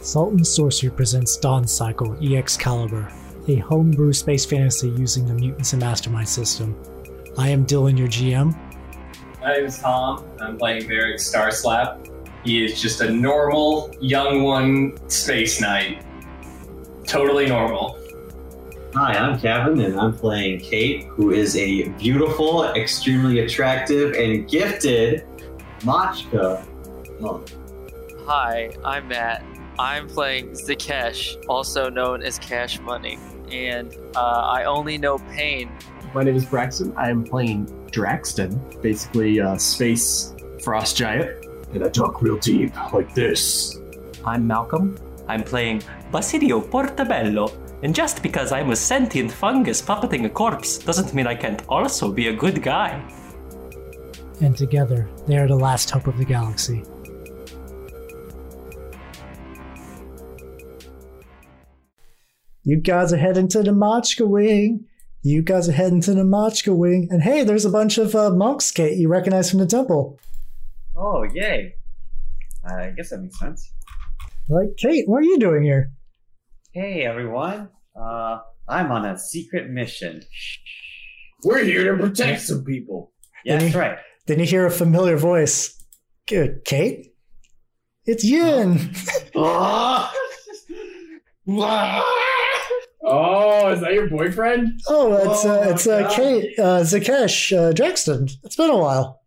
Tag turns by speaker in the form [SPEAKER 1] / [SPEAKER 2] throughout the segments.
[SPEAKER 1] Salt and Sorcery presents Dawn Cycle Excalibur, a homebrew space fantasy using the Mutants and Mastermind system. I am Dylan, your GM.
[SPEAKER 2] My name is Tom. I'm playing Varric Starslap. He is just a normal young one space knight. Totally normal.
[SPEAKER 3] Hi, I'm Kevin, and I'm playing Kate, who is a beautiful, extremely attractive, and gifted Machka. Oh,
[SPEAKER 4] Hi, I'm Matt. I'm playing Zakesh, also known as Cash Money, and uh, I only know pain.
[SPEAKER 5] My name is Braxton. I am playing Draxton, basically a space frost giant. And I talk real deep, like this.
[SPEAKER 6] I'm Malcolm. I'm playing Basilio Portabello, and just because I'm a sentient fungus puppeting a corpse doesn't mean I can't also be a good guy.
[SPEAKER 1] And together, they are the last hope of the galaxy. You guys are heading to the Machka Wing. You guys are heading to the Machka Wing. And hey, there's a bunch of uh, monks, Kate, you recognize from the temple.
[SPEAKER 3] oh yay. I guess that makes sense.
[SPEAKER 1] Like, Kate, what are you doing here?
[SPEAKER 3] Hey, everyone. Uh, I'm on a secret mission.
[SPEAKER 7] We're here to protect some people.
[SPEAKER 3] Yeah,
[SPEAKER 1] Any-
[SPEAKER 3] that's right.
[SPEAKER 1] Then you hear a familiar voice. "K- Kate? It's Yin.
[SPEAKER 7] Ah! oh, is that your boyfriend?
[SPEAKER 1] Oh, it's uh,
[SPEAKER 7] Oh,
[SPEAKER 1] it's uh,
[SPEAKER 7] God.
[SPEAKER 1] Kate uh, Zakesh uh, Drexton. It's been a while,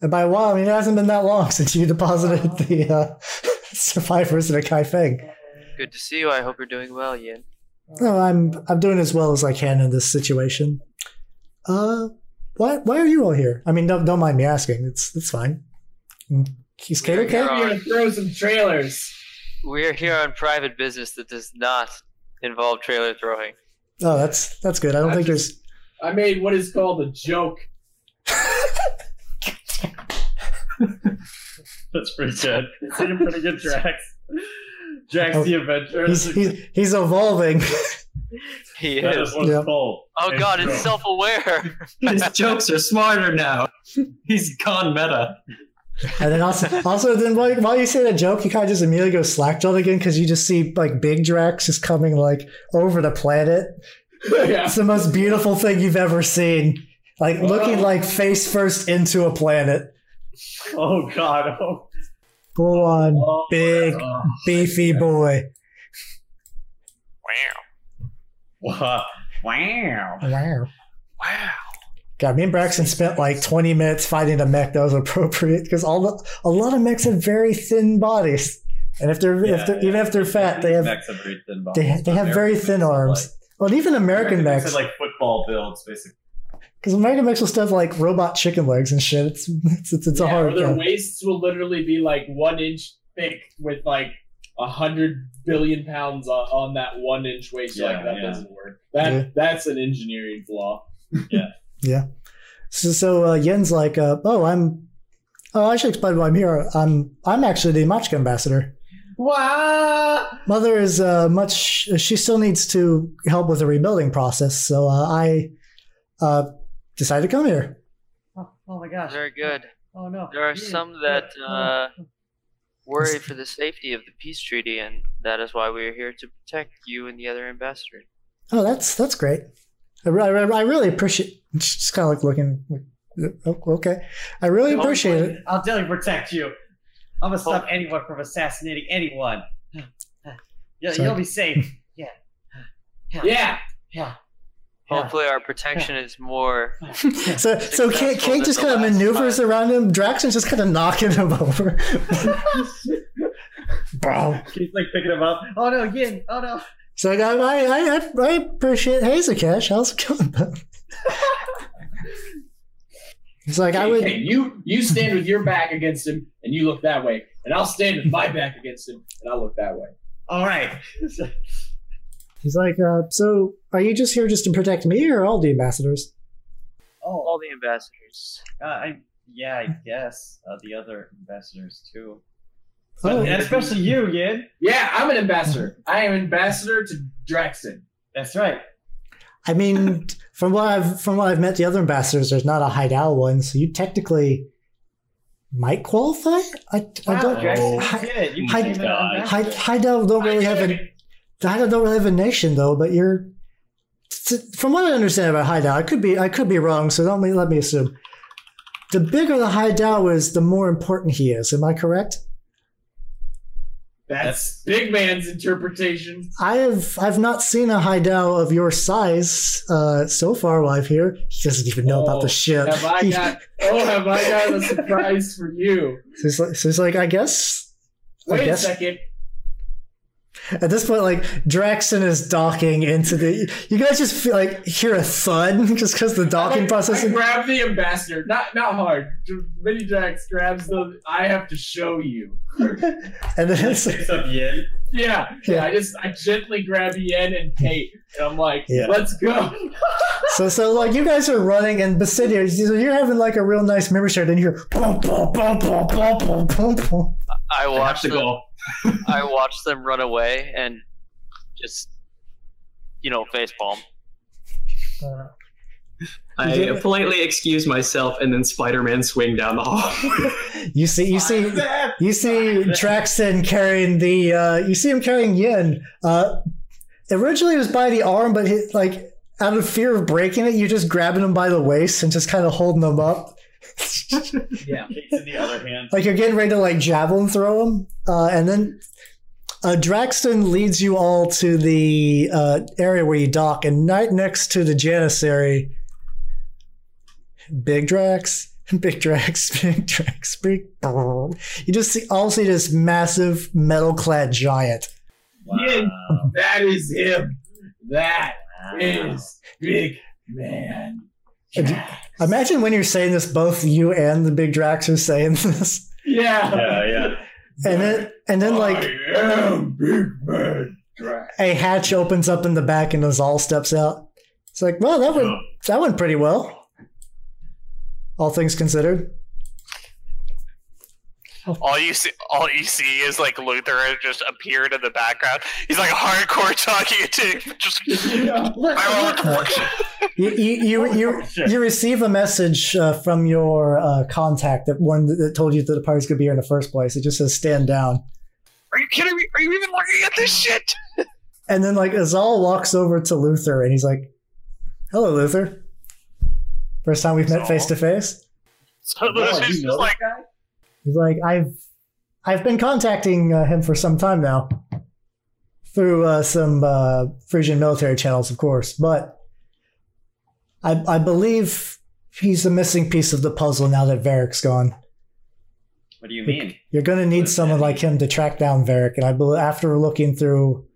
[SPEAKER 1] and by a while, I mean it hasn't been that long since you deposited the uh, survivors in a kaifeng.
[SPEAKER 4] Good to see you. I hope you're doing well, Yin.
[SPEAKER 1] No, I'm I'm doing as well as I can in this situation. Uh, why why are you all here? I mean, don't don't mind me asking. It's it's fine. He's Kate okay?
[SPEAKER 4] You're
[SPEAKER 7] I'm
[SPEAKER 4] on-
[SPEAKER 7] gonna throw some trailers.
[SPEAKER 4] We're here on private business that does not involve trailer throwing.
[SPEAKER 1] Oh, that's that's good. I don't think there's.
[SPEAKER 7] I made what is called a joke. That's pretty good. It's a pretty good Drax. Drax
[SPEAKER 1] Oh,
[SPEAKER 7] the Avenger.
[SPEAKER 1] He's he's, he's evolving.
[SPEAKER 4] He
[SPEAKER 7] That
[SPEAKER 4] is.
[SPEAKER 7] is what it's
[SPEAKER 1] Yeah.
[SPEAKER 7] called.
[SPEAKER 4] Oh god, it's
[SPEAKER 7] It's-
[SPEAKER 4] self-aware.
[SPEAKER 6] His jokes are smarter now. He's gone meta.
[SPEAKER 1] And then also, also then while, while you say that joke, you kind of just immediately go slackjawed again because you just see like Big Drax just coming like over the planet.
[SPEAKER 7] yeah.
[SPEAKER 1] It's the most beautiful thing you've ever seen. Like looking like face first into a planet.
[SPEAKER 7] Oh god. Oh.
[SPEAKER 1] Full on
[SPEAKER 7] Oh.
[SPEAKER 1] big
[SPEAKER 7] Oh.
[SPEAKER 1] beefy boy.
[SPEAKER 7] Wow.
[SPEAKER 3] Wow.
[SPEAKER 1] Wow. Wow. God, me and Braxton spent like 20 minutes fighting a mech that was appropriate because all the a lot of mechs have very thin bodies, and if they're if
[SPEAKER 3] Yeah,
[SPEAKER 1] they're
[SPEAKER 3] yeah.
[SPEAKER 1] even if they're fat, they have
[SPEAKER 3] Mechs have very thin bodies,
[SPEAKER 1] they ha- they
[SPEAKER 3] but
[SPEAKER 1] have very
[SPEAKER 3] American
[SPEAKER 1] thin
[SPEAKER 3] mechs are
[SPEAKER 1] arms. Well, even
[SPEAKER 3] like-
[SPEAKER 1] American
[SPEAKER 3] American mechs
[SPEAKER 1] mechs,
[SPEAKER 3] are like football builds, basically.
[SPEAKER 1] because American mechs will stuff like robot chicken legs and shit. It's it's it's, it's a
[SPEAKER 7] Yeah,
[SPEAKER 1] hard
[SPEAKER 7] or their
[SPEAKER 1] thing.
[SPEAKER 7] waists will literally be like one inch thick with like a hundred billion pounds on, on that one inch waist. You're like
[SPEAKER 3] Yeah,
[SPEAKER 7] that
[SPEAKER 3] yeah.
[SPEAKER 7] doesn't work. That
[SPEAKER 1] Yeah.
[SPEAKER 7] that's an engineering flaw.
[SPEAKER 1] So so uh, Yen's like, uh, oh, I'm. Oh, I should explain why I'm here. I'm I'm actually the Machka ambassador.
[SPEAKER 7] Wow.
[SPEAKER 1] Mother is uh, much. She still needs to help with the rebuilding process, so uh, I uh, decided to come here.
[SPEAKER 3] Oh, oh my gosh.
[SPEAKER 4] Very good.
[SPEAKER 3] Oh no.
[SPEAKER 4] There are some that uh, worry for the safety of the peace treaty, and that is why we are here to protect you and the other ambassador.
[SPEAKER 1] Oh, that's that's great. I, re- I, re- I really appreciate. Just kind of like looking. oh, Okay, I really appreciate it.
[SPEAKER 3] I'll definitely protect you. I'm gonna stop
[SPEAKER 4] Oh.
[SPEAKER 3] anyone from assassinating anyone. You'll,
[SPEAKER 1] Sorry.
[SPEAKER 3] you'll be safe.
[SPEAKER 7] Yeah.
[SPEAKER 4] Hopefully, our protection is more.
[SPEAKER 1] So, so Kate,
[SPEAKER 4] Successful
[SPEAKER 1] Kate just
[SPEAKER 4] at
[SPEAKER 1] kind
[SPEAKER 4] the
[SPEAKER 1] of
[SPEAKER 4] last
[SPEAKER 1] maneuvers
[SPEAKER 4] time.
[SPEAKER 1] around him. Draxton's just kind of knocking him over. Bro.
[SPEAKER 3] He's like picking him up. Oh no, Yin. Oh no.
[SPEAKER 1] So I, I, I, I appreciate. Hey, Zakesh, how's it going? bud? He's like, I
[SPEAKER 7] Hey,
[SPEAKER 1] would.
[SPEAKER 7] hey, you you stand with your back against him and you look that way, and I'll stand with my back against him and I'll look that way.
[SPEAKER 3] All right.
[SPEAKER 1] He's like, uh, so are you just here just to protect me or all the ambassadors?
[SPEAKER 3] oh,
[SPEAKER 4] All the ambassadors.
[SPEAKER 3] uh, I yeah, I guess uh, the other ambassadors too, but
[SPEAKER 1] Oh,
[SPEAKER 3] and especially you, Yin.
[SPEAKER 7] Yeah, I'm an ambassador. I am ambassador to Draxton.
[SPEAKER 3] That's right.
[SPEAKER 1] I mean, from what I've from what I've met the other ambassadors, there's not a hideout one, so you technically
[SPEAKER 8] might qualify. I, I don't.
[SPEAKER 3] Jackson,
[SPEAKER 8] I-
[SPEAKER 3] you did it. You
[SPEAKER 7] Oh
[SPEAKER 8] I-
[SPEAKER 3] came
[SPEAKER 2] God.
[SPEAKER 3] back.
[SPEAKER 8] Hi- Heidel don't really have a Heidel don't really have a nation though, but you're from what I understand about Heidel, I could be I could be wrong, so don't let me- let me assume. The bigger the Heidel is, the more important he is. Am I correct?
[SPEAKER 5] That's big man's interpretation.
[SPEAKER 8] I have I've not seen a Heidel of your size uh, so far while I'm here. He doesn't even know about
[SPEAKER 5] Oh,
[SPEAKER 8] the ship.
[SPEAKER 5] Have I
[SPEAKER 8] He-
[SPEAKER 5] got? Oh, have I got a surprise for you?
[SPEAKER 8] so, he's like, so he's like, I guess. I
[SPEAKER 5] Wait a
[SPEAKER 8] guess
[SPEAKER 5] second.
[SPEAKER 8] at this point, like Draxon is docking into the. You guys just feel like hear a thud just because the docking
[SPEAKER 5] I-
[SPEAKER 8] process.
[SPEAKER 5] I grab the ambassador. Not not hard. Mini Jax grabs the. I have to show you.
[SPEAKER 8] And then it's
[SPEAKER 3] Picks up Yin.
[SPEAKER 5] Yeah,
[SPEAKER 8] Yeah.
[SPEAKER 5] yeah. I just I gently grab Yen and Kate, and I'm like,
[SPEAKER 8] Yeah.
[SPEAKER 5] let's go.
[SPEAKER 8] so so like you guys are running and Basidio, so you're having like a real nice memory share, and you hear boom boom boom boom boom boom boom boom.
[SPEAKER 1] I
[SPEAKER 3] I
[SPEAKER 6] Oh,
[SPEAKER 3] have
[SPEAKER 1] watched
[SPEAKER 3] to
[SPEAKER 1] them.
[SPEAKER 3] go.
[SPEAKER 1] I watched them run away and just, you know, face palm.
[SPEAKER 8] Uh,
[SPEAKER 6] I politely excuse myself and then Spider Man swing down the hall.
[SPEAKER 8] you see you see you see Draxton carrying the uh, you see him carrying Yin. Uh, originally it was by the arm, but he, like out of fear of breaking it, you're just grabbing him by the waist and just kind of holding him up.
[SPEAKER 3] Kicks in the other hand.
[SPEAKER 8] like you're getting ready to like javelin throw him, uh, and then uh, Draxton leads you all to the uh, area where you dock, and right next to the janissary, Big Drax, Big Drax, Big Drax, Big. You just see all see this massive metal-clad giant.
[SPEAKER 5] Yin, that is him. That is big man.
[SPEAKER 8] And Imagine when you're saying this, both you and the Big Drax are saying this,
[SPEAKER 5] Yeah.
[SPEAKER 3] Yeah, yeah.
[SPEAKER 8] and then and then like
[SPEAKER 5] I am big man. Drax.
[SPEAKER 8] a hatch opens up in the back, and Azal steps out. It's like, well, that went that went pretty well. All things considered.
[SPEAKER 4] All you see, all you see is like Luther just appeared in the background. He's like hardcore talking to just.
[SPEAKER 5] Yeah.
[SPEAKER 8] You you you you, you receive a message uh, from your uh, contact that one that told you that the party's gonna be here in the first place. It just says stand down,
[SPEAKER 4] Are you kidding me? Are you even looking at this shit?
[SPEAKER 8] and then like Azal walks over to Luther and he's like, "Hello, Luther. First time we've met
[SPEAKER 4] Azal?
[SPEAKER 8] face to face."
[SPEAKER 4] So Luther's just like,
[SPEAKER 8] He's like, "I've I've been contacting uh, him for some time now through uh, some uh, Frisian military channels, of course, but." I, I believe he's the missing piece of the puzzle now that Varric's gone.
[SPEAKER 3] What do you mean?
[SPEAKER 8] You're going to need someone like him to track down Varric. And I believe after looking through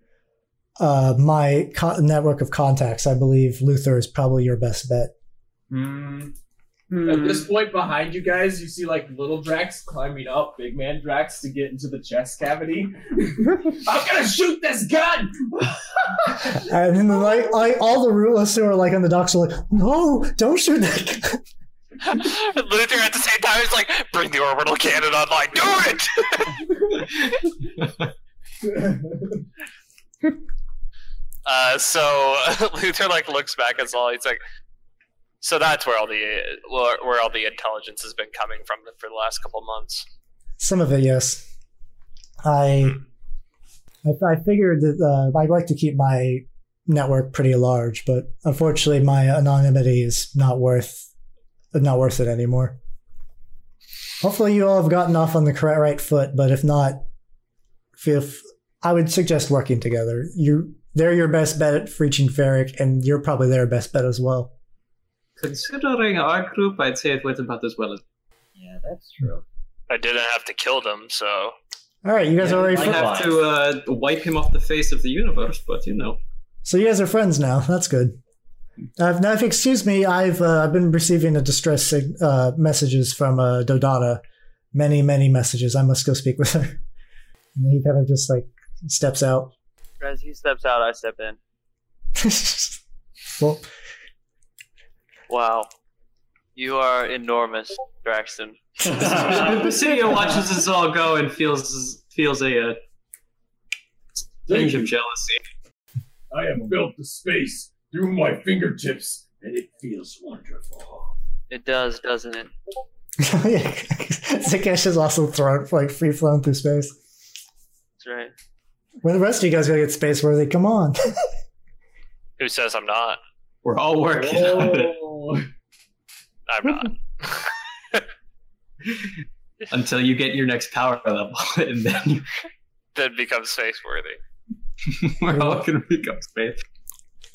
[SPEAKER 8] uh, my co- network of contacts, I believe Luther is probably your best bet.
[SPEAKER 5] At this point, behind you guys, you see like little Drax climbing up, big man Drax to get into the chest cavity. I'm gonna shoot this gun.
[SPEAKER 8] And then like, like all the rootless who are like on the docks are like, no, don't shoot that guy.
[SPEAKER 4] Luther at the same time is like, bring the orbital cannon online. Do it. Uh, so Luther like looks back at Saul. He's like, so that's where all the where, where all the intelligence has been coming from for the last couple months.
[SPEAKER 8] Some of it, yes. I I, I figured that uh, I'd like to keep my network pretty large, but unfortunately, my anonymity is not worth not worth it anymore. Hopefully, you all have gotten off on the correct right foot, but if not, if I would suggest working together. You they're your best bet at reaching Varric, and you're probably their best bet as well.
[SPEAKER 6] Considering our group, I'd say it went about as well as.
[SPEAKER 3] Yeah, that's true.
[SPEAKER 4] I didn't have to kill them, so
[SPEAKER 8] All right, you guys
[SPEAKER 3] Yeah,
[SPEAKER 8] are already
[SPEAKER 6] I
[SPEAKER 3] Likewise.
[SPEAKER 6] have
[SPEAKER 8] fri-
[SPEAKER 6] to uh, wipe him off the face of the universe, but you know.
[SPEAKER 8] So you guys are friends now. That's good. Uh, now, if you excuse me, I've uh, I've been receiving a distress sig- uh, messages from uh, Dodana, many many messages. I must go speak with her. And he kind of just like steps out.
[SPEAKER 1] As he steps out, I step in.
[SPEAKER 8] well,
[SPEAKER 1] Wow, you are enormous, Draxton.
[SPEAKER 6] Basidio watches us all go and feels feels a uh, tinge of jealousy.
[SPEAKER 5] I have built the space through my fingertips, and it feels wonderful.
[SPEAKER 1] It does, doesn't it?
[SPEAKER 8] it's Zakesh is also thrown like free flown through space.
[SPEAKER 2] That's right.
[SPEAKER 8] When the rest of you guys go get space worthy, come on.
[SPEAKER 2] Who says I'm not?
[SPEAKER 9] We're all working on it
[SPEAKER 2] I'm not.
[SPEAKER 9] until you get your next power level, and then you,
[SPEAKER 2] That becomes space worthy.
[SPEAKER 9] we're all gonna become space.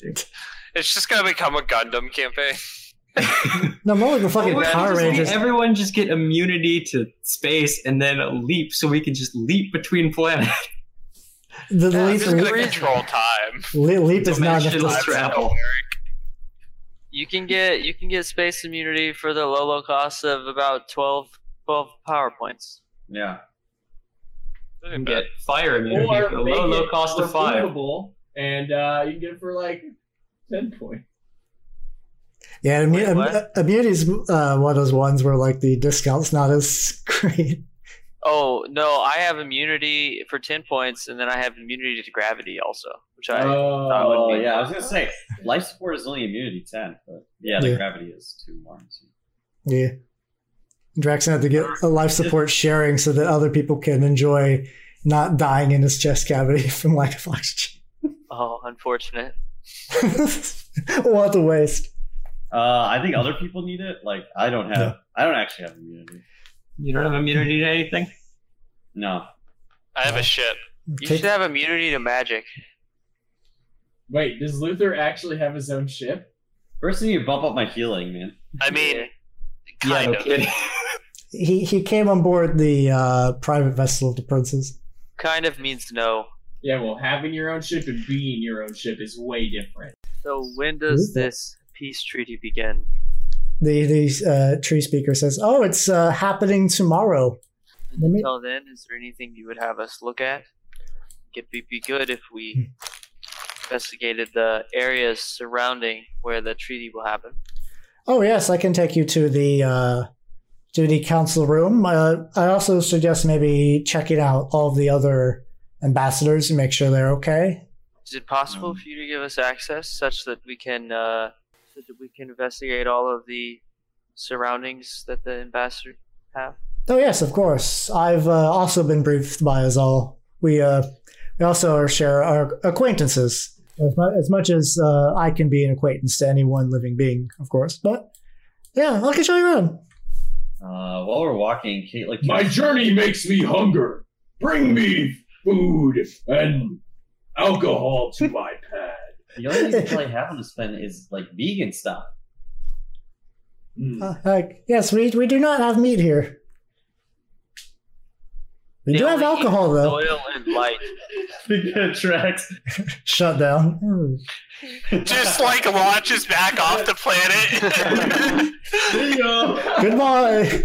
[SPEAKER 2] It's just gonna become a Gundam campaign.
[SPEAKER 8] no, more like a fucking
[SPEAKER 9] Well,
[SPEAKER 8] Power
[SPEAKER 9] just make
[SPEAKER 8] Rangers.
[SPEAKER 9] Everyone just get immunity to space, and then a leap, so we can just leap between planets.
[SPEAKER 8] The
[SPEAKER 2] I'm
[SPEAKER 8] leap,
[SPEAKER 2] just gonna
[SPEAKER 8] leap,
[SPEAKER 2] control time.
[SPEAKER 8] leap, is not
[SPEAKER 9] Dimensional
[SPEAKER 8] enough.
[SPEAKER 9] travel.
[SPEAKER 4] You can get you can get space immunity for the low low cost of about 12, 12 power points.
[SPEAKER 7] Yeah.
[SPEAKER 9] You can get fire immunity
[SPEAKER 6] Or
[SPEAKER 9] for the
[SPEAKER 6] make
[SPEAKER 9] low, low
[SPEAKER 6] it
[SPEAKER 9] cost of fire.
[SPEAKER 6] removable, And uh, you can get it for like 10 points.
[SPEAKER 8] Yeah, immu-
[SPEAKER 4] Wait, what?
[SPEAKER 8] uh, immunity's uh, one of those ones where like the discount's not as great.
[SPEAKER 4] Oh no, I have immunity for ten points, and then I have immunity to gravity also, which I
[SPEAKER 6] Uh,
[SPEAKER 4] thought
[SPEAKER 7] Oh,
[SPEAKER 4] would be
[SPEAKER 7] yeah. I was going to say, life support is only immunity 10, but yeah, the
[SPEAKER 8] Yeah.
[SPEAKER 7] gravity is 2 more. so-
[SPEAKER 8] Yeah. Draxon had to get a life support sharing so that other people can enjoy not dying in his chest cavity from lack of oxygen.
[SPEAKER 4] oh unfortunate.
[SPEAKER 8] what a waste.
[SPEAKER 7] Uh, I think other people need it. Like, I don't have, I don't actually have immunity.
[SPEAKER 9] You don't have immunity to anything.
[SPEAKER 7] No.
[SPEAKER 2] I have a ship.
[SPEAKER 4] You
[SPEAKER 8] Take-
[SPEAKER 4] should have immunity to magic.
[SPEAKER 6] Wait, does Luther actually have his own ship?
[SPEAKER 7] First, I need to bump up my healing, man.
[SPEAKER 2] I mean,
[SPEAKER 9] Yeah,
[SPEAKER 2] kind
[SPEAKER 9] no
[SPEAKER 2] of.
[SPEAKER 9] kidding.
[SPEAKER 8] He he came on board the uh, private vessel of the princes.
[SPEAKER 4] Kind of means no.
[SPEAKER 6] Yeah, well, having your own ship and being your own ship is way different.
[SPEAKER 4] So when does this peace treaty begin?
[SPEAKER 8] The the uh, tree speaker says, "Oh, it's uh, happening tomorrow."
[SPEAKER 4] And
[SPEAKER 8] Let me-
[SPEAKER 4] Until then, is there anything you would have us look at? It'd be, be good if we investigated the areas surrounding where the treaty will happen.
[SPEAKER 8] Oh yes, I can take you to the uh, to the council room. Uh, I also suggest maybe checking out all of the other ambassadors and make sure they're okay.
[SPEAKER 4] Is it possible for you to give us access such that we can uh, so that we can investigate all of the surroundings that the ambassador have?
[SPEAKER 8] Oh yes, of course. I've uh, also been briefed by us all. We uh, we also are share our acquaintances as much as, much as uh, I can be an acquaintance to any one living being, of course. But yeah, I can show you around.
[SPEAKER 7] Uh, while we're walking, Kate, like,
[SPEAKER 6] My journey makes me hunger. Bring me food and alcohol to my pad.
[SPEAKER 7] the only thing we probably have on this planet is like vegan stuff.
[SPEAKER 6] Hmm.
[SPEAKER 8] Uh, like, yes, we we do not have meat here. We
[SPEAKER 4] They
[SPEAKER 8] do have
[SPEAKER 4] only eat
[SPEAKER 8] alcohol though.
[SPEAKER 4] Oil and light.
[SPEAKER 7] Vegan tracks.
[SPEAKER 8] Shut down. Hmm.
[SPEAKER 2] just like launches back off the planet.
[SPEAKER 7] See ya!
[SPEAKER 8] Goodbye.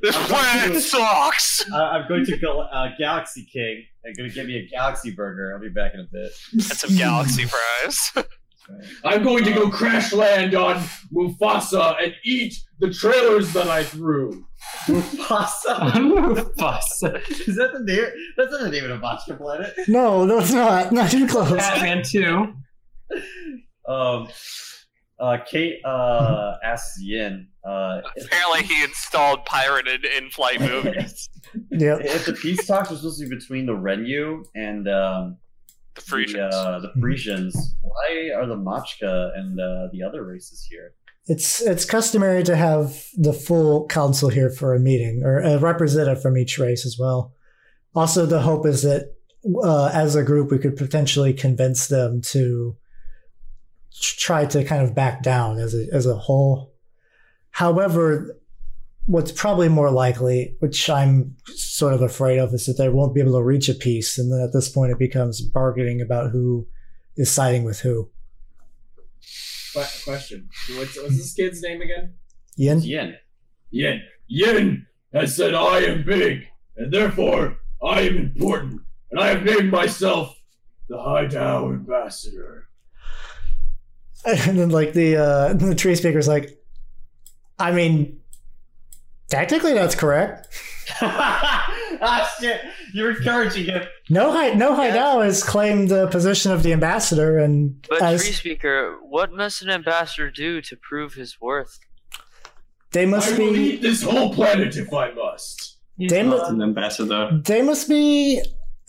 [SPEAKER 2] this planet sucks.
[SPEAKER 7] Uh, I'm going to Gal- uh, Galaxy King. I'm going to get me a Galaxy Burger. I'll be back in a bit.
[SPEAKER 2] And some galaxy fries.
[SPEAKER 6] I'm going to go crash land on Mufasa and eat the trailers that I threw.
[SPEAKER 7] Mufasa?
[SPEAKER 9] Mufasa,
[SPEAKER 7] Is that the name? That's not the name of a Machka planet.
[SPEAKER 8] No, no, it's not. Not even close.
[SPEAKER 9] Batman Two.
[SPEAKER 7] Um, uh, Kate uh, asks Yin uh, if,
[SPEAKER 2] Apparently, he installed pirated in-flight movies.
[SPEAKER 8] Yep.
[SPEAKER 7] if the peace talks were supposed to be between the Renu and um,
[SPEAKER 2] The Frisians.
[SPEAKER 7] the, uh,
[SPEAKER 8] Mm-hmm.
[SPEAKER 7] the Frisians, why are the Machka and uh, the other races here?
[SPEAKER 8] It's it's customary to have the full council here for a meeting or a representative from each race as well. Also, the hope is that uh, as a group, we could potentially convince them to tr- try to kind of back down as a, as a whole. However, what's probably more likely, which I'm sort of afraid of, is that they won't be able to reach a peace, and then at this point, it becomes bargaining about who is siding with who.
[SPEAKER 6] Que- question. What's, what's this kid's name again?
[SPEAKER 8] Yin.
[SPEAKER 7] It's Yin.
[SPEAKER 6] Yin. Yin has said, I am big, and therefore I am important, and I have named myself the High Dow Ambassador.
[SPEAKER 8] and then like the uh the tree speaker's like i mean technically that's correct
[SPEAKER 7] ah shit! You're encouraging him.
[SPEAKER 8] no Hai- no haidao has claimed the position of the ambassador and
[SPEAKER 4] But
[SPEAKER 8] as
[SPEAKER 4] tree speaker, what must an ambassador do to prove his worth?
[SPEAKER 8] they must
[SPEAKER 6] I will
[SPEAKER 8] be
[SPEAKER 6] eat this whole planet if I must.
[SPEAKER 8] They, mu-
[SPEAKER 10] an ambassador.
[SPEAKER 8] they must be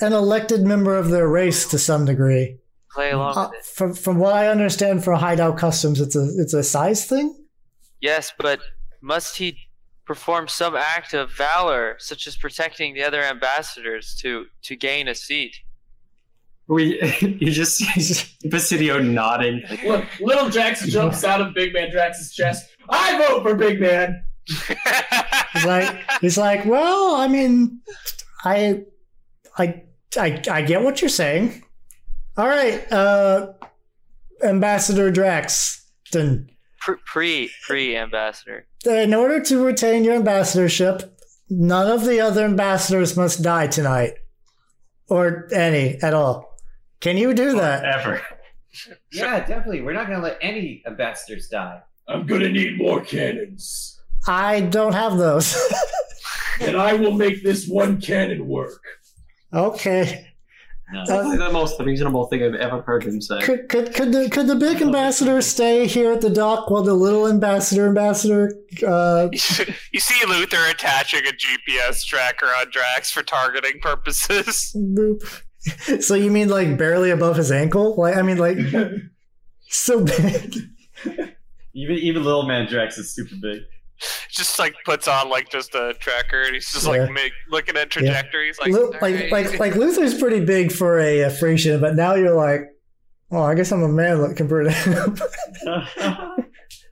[SPEAKER 8] an elected member of their race to some degree.
[SPEAKER 4] Play along
[SPEAKER 8] Uh,
[SPEAKER 4] with it.
[SPEAKER 8] from from what I understand, for hideout customs, it's a it's a size thing.
[SPEAKER 4] Yes, but must he perform some act of valor, such as protecting the other ambassadors, to to gain a seat?
[SPEAKER 6] We, you just Basidio nodding.
[SPEAKER 5] Look, little Drax jumps out of Big Man Drax's chest. I vote for Big Man.
[SPEAKER 8] He's like he's like, well, I mean, I, I, I, I get what you're saying. All right, uh, Ambassador Drax. Then,
[SPEAKER 4] Pre- Pre pre ambassador.
[SPEAKER 8] in order to retain your ambassadorship, none of the other ambassadors must die tonight, or any at all. Can you do that?
[SPEAKER 6] Ever.
[SPEAKER 11] Yeah, definitely. We're not gonna let any ambassadors die.
[SPEAKER 5] I'm gonna need more cannons,
[SPEAKER 8] I don't have those.
[SPEAKER 5] and I will make this one cannon work.
[SPEAKER 8] okay.
[SPEAKER 6] That's the most reasonable thing I've ever heard him say.
[SPEAKER 8] Could could could the could the big ambassador stay here at the dock while the little ambassador ambassador uh,
[SPEAKER 12] you see Luther attaching a GPS tracker on Drax for targeting purposes.
[SPEAKER 8] boop? So you mean like barely above his ankle? Like I mean like so big.
[SPEAKER 7] Even even little man Drax is super big.
[SPEAKER 12] Just like puts on like just a tracker, and he's just
[SPEAKER 8] Yeah.
[SPEAKER 12] like make, looking at
[SPEAKER 8] Yeah.
[SPEAKER 12] trajectories.
[SPEAKER 8] Lu-
[SPEAKER 12] Like,
[SPEAKER 8] like like like Luther's pretty big for a, uh Frisian, but now you're like, oh, I guess I'm a man that can burn him.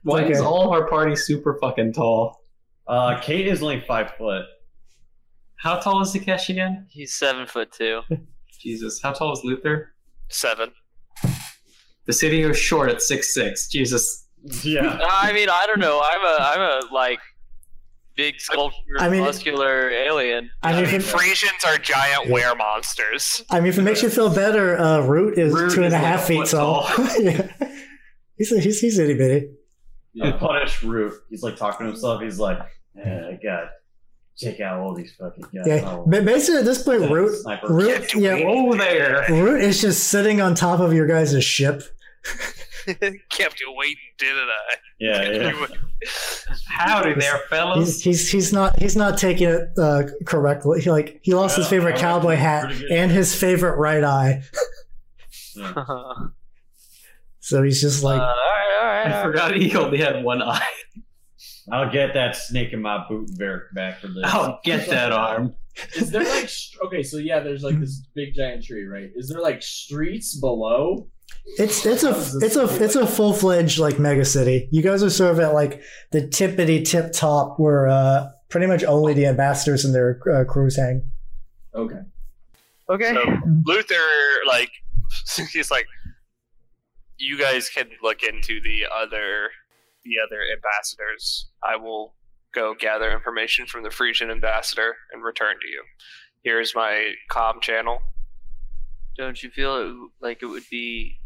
[SPEAKER 6] Why is
[SPEAKER 8] Okay.
[SPEAKER 6] all of our party super fucking tall?
[SPEAKER 7] Uh, Kate is only five foot.
[SPEAKER 6] How tall is Nikesh again?
[SPEAKER 4] He's seven foot two.
[SPEAKER 6] Jesus, how tall is Luther?
[SPEAKER 12] Seven.
[SPEAKER 6] Basidio is short at six six. Jesus.
[SPEAKER 7] Yeah.
[SPEAKER 4] I mean, I don't know. I'm a I'm a like big sculpture,
[SPEAKER 8] I mean-
[SPEAKER 4] muscular alien.
[SPEAKER 8] I mean, if it,
[SPEAKER 12] Frisians are giant were monsters.
[SPEAKER 8] I mean, if it makes you feel better, uh, Root is
[SPEAKER 6] Root
[SPEAKER 8] two and
[SPEAKER 6] is
[SPEAKER 8] a
[SPEAKER 6] like a
[SPEAKER 8] half
[SPEAKER 6] foot
[SPEAKER 8] feet tall. yeah. He's he's he's itty bitty.
[SPEAKER 7] You punish Root. He's like talking to himself. He's like, eh, I got take out all these fucking guys.
[SPEAKER 8] Yeah,
[SPEAKER 7] I'll
[SPEAKER 8] but basically at this point,
[SPEAKER 7] set up a
[SPEAKER 8] Root,
[SPEAKER 7] sniper."
[SPEAKER 8] Root, yeah,
[SPEAKER 6] Whoa there.
[SPEAKER 8] Root is just sitting on top of your guys' ship.
[SPEAKER 12] Kept you waiting, didn't I?
[SPEAKER 7] Yeah, yeah.
[SPEAKER 12] You-
[SPEAKER 6] Howdy there,
[SPEAKER 8] He's
[SPEAKER 6] fellas.
[SPEAKER 8] he's he's not he's not taking it uh, correctly. He like he lost his
[SPEAKER 7] Yeah,
[SPEAKER 8] favorite
[SPEAKER 7] alright,
[SPEAKER 8] cowboy hat
[SPEAKER 7] pretty good.
[SPEAKER 8] and his favorite right eye,
[SPEAKER 7] Yeah.
[SPEAKER 4] all
[SPEAKER 8] so he's just
[SPEAKER 4] right, all
[SPEAKER 8] like,
[SPEAKER 4] right.
[SPEAKER 6] I
[SPEAKER 4] all right.
[SPEAKER 6] forgot he only had one eye.
[SPEAKER 7] I'll get that snake in my boot and Varric back for this.
[SPEAKER 6] I'll Oh, get that arm.
[SPEAKER 5] Is there like sh- okay? So yeah, there's like this big giant tree, right? Is there like streets below?
[SPEAKER 8] it's it's a it's a it's a full fledged like mega city. You guys are sort of at like the tippity tip top where uh, pretty much only the ambassadors and their uh, crews hang.
[SPEAKER 5] Okay.
[SPEAKER 4] Okay.
[SPEAKER 12] So Luther, like, he's like, you guys can look into the other, the other ambassadors. I will go gather information from the Frisian ambassador and return to you. Here's my comm channel.
[SPEAKER 4] Don't you feel it, like it would be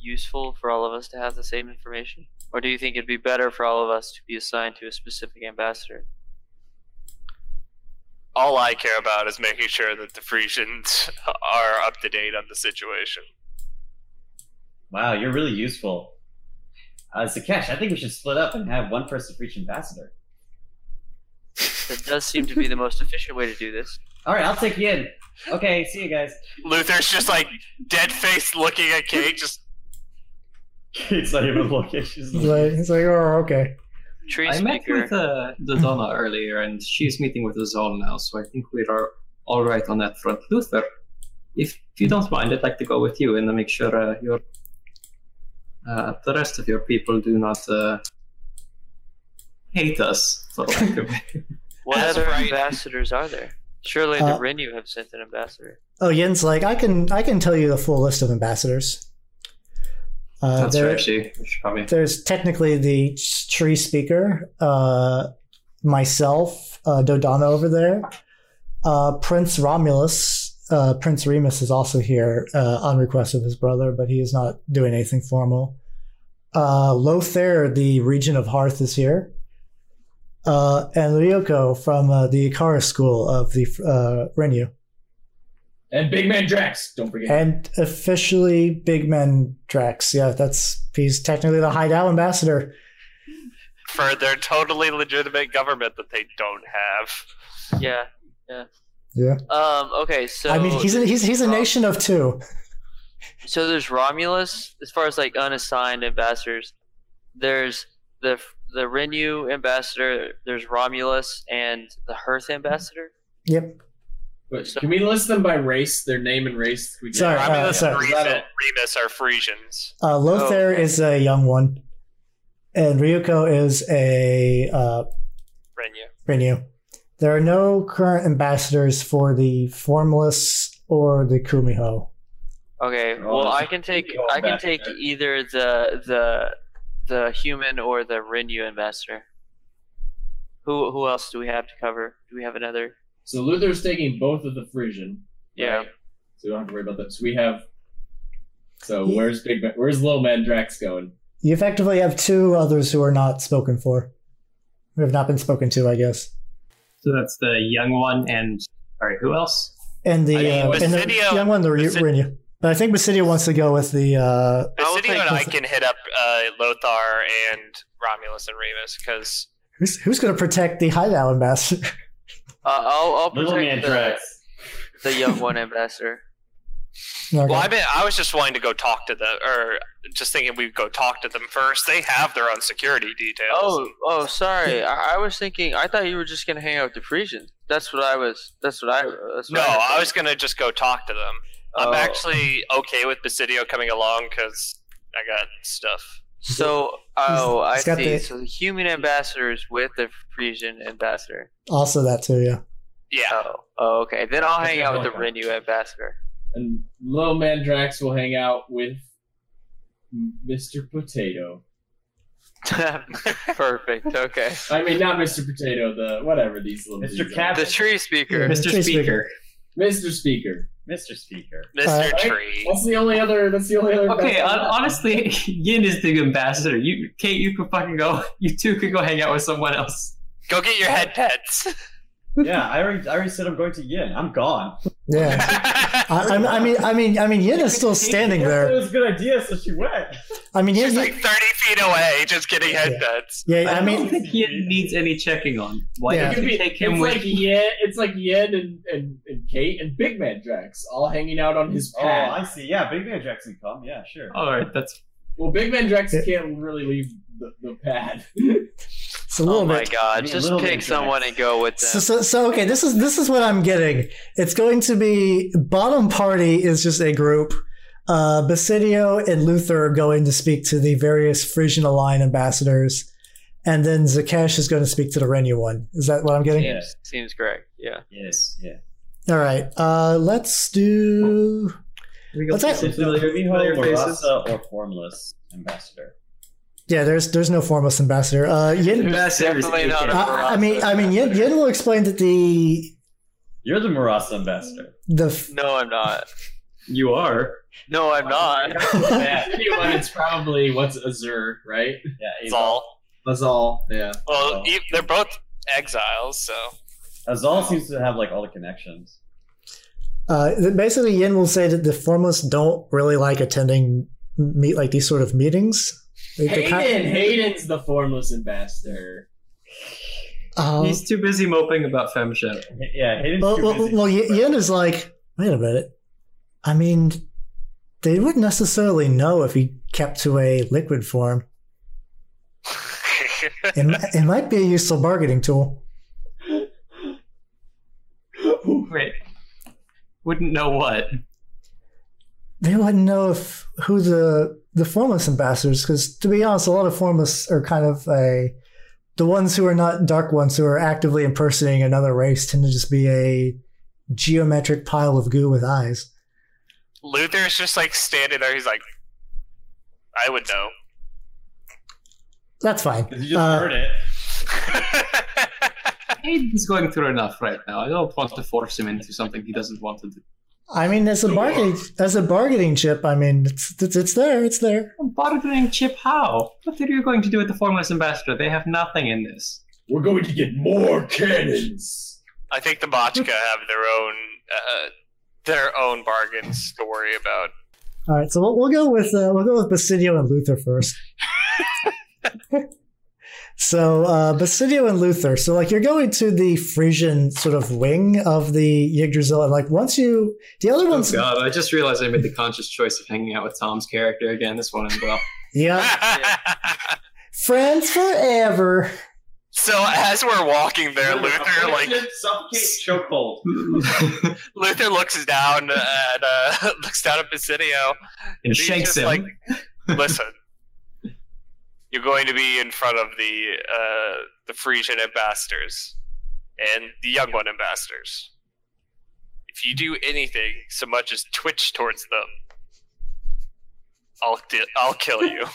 [SPEAKER 4] useful for all of us to have the same information? Or do you think it'd be better for all of us to be assigned to a specific ambassador?
[SPEAKER 12] All I care about is making sure that the Frisians are up to date on the situation.
[SPEAKER 7] Wow, you're really useful. Uh, Zakesh, I think we should split up and have one person for each ambassador.
[SPEAKER 4] That does seem to be the most efficient way to do this.
[SPEAKER 7] All right, I'll take you in. Okay, see you guys.
[SPEAKER 12] Luther's just like dead faced looking at Kate, just
[SPEAKER 7] Kate's not even looking. She's
[SPEAKER 8] He's like, he's like, oh okay.
[SPEAKER 4] Tree
[SPEAKER 6] I met
[SPEAKER 4] speaker.
[SPEAKER 6] with uh, the Donna earlier, and she's meeting with Azol now, so I think we are all right on that front. Luther, if you don't mind, I'd like to go with you and make sure uh, your uh, the rest of your people do not uh, hate us. For lack of
[SPEAKER 4] what
[SPEAKER 12] That's
[SPEAKER 4] other
[SPEAKER 12] right.
[SPEAKER 4] ambassadors are there? Surely
[SPEAKER 8] Uh,
[SPEAKER 4] the Renu have sent an ambassador.
[SPEAKER 8] Oh, Yen's like, I can I can tell you the full list of ambassadors. Uh,
[SPEAKER 6] That's
[SPEAKER 8] there-
[SPEAKER 6] right, she, she probably.
[SPEAKER 8] There's technically the tree speaker, uh, myself, uh, Dodonna over there, uh, Prince Romulus. Uh, Prince Remus is also here uh, on request of his brother, but he is not doing anything formal. Uh, Lothair, the regent of Hearth, is here. Uh, and Ryoko from uh, the Ikara school of the uh, Renu.
[SPEAKER 5] And Big Man Drax, don't forget.
[SPEAKER 8] And officially Big Man Drax. Yeah, that's he's technically the hideout ambassador.
[SPEAKER 12] for their totally legitimate government that they don't have.
[SPEAKER 4] Yeah, yeah.
[SPEAKER 8] Yeah.
[SPEAKER 4] Um. Okay. So
[SPEAKER 8] I mean, he's a, he's he's a nation of two.
[SPEAKER 4] so there's Romulus as far as like unassigned ambassadors. There's the the Renew ambassador. There's Romulus and the Hearth ambassador.
[SPEAKER 8] Yep.
[SPEAKER 7] But can we list them by race, their name and race? We
[SPEAKER 8] Sorry, uh,
[SPEAKER 7] Romulus
[SPEAKER 8] sorry.
[SPEAKER 7] and Remus-
[SPEAKER 13] Remus are Frisians.
[SPEAKER 8] Uh, Lothair is a young one, and Ryuko is a uh,
[SPEAKER 13] Renu.
[SPEAKER 8] Renew. There are no current ambassadors for the Formless or the Kumiho.
[SPEAKER 4] Okay. Well, I can take I can take either the the the human or the Renew ambassador. Who who else do we have to cover? Do we have another?
[SPEAKER 7] So Luther's taking both of the Frisian.
[SPEAKER 4] Yeah.
[SPEAKER 7] So we don't have to worry about that. So we have. So where's Big Man? Where's Little Man Drax going?
[SPEAKER 8] You effectively have two others who are not spoken for, who have not been spoken to, I guess.
[SPEAKER 6] So that's the young one and sorry, who else?
[SPEAKER 8] And the,
[SPEAKER 6] I mean,
[SPEAKER 8] uh, and the
[SPEAKER 6] Basidio-
[SPEAKER 8] young one, the Re- Renew. But I think Basidio wants to go with the. Uh,
[SPEAKER 13] Basidio and I can hit up uh, Lothar and Romulus and Remus because
[SPEAKER 8] who's who's going to protect the Hideout ambassador?
[SPEAKER 4] Uh, I'll I'll
[SPEAKER 13] Little man
[SPEAKER 4] protect the,
[SPEAKER 13] Drax.
[SPEAKER 4] the young one ambassador.
[SPEAKER 13] Well, I mean, I was just wanting to go talk to the, or just thinking we'd go talk to them first. They have their own security details.
[SPEAKER 4] Oh, oh, sorry. I, I was thinking. I thought you were just gonna hang out with the Frisians. That's what I was. That's what I. That's what
[SPEAKER 13] no,
[SPEAKER 4] I
[SPEAKER 13] I was gonna just go talk to them.
[SPEAKER 4] Oh.
[SPEAKER 13] I'm actually okay with Basidio coming along because I got stuff.
[SPEAKER 4] So, oh, I
[SPEAKER 8] he's got
[SPEAKER 4] see.
[SPEAKER 8] the-
[SPEAKER 4] So the human ambassador is with the Frisian ambassador.
[SPEAKER 8] also, that too, yeah.
[SPEAKER 13] Yeah.
[SPEAKER 4] Oh, oh, okay. Then I'll hang out with the Renew ambassador.
[SPEAKER 7] And Little Man Drax will hang out with Mr. Potato.
[SPEAKER 4] Perfect. Okay.
[SPEAKER 7] I mean, not Mr. Potato. The whatever these little.
[SPEAKER 4] Mr. Cap- The tree speaker. Yeah,
[SPEAKER 6] Mr. tree speaker.
[SPEAKER 7] Mr. Speaker.
[SPEAKER 3] Mr. Speaker.
[SPEAKER 6] Mr.
[SPEAKER 7] Right?
[SPEAKER 6] Tree.
[SPEAKER 7] That's the only other. That's the only other.
[SPEAKER 6] Okay, hon- honestly, Yin is the ambassador. You, Kate, you could fucking go. You two could go hang out with someone else.
[SPEAKER 13] Go get your head pets.
[SPEAKER 3] yeah, I already, I already said I'm going to Yin. I'm gone.
[SPEAKER 8] Yeah. I, I, I mean, I mean, I mean, Yin is still standing
[SPEAKER 3] It
[SPEAKER 8] there.
[SPEAKER 3] was a good idea, so she went.
[SPEAKER 8] I mean, Yin,
[SPEAKER 13] Like thirty feet away, just getting head pets.
[SPEAKER 8] yeah, I
[SPEAKER 6] I don't
[SPEAKER 8] mean,
[SPEAKER 6] think Yin needs any checking on. Why
[SPEAKER 8] Yeah.
[SPEAKER 6] don't you take him
[SPEAKER 7] it's
[SPEAKER 6] with?
[SPEAKER 7] like Yen, it's like Yen and, and, and Kate and Big Man Drax all hanging out on his
[SPEAKER 3] Oh,
[SPEAKER 7] pad.
[SPEAKER 3] I see. Yeah, Big Man Jackson come. Yeah, sure.
[SPEAKER 6] All right, that's
[SPEAKER 7] Well, Big Man Drax can't really leave the, the pad.
[SPEAKER 8] it's a little
[SPEAKER 4] Oh my
[SPEAKER 8] bit.
[SPEAKER 4] God! Just
[SPEAKER 7] Little
[SPEAKER 4] pick
[SPEAKER 7] Drax.
[SPEAKER 4] someone and go with
[SPEAKER 8] So,
[SPEAKER 4] them.
[SPEAKER 8] so, so, okay, this is this is what I'm getting. It's going to be bottom party is just a group. Uh, Basidio and Luther are going to speak to the various Frisian Align ambassadors, and then Zakesh is going to speak to the Renu one. Is that what I'm getting?
[SPEAKER 4] Seems, seems correct. Yeah.
[SPEAKER 3] Yes. Yeah.
[SPEAKER 8] All right, uh, let's do. Let's act-
[SPEAKER 3] Familiar uh,
[SPEAKER 6] faces.
[SPEAKER 3] or formless ambassador.
[SPEAKER 8] yeah, there's there's no formless ambassador. Uh, Yin,
[SPEAKER 3] Definitely
[SPEAKER 4] not a
[SPEAKER 8] I, I mean, I mean, Yin, Yin will explain that the
[SPEAKER 3] You're the Marasa ambassador.
[SPEAKER 8] the f-
[SPEAKER 4] No, I'm not.
[SPEAKER 6] You are.
[SPEAKER 4] No, I'm not.
[SPEAKER 7] yeah, anyone, it's probably what's Azur, right?
[SPEAKER 3] Yeah,
[SPEAKER 13] Zal.
[SPEAKER 7] Azal, yeah.
[SPEAKER 13] Well, e they're both exiles, so
[SPEAKER 3] Azal seems to have like all the connections.
[SPEAKER 8] Uh, th- basically, Yin will say that the formless don't really like attending meet like these sort of meetings. They- they
[SPEAKER 7] Hayden,
[SPEAKER 8] kind-
[SPEAKER 7] Hayden's the formless ambassador.
[SPEAKER 8] Uh,
[SPEAKER 6] He's too busy moping about femme shit.
[SPEAKER 3] Yeah, Hayden's
[SPEAKER 8] well,
[SPEAKER 3] too
[SPEAKER 8] well,
[SPEAKER 3] busy.
[SPEAKER 8] well, Yin Yin is like, wait a minute. I mean, they wouldn't necessarily know if he kept to a liquid form. It, mi- it might be a useful bargaining tool.
[SPEAKER 6] Wait, wouldn't know what.
[SPEAKER 8] They wouldn't know if who the the formless ambassadors, because to be honest, a lot of formless are kind of a the ones who are not dark ones who are actively impersonating another race tend to just be a geometric pile of goo with eyes.
[SPEAKER 13] Luther's just like standing there. He's like, I would know.
[SPEAKER 8] That's fine.
[SPEAKER 3] You just
[SPEAKER 8] Uh,
[SPEAKER 3] heard it.
[SPEAKER 6] He's going through enough right now. I don't want to force him into something he doesn't want to do.
[SPEAKER 8] I mean, as a bargaining as a bargaining chip, I mean, it's it's, it's there, it's there.
[SPEAKER 6] Bargaining chip, how? What are you going to do with the formless ambassador? They have nothing in this.
[SPEAKER 14] We're going to get more cannons.
[SPEAKER 13] I think the Botchka have their own uh, their own bargains to worry about.
[SPEAKER 8] All right, so we'll, we'll go with uh, we'll go with Basidio and Luther first. So uh, Basidio and Luther. So like you're going to the Frisian sort of wing of the Yggdrasil, and like once you the other
[SPEAKER 6] Oh
[SPEAKER 8] ones,
[SPEAKER 6] god, I just realized I made the conscious choice of hanging out with Tom's character again. This one ended well.
[SPEAKER 4] Uh,
[SPEAKER 8] yeah, friends forever.
[SPEAKER 4] So as we're walking there, Luther like
[SPEAKER 3] suffocate chokehold.
[SPEAKER 4] Luther looks down at uh, looks down at Basidio
[SPEAKER 6] And
[SPEAKER 4] he's
[SPEAKER 6] shakes
[SPEAKER 4] just
[SPEAKER 6] him.
[SPEAKER 4] Like, Listen, you're going to be in front of the uh, the Frisian ambassadors and the young one ambassadors. If you do anything so much as twitch towards them, I'll di- I'll kill you.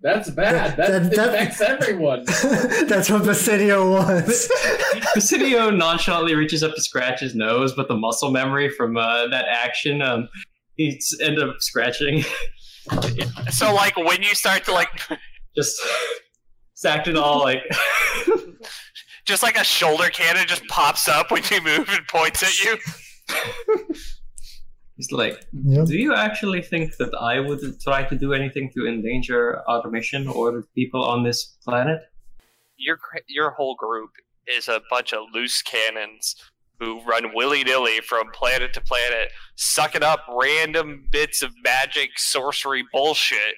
[SPEAKER 7] That's bad. That,
[SPEAKER 8] That- that-
[SPEAKER 7] affects everyone.
[SPEAKER 8] That's what Basidio was.
[SPEAKER 6] Presidio E nonchalantly reaches up to scratch his nose, but the muscle memory from uh, that action, um, he's end up scratching.
[SPEAKER 4] so like when you start to like
[SPEAKER 6] just it's acting all like
[SPEAKER 4] just like a shoulder cannon just pops up when you move and points at you.
[SPEAKER 6] he's like, do you actually think that I would try to do anything to endanger our mission or the people on this planet?
[SPEAKER 4] your cr- your whole group is a bunch of loose cannons who run willy nilly from planet to planet, sucking up random bits of magic, sorcery bullshit.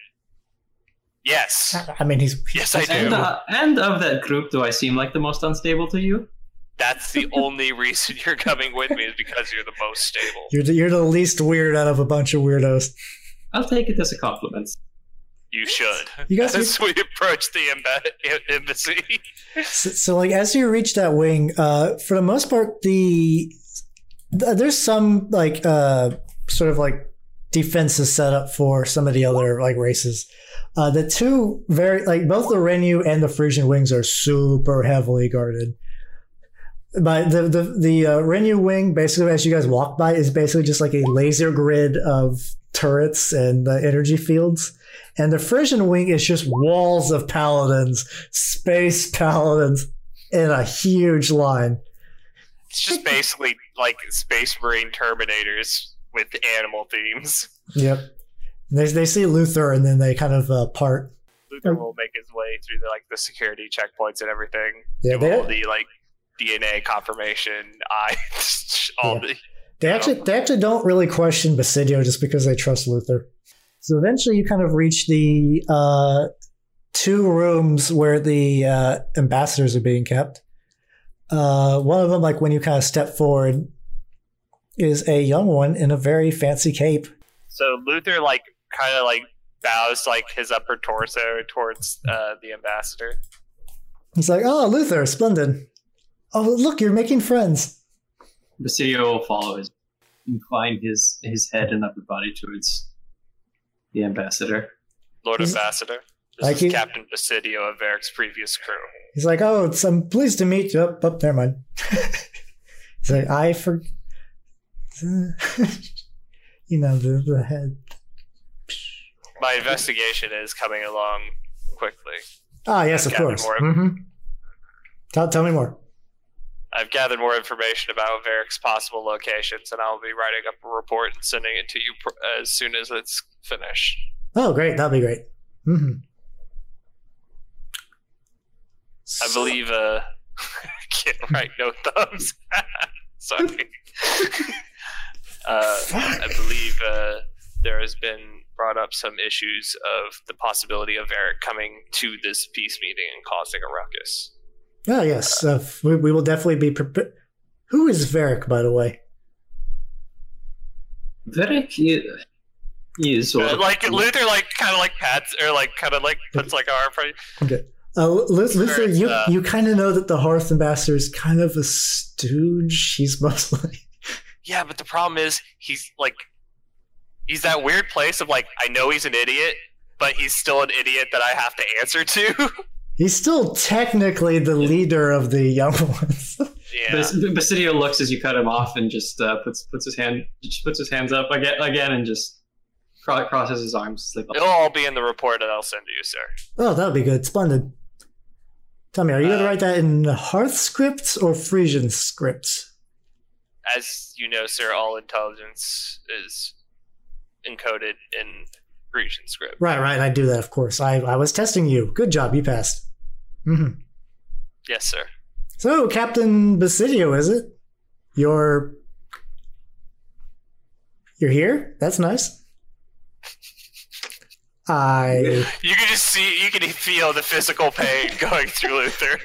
[SPEAKER 4] Yes,
[SPEAKER 8] I mean, he's
[SPEAKER 4] yes, I
[SPEAKER 6] And,
[SPEAKER 4] do.
[SPEAKER 6] uh, and of that group, do I seem like the most unstable to you?
[SPEAKER 4] That's the only reason you're coming with me is because you're the most stable.
[SPEAKER 8] You're the, you're the least weird out of a bunch of weirdos.
[SPEAKER 6] I'll take it as a compliment.
[SPEAKER 4] You should.
[SPEAKER 8] You guys-
[SPEAKER 4] As we approach the emb- embassy,
[SPEAKER 8] So, so like as you reach that wing, uh, for the most part, the th- there's some like uh, sort of like defenses set up for some of the other like races. Uh, the two very like both the Renu and the Frisian wings are super heavily guarded. By the the the uh, Renu wing, basically as you guys walk by, is basically just like a laser grid of turrets and uh, energy fields. And the Frisian wing is just walls of paladins, space paladins, in a huge line.
[SPEAKER 4] it's just basically like space marine terminators with animal themes.
[SPEAKER 8] Yep. They, they see Luther and then they kind of uh, part.
[SPEAKER 4] Luther will make his way through the, like the security checkpoints and everything.
[SPEAKER 8] Yeah,
[SPEAKER 4] do all
[SPEAKER 8] they-
[SPEAKER 4] the like DNA confirmation. I all the
[SPEAKER 8] They actually they actually don't really question Basidio just because they trust Luther. So eventually you kind of reach the uh, two rooms where the uh, ambassadors are being kept. Uh, one of them, like when you kind of step forward, is a young one in a very fancy cape.
[SPEAKER 4] so Luther like kind of like bows like his upper torso towards uh, the ambassador.
[SPEAKER 8] He's like, "Oh, Luther, splendid! Oh, look, you're making friends."
[SPEAKER 6] Basidio E will follow his incline his his head and upper body towards the ambassador.
[SPEAKER 4] Lord
[SPEAKER 8] He's-
[SPEAKER 4] Ambassador, this
[SPEAKER 8] Like
[SPEAKER 4] is
[SPEAKER 8] he-
[SPEAKER 4] Captain Basidio of Varric's previous crew.
[SPEAKER 8] He's like, "Oh, it's, I'm pleased to meet you." Up, up, never mind. He's like, "I for," you know, the, the head.
[SPEAKER 4] My investigation is coming along quickly.
[SPEAKER 8] Ah, yes, of
[SPEAKER 4] Captain
[SPEAKER 8] course.
[SPEAKER 4] Morgan.
[SPEAKER 8] hmm Tell, tell me more.
[SPEAKER 4] I've gathered more information about Varric's possible locations, and I'll be writing up a report and sending it to you pr- as soon as it's finished.
[SPEAKER 8] Oh, great, that'd be great. hmm
[SPEAKER 4] I believe uh can't write no thumbs. Sorry. uh, I believe uh, there has been brought up some issues of the possibility of Eric coming to this peace meeting and causing a ruckus.
[SPEAKER 8] Oh, yes, uh, we, we will definitely be prepared. Who is Varric, by the way?
[SPEAKER 6] Varric he, he is sort
[SPEAKER 4] Uh,
[SPEAKER 6] of-
[SPEAKER 4] like Luther, like kind of like pats or like kind of like puts like our front.
[SPEAKER 8] Okay. Uh, Lu- Luther,
[SPEAKER 4] Varric's,
[SPEAKER 8] you
[SPEAKER 4] uh,
[SPEAKER 8] you kind of know that the Hearth Ambassador is kind of a stooge. He's mostly
[SPEAKER 4] Yeah, but the problem is he's like he's that weird place of like I know he's an idiot, but he's still an idiot that I have to answer to.
[SPEAKER 8] he's still technically the leader of the young ones.
[SPEAKER 4] yeah.
[SPEAKER 6] Bas- Basidio looks as you cut him off and just uh, puts puts his hand just puts his hands up again again and just cro- crosses his arms. Like,
[SPEAKER 4] It'll all be in the report that I'll send to you, sir.
[SPEAKER 8] Oh, that would be good. Splendid. Tell me, are you going to write that in Hearth scripts or Frisian scripts?
[SPEAKER 4] As you know, sir, all intelligence is encoded in Grecian script.
[SPEAKER 8] Right, right. I do that, of course. I, I was testing you. Good job. You passed. hmm
[SPEAKER 4] Yes, sir.
[SPEAKER 8] So, Captain Basidio, is it? You're you're here. That's nice. I
[SPEAKER 4] You can just see, you can feel the physical pain going through Luther.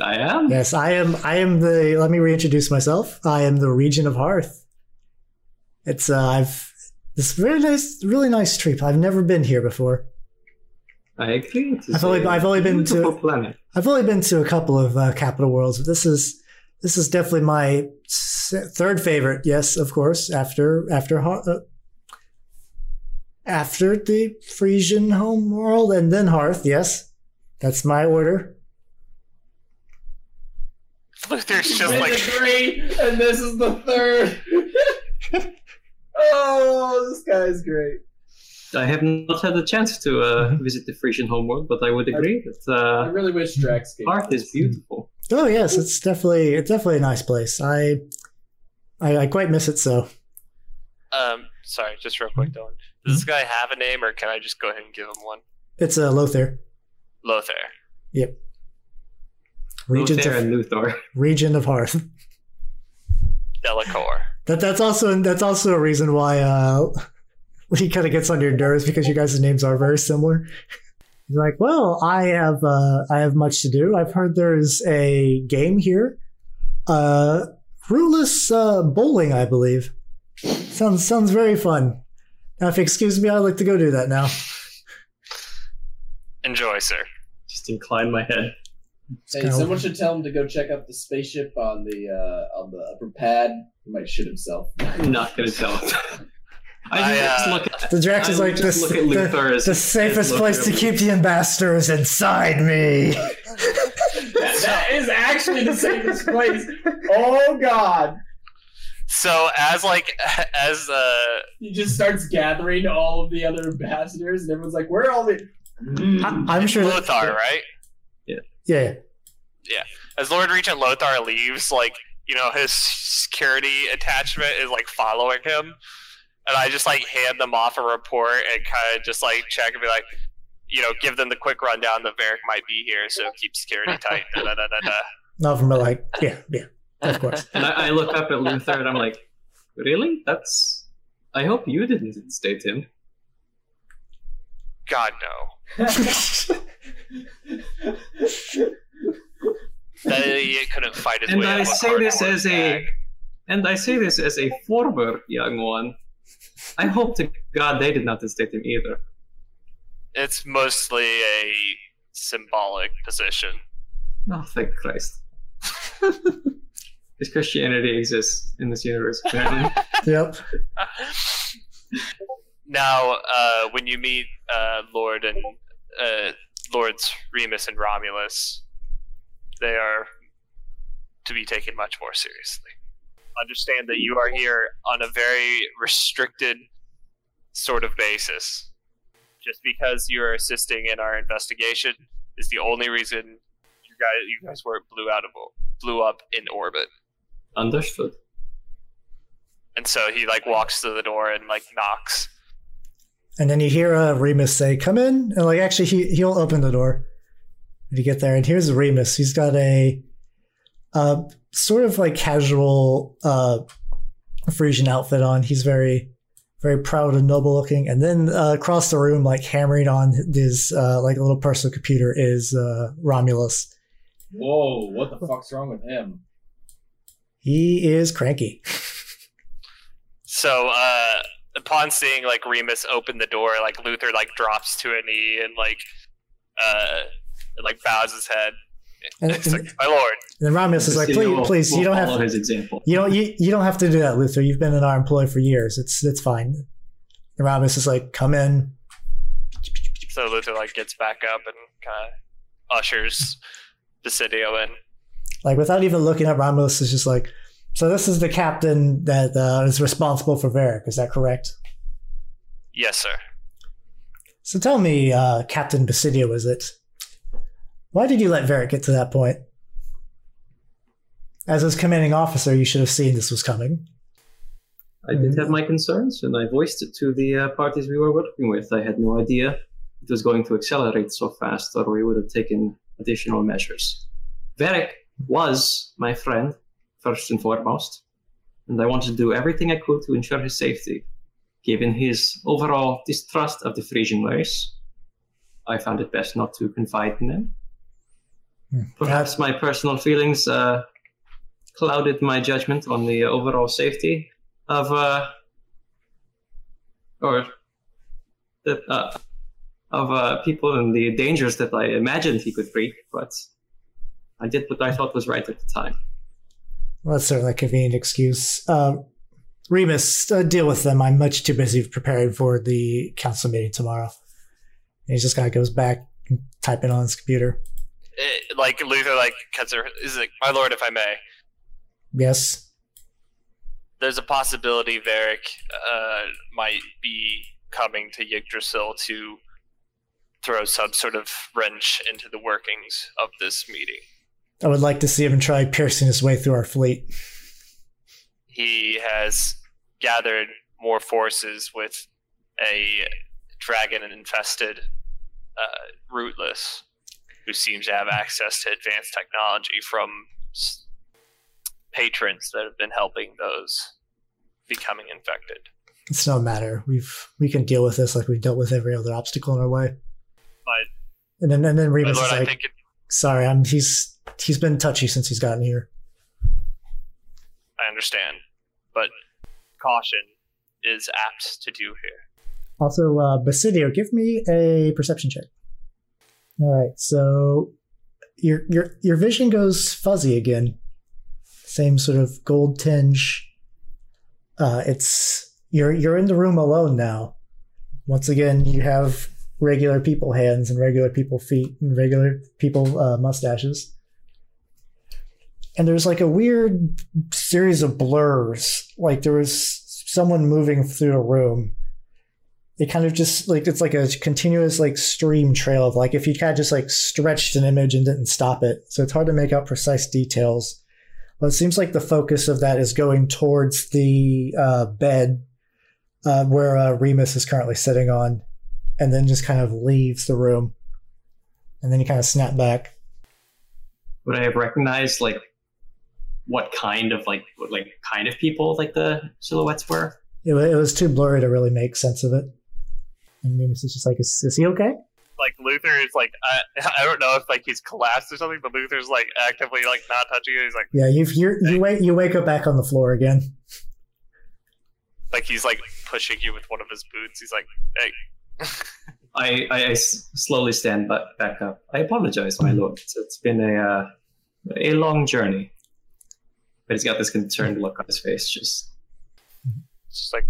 [SPEAKER 6] I am.
[SPEAKER 8] yes, I am. I am the. Let me reintroduce myself. I am the Regent of Hearth. It's uh, I've this very nice, really nice trip. I've never been here before.
[SPEAKER 6] I agree. It is
[SPEAKER 8] I've only-
[SPEAKER 6] a
[SPEAKER 8] I've only been to-
[SPEAKER 6] beautiful planet.
[SPEAKER 8] I've only been to a couple of uh, capital worlds, but this is this is definitely my se- third favorite. Yes, of course, after after Har- uh, after the Frisian home world and then Hearth. Yes, that's my order.
[SPEAKER 4] Luther's just
[SPEAKER 7] There's
[SPEAKER 4] like,
[SPEAKER 7] three, and this is the third. oh, this guy's great.
[SPEAKER 6] I have not had the chance to uh,
[SPEAKER 8] Mm-hmm.
[SPEAKER 6] visit the Frisian homeworld, but I would agree that
[SPEAKER 7] I
[SPEAKER 6] uh,
[SPEAKER 7] really wish Drax came.
[SPEAKER 6] Earth is beautiful.
[SPEAKER 8] Oh yes, it's definitely it's definitely a nice place. I I, I quite miss it so.
[SPEAKER 4] um, sorry, just real quick, Dylan. Does this guy have a name, or can I just go ahead and give him one?
[SPEAKER 8] It's a uh, Lothair.
[SPEAKER 4] Lothair.
[SPEAKER 8] Yep. Regent
[SPEAKER 6] Lothair
[SPEAKER 8] of,
[SPEAKER 6] and Luthor.
[SPEAKER 8] Regent of Hearth.
[SPEAKER 4] Delacor.
[SPEAKER 8] That that's also that's also a reason why uh, he kind of gets on your nerves because you guys' names are very similar. He's like, well, I have uh, I have much to do. I've heard there's a game here, uh, ruleless uh, bowling, I believe. Sounds sounds very fun. Now, if you excuse me, I'd like to go do that now.
[SPEAKER 4] Enjoy, sir.
[SPEAKER 6] Just incline my head.
[SPEAKER 7] Hey,
[SPEAKER 8] kinda-
[SPEAKER 7] someone should tell him to go check out the spaceship on the uh, on the upper pad. He might shit himself.
[SPEAKER 6] I'm not going to tell him. I,
[SPEAKER 4] I,
[SPEAKER 6] just
[SPEAKER 4] uh,
[SPEAKER 6] look at
[SPEAKER 8] The Drax
[SPEAKER 6] I
[SPEAKER 8] is
[SPEAKER 6] would
[SPEAKER 8] like
[SPEAKER 6] just
[SPEAKER 8] this.
[SPEAKER 6] look at Luthor
[SPEAKER 8] The,
[SPEAKER 6] as-
[SPEAKER 8] the
[SPEAKER 6] as
[SPEAKER 8] safest
[SPEAKER 6] Luthor.
[SPEAKER 8] place to keep the ambassador is inside me.
[SPEAKER 7] That- that is actually the safest place. Oh God!
[SPEAKER 4] So as like as uh
[SPEAKER 7] He just starts gathering all of the other ambassadors, and everyone's like, "Where are all the?"
[SPEAKER 8] I, I'm sure. that-
[SPEAKER 4] Lothar, right?
[SPEAKER 8] yeah.
[SPEAKER 4] As Lord Regent Lothar leaves, like you know his security attachment is like following him, and I just like hand them off a report and kind of just like check and be like, you know, give them the quick rundown that Varric might be here, so keep security tight. Da, da, da, da, da.
[SPEAKER 8] Not from but like, yeah, yeah, of course.
[SPEAKER 6] And I, I look up at Luthor and I'm like, really? That's. I hope you didn't instate him.
[SPEAKER 4] God no. That idiot couldn't fight his
[SPEAKER 6] And
[SPEAKER 4] way. out
[SPEAKER 6] I
[SPEAKER 4] of a
[SPEAKER 6] say
[SPEAKER 4] hard
[SPEAKER 6] this
[SPEAKER 4] won
[SPEAKER 6] as a.
[SPEAKER 4] bag.
[SPEAKER 6] And I say this as a former young one. I hope to God they did not instate him either.
[SPEAKER 4] It's mostly a symbolic position.
[SPEAKER 6] Oh, thank Christ. This Christianity exists in this universe, apparently.
[SPEAKER 8] Yep.
[SPEAKER 4] now, uh, when you meet uh, Lord and uh, Lords Remus and Romulus, they are to be taken much more seriously. Understand that you are here on a very restricted sort of basis. Just because you are assisting in our investigation is the only reason you guys you guys were blew out of blew up in orbit.
[SPEAKER 6] Understood.
[SPEAKER 4] And so he like walks to the door and like knocks.
[SPEAKER 8] And then you hear uh, Remus say, "Come in," and like actually he he'll open the door when you get there. And here's Remus. He's got a uh, sort of like casual uh, Frisian outfit on. He's very very proud and noble looking. And then uh, across the room, like hammering on his uh, like little personal computer, is uh, Romulus.
[SPEAKER 7] Whoa! What the fuck's wrong with him?
[SPEAKER 8] He is cranky.
[SPEAKER 4] So uh, upon seeing like Remus open the door, like Luther like drops to a knee and like uh, and, like bows his head.
[SPEAKER 8] And,
[SPEAKER 4] It's like,
[SPEAKER 8] and
[SPEAKER 4] my lord,
[SPEAKER 8] then Romulus is like,
[SPEAKER 6] Christina
[SPEAKER 8] "Please,
[SPEAKER 6] will-
[SPEAKER 8] please, you
[SPEAKER 6] will
[SPEAKER 8] don't have
[SPEAKER 6] follow his example.
[SPEAKER 8] You don't you, you don't have to do that, Luther. You've been in our employ for years. It's it's fine. And Robin's is like, come in.
[SPEAKER 4] so Luther like gets back up and kind of ushers Basidio in.
[SPEAKER 8] Like without even looking at Romulus is just like, so this is the captain that uh, is responsible for Varric. Is that correct?
[SPEAKER 4] Yes, sir.
[SPEAKER 8] So tell me, uh, Captain Basidio, is it? Why did you let Varric get to that point? As his commanding officer, you should have seen this was coming.
[SPEAKER 6] I
[SPEAKER 8] Mm-hmm.
[SPEAKER 6] did have my concerns, and I voiced it to the uh, parties we were working with. I had no idea it was going to accelerate so fast, or we would have taken additional measures. Varric was my friend, first and foremost, and I wanted to do everything I could to ensure his safety. Given his overall distrust of the Frisian race, I found it best not to confide in him. Perhaps my personal feelings uh, clouded my judgment on the overall safety of, uh, or the, uh, of uh, people and the dangers that I imagined he could wreak. But I did what I thought was right at the time.
[SPEAKER 8] Well, that's certainly a convenient excuse. Uh, Remus, uh, deal with them. I'm much too busy preparing for the council meeting tomorrow. And he just kind of goes back, typing on his computer.
[SPEAKER 4] It, like Luther, like cuts her. Is like, my lord, if I may,
[SPEAKER 8] Yes.
[SPEAKER 4] there's a possibility Varric uh, might be coming to Yggdrasil to throw some sort of wrench into the workings of this meeting.
[SPEAKER 8] I would like to see him try piercing his way through our fleet.
[SPEAKER 4] He has gathered more forces with a dragon infested uh, rootless who seems to have access to advanced technology from s- patrons that have been helping those becoming infected.
[SPEAKER 8] It's no matter. We've we can deal with this like we've dealt with every other obstacle in our way.
[SPEAKER 4] But
[SPEAKER 8] And then and then Remus
[SPEAKER 4] Lord,
[SPEAKER 8] is
[SPEAKER 4] I
[SPEAKER 8] like,
[SPEAKER 4] think it-
[SPEAKER 8] "Sorry, I'm he's he's been touchy since he's gotten here."
[SPEAKER 4] I understand, but caution is apt to do here.
[SPEAKER 8] Also, uh, Basidio, give me a perception check. All right, so your your your vision goes fuzzy again. Same sort of gold tinge. Uh, it's you're you're in the room alone now. Once again, you have regular people hands and regular people feet and regular people uh, mustaches. And there's like a weird series of blurs. Like there was someone moving through a room it kind of just like it's like a continuous like stream trail of like if you kind of just like stretched an image and didn't stop it so it's hard to make out precise details but it seems like the focus of that is going towards the uh, bed uh, where uh, remus is currently sitting on and then just kind of leaves the room and then you kind of snap back
[SPEAKER 6] Would I have recognized like what kind of like what like kind of people like the silhouettes were?
[SPEAKER 8] it, wa- it was too blurry to really make sense of it and remus is just like is, is he okay
[SPEAKER 4] Like Luther is like I, I don't know if like he's collapsed or something, but Luther's like actively like not touching it. He's like
[SPEAKER 8] yeah you've, you're, you wake you wake up back on the floor again
[SPEAKER 4] like he's like pushing you with one of his boots. He's like, hey,
[SPEAKER 6] I, I, I s- slowly stand back, back up. I apologize, my lord. It's, it's been a uh, a long journey, but he's got this concerned look on his face. Just
[SPEAKER 4] it's just like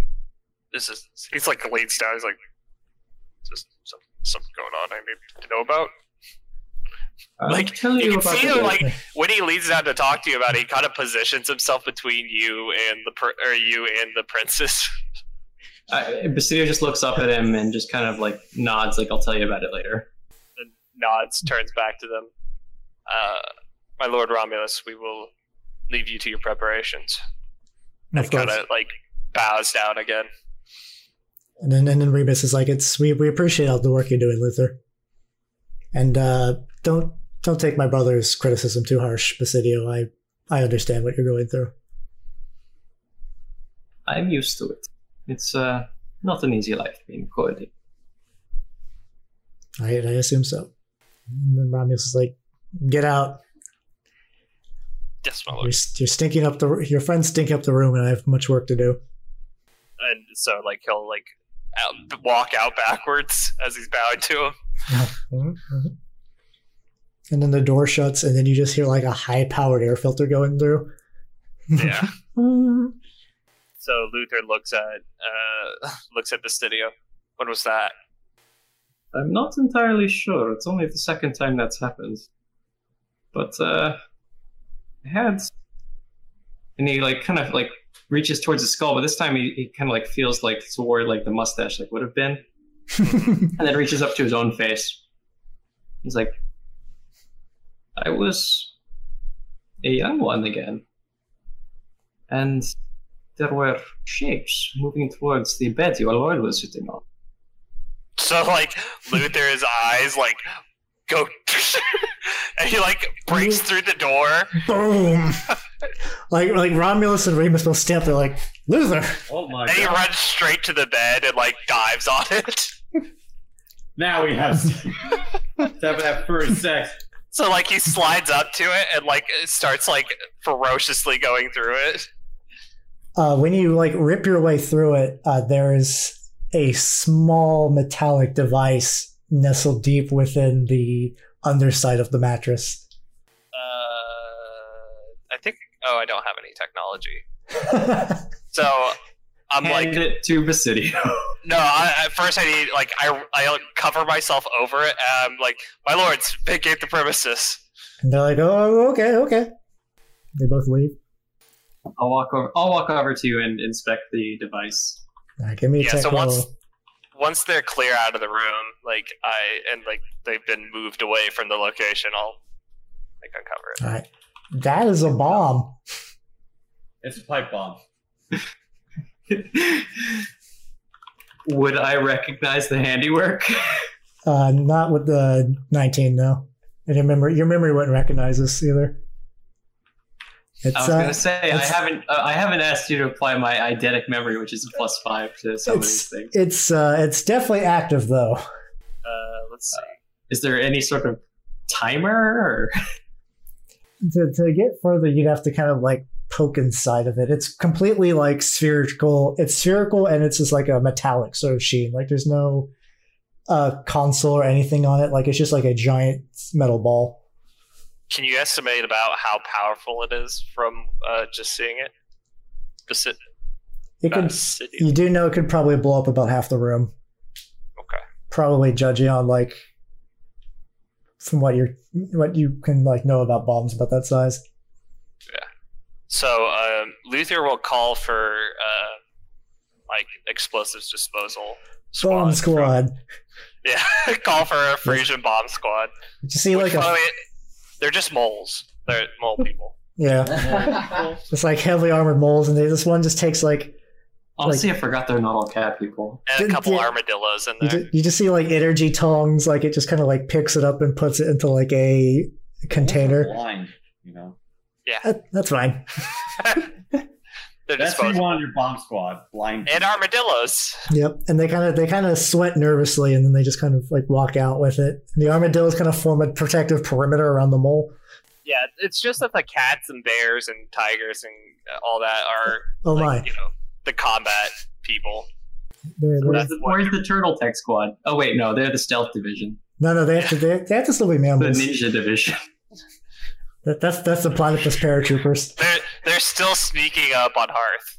[SPEAKER 4] this is. He's like leans down. He's like, just some, something going on. I need to know about.
[SPEAKER 6] I'll
[SPEAKER 4] like
[SPEAKER 6] uh, tell
[SPEAKER 4] you,
[SPEAKER 6] you
[SPEAKER 4] can
[SPEAKER 6] about
[SPEAKER 4] see
[SPEAKER 6] it
[SPEAKER 4] him like
[SPEAKER 6] later.
[SPEAKER 4] when he leans down to talk to you about it, he kind of positions himself between you and the pr- or you and the princess.
[SPEAKER 6] I, Basilio just looks up at him and just kind of like nods, like I'll tell you about it later.
[SPEAKER 4] and nods, turns back to them. Uh, my lord Romulus, we will leave you to your preparations.
[SPEAKER 8] of
[SPEAKER 4] Kind of like bows down again.
[SPEAKER 8] And then, and then Rebus is like, "It's we, we appreciate all the work you're doing, Luther, and uh, don't don't take my brother's criticism too harsh, Basidio. I I understand what you're going through.
[SPEAKER 6] I'm used to it. It's uh, not an easy life being courted.
[SPEAKER 8] I I assume so." And then Romulus is like, "Get out!
[SPEAKER 4] Yes, my
[SPEAKER 8] You're,
[SPEAKER 4] lord.
[SPEAKER 8] s- you're stinking up the your friends stink up the room, and I have much work to do."
[SPEAKER 4] And so like he'll like out, walk out backwards as he's bowing to him.
[SPEAKER 8] Mm-hmm. And then the door shuts, and then you just hear like a high powered air filter going through.
[SPEAKER 4] Yeah.
[SPEAKER 8] Mm.
[SPEAKER 4] so Luther looks at uh, looks at the studio. What was that?
[SPEAKER 6] I'm not entirely sure. It's only the second time that's happened. But uh I had and he like kind of like reaches towards the skull, but this time he, he kinda like feels like toward like the mustache like would have been. and then reaches up to his own face. He's like I was a young one again. And there were shapes moving towards the bed your lord was sitting on.
[SPEAKER 4] So like Luther's eyes like go, and he like breaks through the door.
[SPEAKER 8] Boom. like like Romulus and Remus both stand up. They're like Luther.
[SPEAKER 4] Oh my! And he runs straight to the bed and like dives on it.
[SPEAKER 15] Now we have to have that first sex.
[SPEAKER 4] So like he slides up to it and like starts like ferociously going through it.
[SPEAKER 8] Uh, when you like rip your way through it, uh, there is a small metallic device nestled deep within the underside of the mattress.
[SPEAKER 4] Uh, I think. Oh, I don't have any technology. so I'm like
[SPEAKER 6] Hand it to Basidio.
[SPEAKER 4] No, I, at first I need like I I like, cover myself over it. And I'm like, my lords, vacate the premises.
[SPEAKER 8] And they're like, oh, okay, okay. They both leave.
[SPEAKER 6] I'll walk over. I'll walk over to you and inspect the device.
[SPEAKER 8] All right, give me a
[SPEAKER 4] Yeah,
[SPEAKER 8] tech
[SPEAKER 4] so
[SPEAKER 8] roll.
[SPEAKER 4] once once they're clear out of the room, like I and like they've been moved away from the location, I'll like uncover it.
[SPEAKER 8] All right. That is a bomb.
[SPEAKER 15] It's a pipe bomb.
[SPEAKER 6] Would I recognize the handiwork?
[SPEAKER 8] Uh, not with the 19, no. And your memory, your memory wouldn't recognize this either. It's,
[SPEAKER 6] I was
[SPEAKER 8] uh,
[SPEAKER 6] going to say I
[SPEAKER 8] it's-
[SPEAKER 6] haven't. Uh, I haven't asked you to apply my eidetic memory, which is a plus five to some of these
[SPEAKER 8] it's,
[SPEAKER 6] things.
[SPEAKER 8] it's, uh, it's definitely active though.
[SPEAKER 4] Uh, let's see.
[SPEAKER 6] Is there any sort of timer? Or...
[SPEAKER 8] to, to get further, you'd have to kind of like poke inside of it. It's completely like spherical. It's spherical and it's just like a metallic sort of sheen. Like there's no uh, console or anything on it. Like it's just like a giant metal ball.
[SPEAKER 4] Can you estimate about how powerful it is from uh, just seeing it? Just Uh, it.
[SPEAKER 8] It could,
[SPEAKER 4] Obsidian.
[SPEAKER 8] you do know it could probably blow up about half the room.
[SPEAKER 4] Okay.
[SPEAKER 8] Probably judging on like from what you're what you can like know about bombs about that size.
[SPEAKER 4] So um, Luther will call for uh, like explosives disposal.
[SPEAKER 8] Bomb squad.
[SPEAKER 4] Yeah, call for a Frisian bomb squad.
[SPEAKER 8] Did you see like
[SPEAKER 4] By the
[SPEAKER 8] a
[SPEAKER 4] way, they're just moles. They're mole people.
[SPEAKER 8] yeah? it's like heavily armored moles, and they, this one just takes like
[SPEAKER 6] Honestly, I forgot they're not all cat people.
[SPEAKER 4] And a
[SPEAKER 8] Did-
[SPEAKER 4] couple
[SPEAKER 8] did-
[SPEAKER 4] armadillos in
[SPEAKER 8] You,
[SPEAKER 4] there.
[SPEAKER 8] ju- you just see like energy tongs, like it just kind of like picks it up and puts it into like a container.
[SPEAKER 15] Blind, you know.
[SPEAKER 4] Yeah,
[SPEAKER 8] That- that's fine.
[SPEAKER 4] they're
[SPEAKER 15] That's what you
[SPEAKER 4] disposable.
[SPEAKER 15] want on your bomb squad. Blind.
[SPEAKER 4] And armadillos.
[SPEAKER 8] Yep. And they kind of they kind of sweat nervously, and then they just kind of like walk out with it. And the armadillos kind of form a protective perimeter around the mole.
[SPEAKER 4] Yeah, it's just that the cats and bears and tigers and uh, all that are
[SPEAKER 8] Oh
[SPEAKER 4] like,
[SPEAKER 8] my!
[SPEAKER 4] you know the combat people.
[SPEAKER 8] They're- they're-
[SPEAKER 6] Where's the, where's the turtle tech squad? Oh wait, no, they're the stealth division,
[SPEAKER 8] no, no, they have to they, they have to still be
[SPEAKER 6] the
[SPEAKER 8] mammals.
[SPEAKER 6] ninja division.
[SPEAKER 8] That, that's that's the platypus paratroopers
[SPEAKER 4] They're they're still sneaking up on Hearth.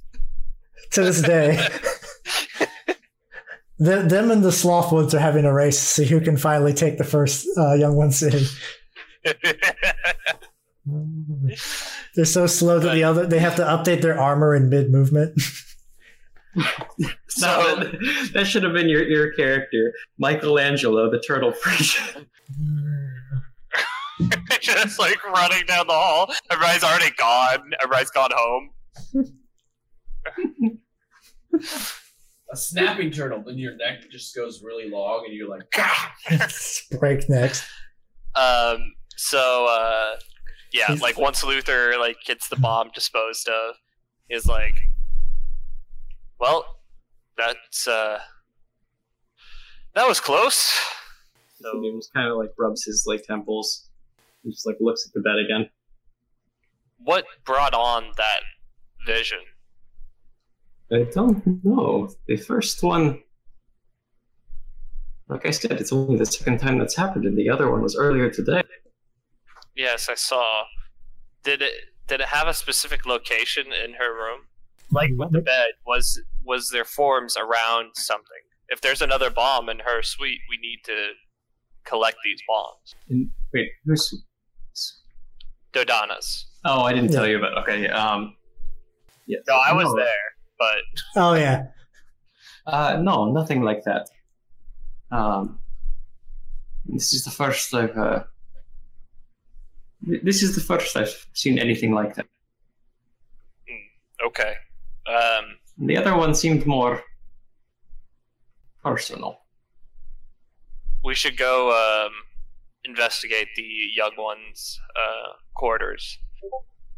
[SPEAKER 8] to this day. the, them and the slothwoods are having a race to see who can finally take the first uh, young one city. They're so slow that the other they have to update their armor in mid movement.
[SPEAKER 6] No, that, that should have been your, your character, Michelangelo, the turtle freak.
[SPEAKER 4] just like running down the hall. Everybody's already gone. Everybody's gone home.
[SPEAKER 7] A snapping turtle, then your neck just goes really long, and you're like,
[SPEAKER 8] Break next.
[SPEAKER 4] Um. So, uh, yeah, like once Luther like gets the
[SPEAKER 8] Mm-hmm.
[SPEAKER 4] bomb disposed of, is like, well, that's uh, that was close.
[SPEAKER 6] So he just kind of like rubs his like temples, and just like looks at the bed again.
[SPEAKER 4] What brought on that vision?
[SPEAKER 6] I don't know. The first one, like I said, it's only the second time that's happened, and the other one was earlier today.
[SPEAKER 4] Yes, I saw. Did it? Did it have a specific location in her room? Like with the bed, was was there forms around something? If there's another bomb in her suite, we need to collect these bombs.
[SPEAKER 6] And wait, who's?
[SPEAKER 4] Dodana's.
[SPEAKER 6] Oh, I didn't tell you about. Okay, um, yeah.
[SPEAKER 4] No, I was
[SPEAKER 6] No.
[SPEAKER 4] there, but
[SPEAKER 8] Oh yeah.
[SPEAKER 6] Uh, no, nothing like that. Um, this is the first I've. Uh, th- this is the first I've seen anything like that.
[SPEAKER 4] Okay. Um,
[SPEAKER 6] The other one seemed more personal.
[SPEAKER 4] we should go um,
[SPEAKER 2] investigate the young one's uh, quarters.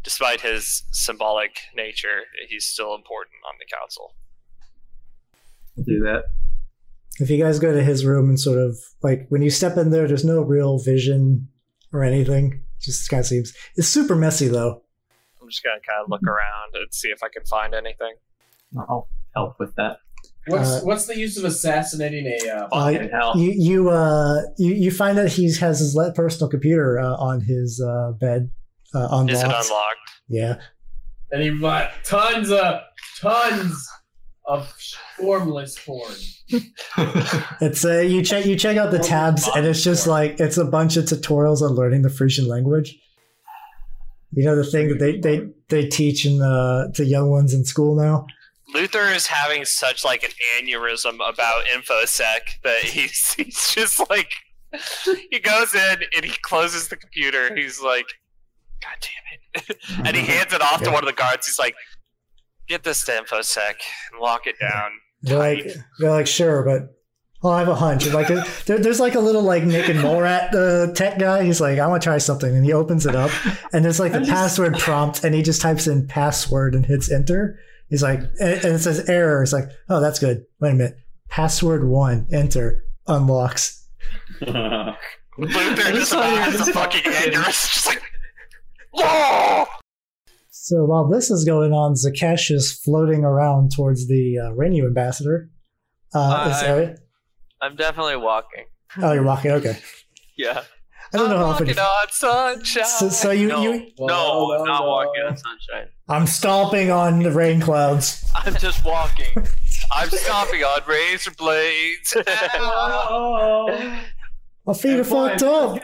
[SPEAKER 2] Despite his symbolic nature, he's still important on the council.
[SPEAKER 6] do that.
[SPEAKER 8] If you guys go to his room and sort of like when you step in there, there's no real vision or anything. Just kind of seems it's super messy though.
[SPEAKER 2] I'm just gonna kind of look around and see if I can find anything.
[SPEAKER 6] I'll help with that.
[SPEAKER 7] What's
[SPEAKER 8] Uh,
[SPEAKER 7] what's the use of assassinating a uh,
[SPEAKER 8] Uh, You you uh you, you find that he has his le- personal computer uh, on his uh, bed uh, unlocked.
[SPEAKER 7] Is it unlocked?
[SPEAKER 8] Yeah.
[SPEAKER 7] and he bought tons of tons of formless porn.
[SPEAKER 8] It's uh, you check you check out the tabs and it's just like it's a bunch of tutorials on learning the Frisian language. You know the thing that they they, they teach in the to young ones in school now.
[SPEAKER 2] Luther is having such like an aneurysm about infosec that he's, he's just like he goes in and he closes the computer. He's like, "God damn it!" and
[SPEAKER 8] Mm-hmm.
[SPEAKER 2] he hands it off to one of the guards. He's like, "Get this to infosec and lock it down."
[SPEAKER 8] They're like they're like sure, but well, I have a hunch. And, Like there, there's like a little like naked mole rat uh, tech guy. He's like, I want to try something, and he opens it up, and there's like the password prompt, and he just types in password and hits enter. He's like, and and it says error. It's like, oh, that's good. Wait a minute, password one, enter, unlocks.
[SPEAKER 2] Luther just about has a fucking aneurysm. Just like, "Whoa!"
[SPEAKER 8] So while this is going on, Zakesh is floating around towards the uh, Renu ambassador. Uh, is that it?
[SPEAKER 4] I'm definitely walking.
[SPEAKER 8] Oh, you're walking. Okay.
[SPEAKER 4] Yeah.
[SPEAKER 8] I don't know how often.
[SPEAKER 4] Walking on sunshine.
[SPEAKER 8] So- so you-
[SPEAKER 4] no,
[SPEAKER 8] you-
[SPEAKER 4] no, I'm not walking on sunshine.
[SPEAKER 8] I'm stomping on the rain clouds.
[SPEAKER 4] I'm just walking. I'm stomping on razor blades.
[SPEAKER 8] My feet are fucked up.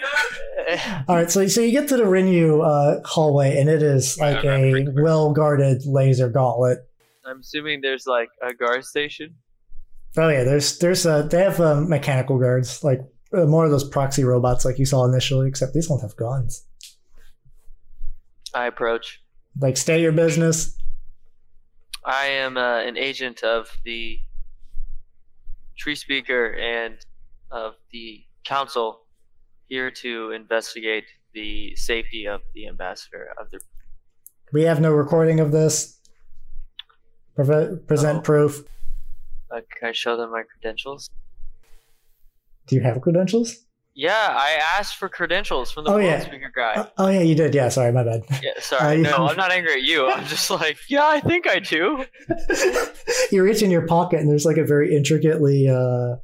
[SPEAKER 8] All right, so so you get to the Renu uh, hallway, and it is like a well guarded laser gauntlet.
[SPEAKER 4] I'm assuming there's like a guard station.
[SPEAKER 8] Oh yeah, there's there's uh, they have uh, mechanical guards, like uh, more of those proxy robots like you saw initially, except these don't have guns.
[SPEAKER 4] I approach.
[SPEAKER 8] Like stay your business.
[SPEAKER 4] I am uh, an agent of the tree speaker and of the council here to investigate the safety of the ambassador of the
[SPEAKER 8] We have no recording of this. Preve- present proof.
[SPEAKER 4] uh, can I show them my credentials?
[SPEAKER 8] Do you have credentials?
[SPEAKER 4] Yeah, I asked for credentials from the
[SPEAKER 8] Oh,
[SPEAKER 4] board
[SPEAKER 8] yeah.
[SPEAKER 4] speaker guy.
[SPEAKER 8] Oh yeah, you did. Yeah, sorry, my bad.
[SPEAKER 4] yeah, sorry. no,
[SPEAKER 8] Uh, yeah.
[SPEAKER 4] I'm not angry at you. I'm just like, yeah, I think I do.
[SPEAKER 8] you reach in your pocket and there's like a very intricately uh,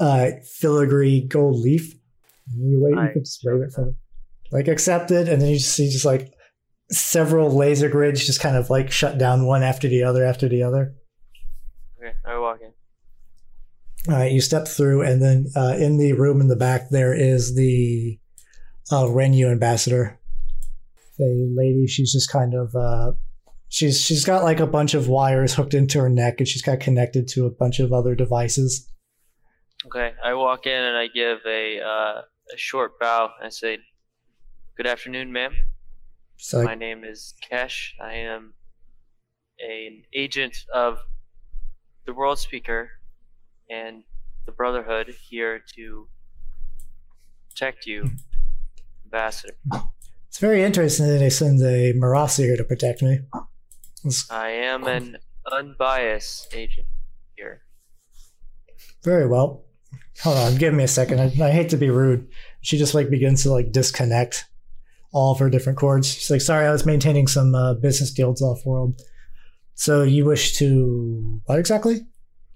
[SPEAKER 8] uh, filigree gold leaf. And you wait, you can just wave it for them. Like accepted, and then you just see just like several laser grids just kind of like shut down one after the other after the other.
[SPEAKER 4] Okay, I walk in.
[SPEAKER 8] All right, you step through, and then uh, in the room in the back there is the uh, Renu ambassador, the lady. She's just kind of uh, she's she's got like a bunch of wires hooked into her neck, and she's got connected to a bunch of other devices.
[SPEAKER 4] Okay, I walk in and I give a uh, a short bow. I say, "Good afternoon, ma'am.
[SPEAKER 8] So-
[SPEAKER 4] My name is Kesh. I am an agent of the World Speaker and the Brotherhood here to protect you, Ambassador.
[SPEAKER 8] It's very interesting that they send a Marassi here to protect me. It's
[SPEAKER 4] I am an unbiased agent here.
[SPEAKER 8] very well. Hold on, give me a second. I, I hate to be rude. She just like begins to like disconnect all of her different cords. She's like, "Sorry, I was maintaining some uh, business deals off world. So you wish to what exactly?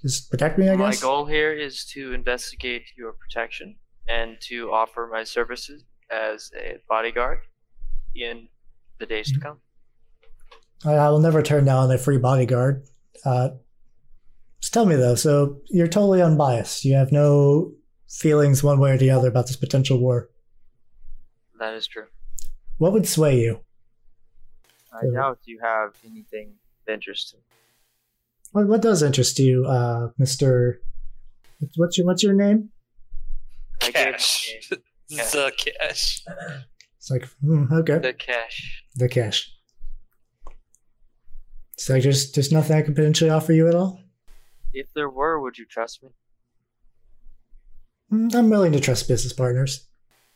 [SPEAKER 8] Just protect me, I
[SPEAKER 4] My
[SPEAKER 8] guess."
[SPEAKER 4] goal here is to investigate your protection and to offer my services as a bodyguard in the days
[SPEAKER 8] Mm-hmm.
[SPEAKER 4] to come.
[SPEAKER 8] I, I will never turn down a free bodyguard. Uh, just tell me though. So you're totally unbiased. You have no feelings one way or the other about this potential war.
[SPEAKER 4] That is true.
[SPEAKER 8] What would sway you?
[SPEAKER 4] I
[SPEAKER 8] Yeah.
[SPEAKER 4] doubt you have anything of interest.
[SPEAKER 8] What, what does interest you, uh, Mister? What's your What's your name?
[SPEAKER 2] Cash. The cash.
[SPEAKER 8] It's like hmm, okay,
[SPEAKER 4] The cash.
[SPEAKER 8] the cash. It's like there's there's nothing I could potentially offer you at all.
[SPEAKER 4] If there were, would you trust me?
[SPEAKER 8] Hmm, Mm, I'm willing to trust business partners.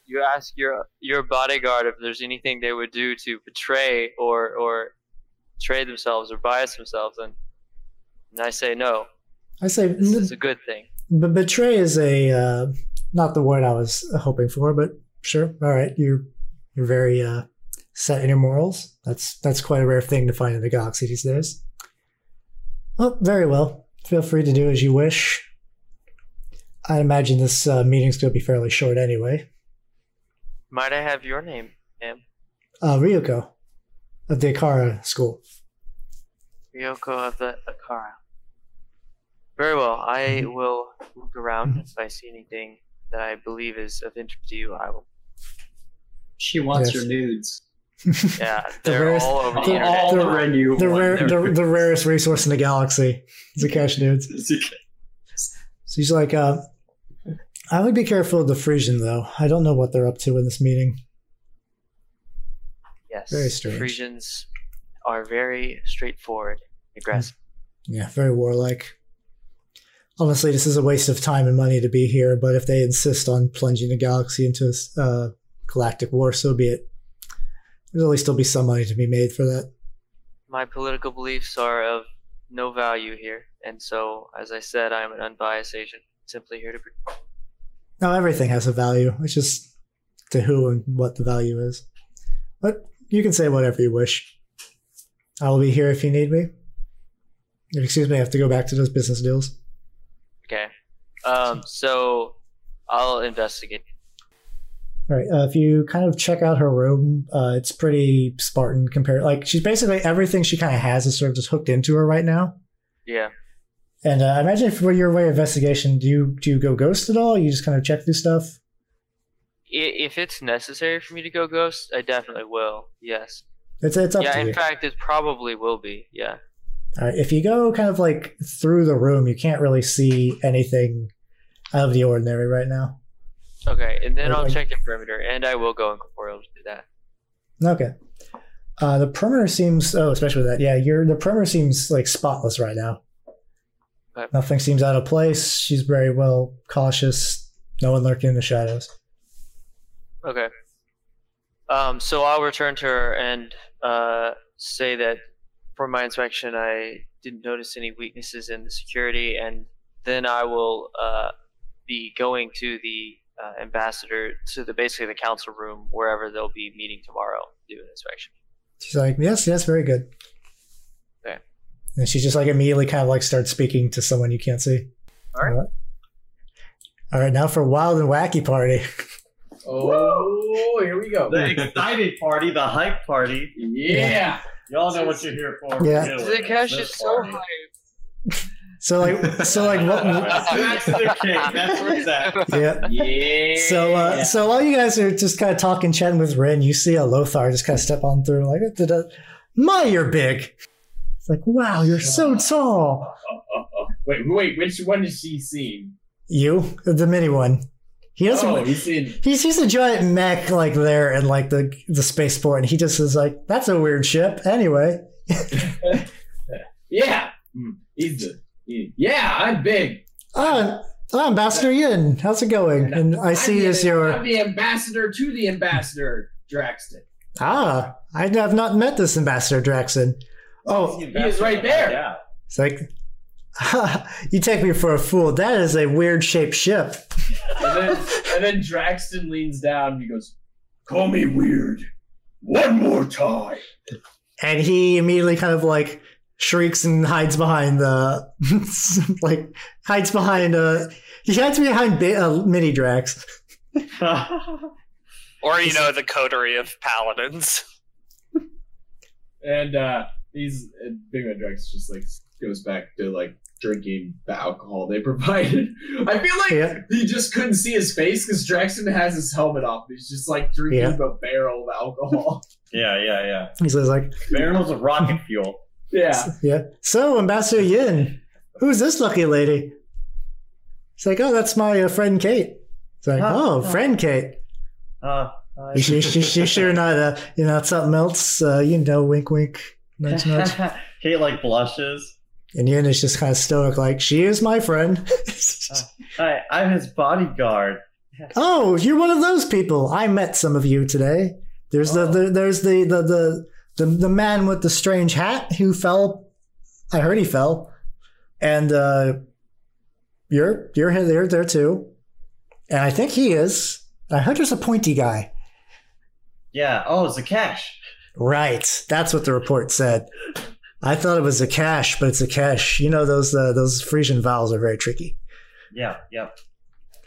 [SPEAKER 4] you ask your your bodyguard if there's anything they would do to betray or or betray themselves or bias themselves, and and I say no.
[SPEAKER 8] I say
[SPEAKER 4] This is a good thing.
[SPEAKER 8] But betray is a uh, not the word I was hoping for, but sure, all right. You're you're very uh, set in your morals. That's that's quite a rare thing to find in the galaxy these days. Oh, very well. Feel free to do as you wish. I imagine this uh, meeting's going to be fairly short anyway.
[SPEAKER 4] Might I have your name, ma'am?
[SPEAKER 8] Uh, Ryuko of the Akara School.
[SPEAKER 4] Ryoko of the Akara. Very well. I
[SPEAKER 8] Mm-hmm.
[SPEAKER 4] will look around. If I see anything that I believe is of interest to you, I will.
[SPEAKER 2] She wants
[SPEAKER 8] Yes.
[SPEAKER 2] your nudes.
[SPEAKER 4] Yeah,
[SPEAKER 8] The
[SPEAKER 4] they're
[SPEAKER 8] rarest-
[SPEAKER 4] all over the,
[SPEAKER 8] the-
[SPEAKER 4] internet.
[SPEAKER 8] the- The, rare, the, the rarest resource in the galaxy. Zakesh nudes. So he's like, uh, I would be careful of the Frisian, though. I don't know what they're up to in this meeting.
[SPEAKER 4] yes,
[SPEAKER 8] very strange.
[SPEAKER 4] Frisians are very straightforward, aggressive.
[SPEAKER 8] Yeah, very warlike. Honestly, this is a waste of time and money to be here, but if they insist on plunging the galaxy into a uh, galactic war, so be it. There'll at least still be some money to be made for that. Mm-hmm.
[SPEAKER 4] My political beliefs are of no value here, and so, as I said, I'm an unbiased agent, simply here to. pr-
[SPEAKER 8] Now, everything has a value. It's just to who and what the value is. But you can say whatever you wish. I will be here if you need me. If- Excuse me, I have to go back to those business deals.
[SPEAKER 4] Okay, um, so I'll investigate.
[SPEAKER 8] All right. Uh, if you kind of check out her room, uh, it's pretty Spartan compared. Like she's basically everything she kind of has is sort of just hooked into her right now.
[SPEAKER 4] Yeah.
[SPEAKER 8] And uh, I imagine if for your way of investigation, do you do you go ghost at all? You just kind of check through stuff.
[SPEAKER 4] I- If it's necessary for me to go ghost, I definitely will. Yes.
[SPEAKER 8] It's it's up
[SPEAKER 4] yeah,
[SPEAKER 8] to
[SPEAKER 4] in
[SPEAKER 8] you.
[SPEAKER 4] fact, it probably will be. Yeah.
[SPEAKER 8] All right. Uh, If you go kind of like through the room, you can't really see anything out of the ordinary right now.
[SPEAKER 4] Okay, and then
[SPEAKER 8] Or
[SPEAKER 4] I'll
[SPEAKER 8] like-
[SPEAKER 4] check the perimeter, and I will go incorporeal to do that.
[SPEAKER 8] Okay. Uh, the perimeter seems oh, especially with that. Yeah, your the perimeter seems like spotless right now.
[SPEAKER 4] Okay.
[SPEAKER 8] Nothing seems out of place. She's very well cautious. No one lurking in the shadows.
[SPEAKER 4] Okay. Um, so I'll return to her and uh, say that for my inspection, I didn't notice any weaknesses in the security, and then I will uh, be going to the uh, ambassador to the basically the council room wherever they'll be meeting tomorrow to do an inspection.
[SPEAKER 8] She's like, yes, yes, very good.
[SPEAKER 4] Okay.
[SPEAKER 8] And she just like immediately kind of like starts speaking to someone you can't see.
[SPEAKER 4] All right.
[SPEAKER 8] All right. All right, now for wild and wacky party.
[SPEAKER 7] Oh, here we go.
[SPEAKER 3] The excited party, the hype party.
[SPEAKER 7] Yeah.
[SPEAKER 3] Y'all know what you're here for.
[SPEAKER 8] Yeah.
[SPEAKER 3] Really.
[SPEAKER 4] Zakash is so hyped.
[SPEAKER 8] So like, so like what?
[SPEAKER 4] Oh,
[SPEAKER 3] Back to the cake. That's where it's at.
[SPEAKER 8] yeah.
[SPEAKER 7] Yeah.
[SPEAKER 8] So, uh, so while you guys are just kind of talking, chatting with Rin, you see a Lothar just kind of step on through, like, "Da, da, da. "My, you're big." It's like, "Wow, you're so tall."
[SPEAKER 7] Uh, wait, wait, which one is she seeing?
[SPEAKER 8] You, the mini one. He doesn't.
[SPEAKER 7] Oh, he's in.
[SPEAKER 8] he sees a giant mech like there in like the the spaceport, and he just is like, "That's a weird ship." Anyway,
[SPEAKER 7] Yeah. Hmm, He's the. he- Yeah, I'm big.
[SPEAKER 8] ah, ah, Ambassador Yin, how's it going? And I see
[SPEAKER 7] I'm
[SPEAKER 8] is
[SPEAKER 7] the, I'm
[SPEAKER 8] your
[SPEAKER 7] the ambassador to the ambassador, Draxton.
[SPEAKER 8] ah. I have not met this Ambassador Draxon. Oh,
[SPEAKER 7] He is right there.
[SPEAKER 3] Yeah.
[SPEAKER 8] It's like, you take me for a fool. That is a weird shaped ship.
[SPEAKER 7] And then, and then Draxton leans down and he goes,
[SPEAKER 16] Call me weird. One more time.
[SPEAKER 8] And he immediately kind of like shrieks and hides behind the, like, hides behind, uh, he hides behind ba- uh, mini Drax.
[SPEAKER 17] Or you know the coterie of paladins.
[SPEAKER 7] and uh, he's and Big Red Drax just like goes back to like drinking the alcohol they provided. I feel like
[SPEAKER 8] Yeah.
[SPEAKER 7] he just couldn't see his face because Draxton has his helmet off. He's just like drinking
[SPEAKER 8] Yeah.
[SPEAKER 7] a barrel of alcohol.
[SPEAKER 3] Yeah, yeah, yeah.
[SPEAKER 8] He's just like,
[SPEAKER 3] Barrels of rocket fuel.
[SPEAKER 7] yeah.
[SPEAKER 8] yeah. So, Ambassador Yin, who's this lucky lady? It's like, oh, that's my uh, friend Kate. It's like,
[SPEAKER 3] Huh.
[SPEAKER 8] oh, friend Kate.
[SPEAKER 3] Uh,
[SPEAKER 8] You, you, you, you sure not, uh, you know, something else, uh, you know, wink, wink, nudge, nudge.
[SPEAKER 3] Kate like blushes.
[SPEAKER 8] And Yin is just kind of stoic, like, she is my friend.
[SPEAKER 3] Hi, I'm his bodyguard.
[SPEAKER 8] Oh, you're one of those people. I met some of you today. There's
[SPEAKER 3] Oh.
[SPEAKER 8] the, the there's the the, the the the man with the strange hat who fell. I heard he fell, and uh, you're you're here there there too, and I think he is. I heard there's a pointy guy.
[SPEAKER 3] Yeah. Oh, Zakesh.
[SPEAKER 8] Right, that's what the report said. I thought it was a cash, but it's a cash. You know those uh, those Frisian vowels are very tricky.
[SPEAKER 3] Yeah. Yeah.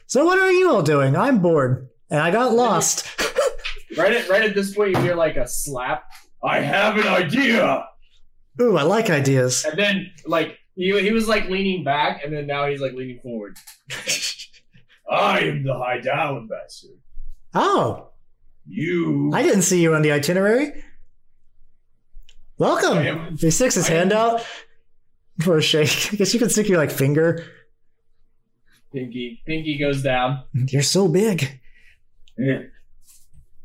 [SPEAKER 8] So what are you all doing? I'm bored, and I got lost.
[SPEAKER 7] Right at right at this point, you hear like a slap. I have an idea.
[SPEAKER 8] Ooh, I like ideas.
[SPEAKER 7] And then like he he was like leaning back, and then now he's like leaning forward. I am the High Dow ambassador.
[SPEAKER 8] Oh,
[SPEAKER 7] You.
[SPEAKER 8] I didn't see you on the itinerary.
[SPEAKER 7] I
[SPEAKER 8] Welcome.
[SPEAKER 7] am-
[SPEAKER 8] He sticks his
[SPEAKER 7] I am-
[SPEAKER 8] hand out for a shake. I guess you could stick your like finger.
[SPEAKER 7] Pinky Pinky goes down.
[SPEAKER 8] You're so big.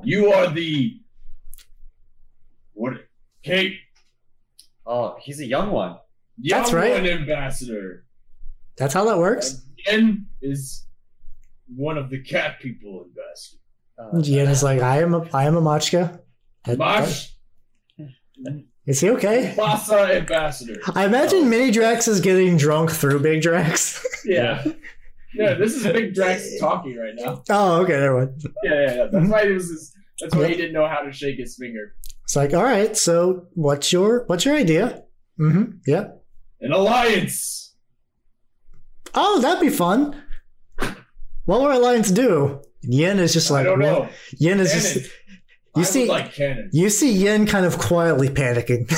[SPEAKER 7] You are the what? Kate.
[SPEAKER 3] Oh, he's a young one.
[SPEAKER 7] Young
[SPEAKER 8] That's right.
[SPEAKER 7] One ambassador.
[SPEAKER 8] That's how that works.
[SPEAKER 7] Yen is one of the cat people ambassador.
[SPEAKER 8] Jen is like, I am a I am a Machka. That- that-
[SPEAKER 7] Mash
[SPEAKER 8] Is he okay?
[SPEAKER 7] Basa ambassador.
[SPEAKER 8] I imagine Mini Drax is getting drunk through Big Drax.
[SPEAKER 7] Yeah. No, this is Big Drax talking right now.
[SPEAKER 8] oh, okay, never mind.
[SPEAKER 7] Yeah, yeah, yeah. That's why this is. That's why he didn't know how to shake his finger.
[SPEAKER 8] It's like, all right, so what's your what's your idea? Mm-hmm. Yeah.
[SPEAKER 7] An alliance.
[SPEAKER 8] Oh, that'd be fun. What would Alliance do? Yen is just like
[SPEAKER 7] I don't
[SPEAKER 8] "What?"
[SPEAKER 7] know.
[SPEAKER 8] Yen is
[SPEAKER 7] Cannon.
[SPEAKER 8] just
[SPEAKER 7] I
[SPEAKER 8] you
[SPEAKER 7] would
[SPEAKER 8] see
[SPEAKER 7] like cannon.
[SPEAKER 8] you see Yen kind of quietly panicking.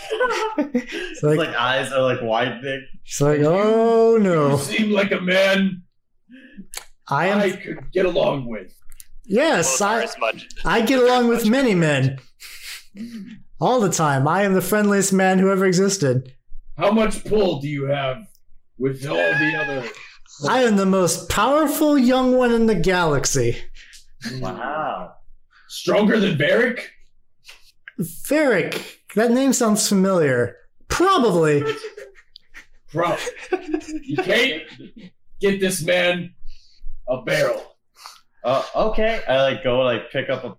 [SPEAKER 8] it's
[SPEAKER 3] His
[SPEAKER 8] like,
[SPEAKER 3] like eyes are like widening.
[SPEAKER 8] it's like, oh
[SPEAKER 7] You
[SPEAKER 8] no,
[SPEAKER 7] seem like a man
[SPEAKER 8] I am
[SPEAKER 7] I could get along with.
[SPEAKER 8] yes,
[SPEAKER 4] Both are
[SPEAKER 8] I
[SPEAKER 4] as much.
[SPEAKER 8] I get along with many men all the time. I am the friendliest man who ever existed.
[SPEAKER 7] How much pull do you have with all the other?
[SPEAKER 8] I am the most powerful young one in the galaxy.
[SPEAKER 3] Wow.
[SPEAKER 7] Stronger than Barrick?
[SPEAKER 8] Varric, that name sounds familiar. Probably.
[SPEAKER 7] Bro, you can't get this man a barrel.
[SPEAKER 3] Uh, okay. I like go like pick up a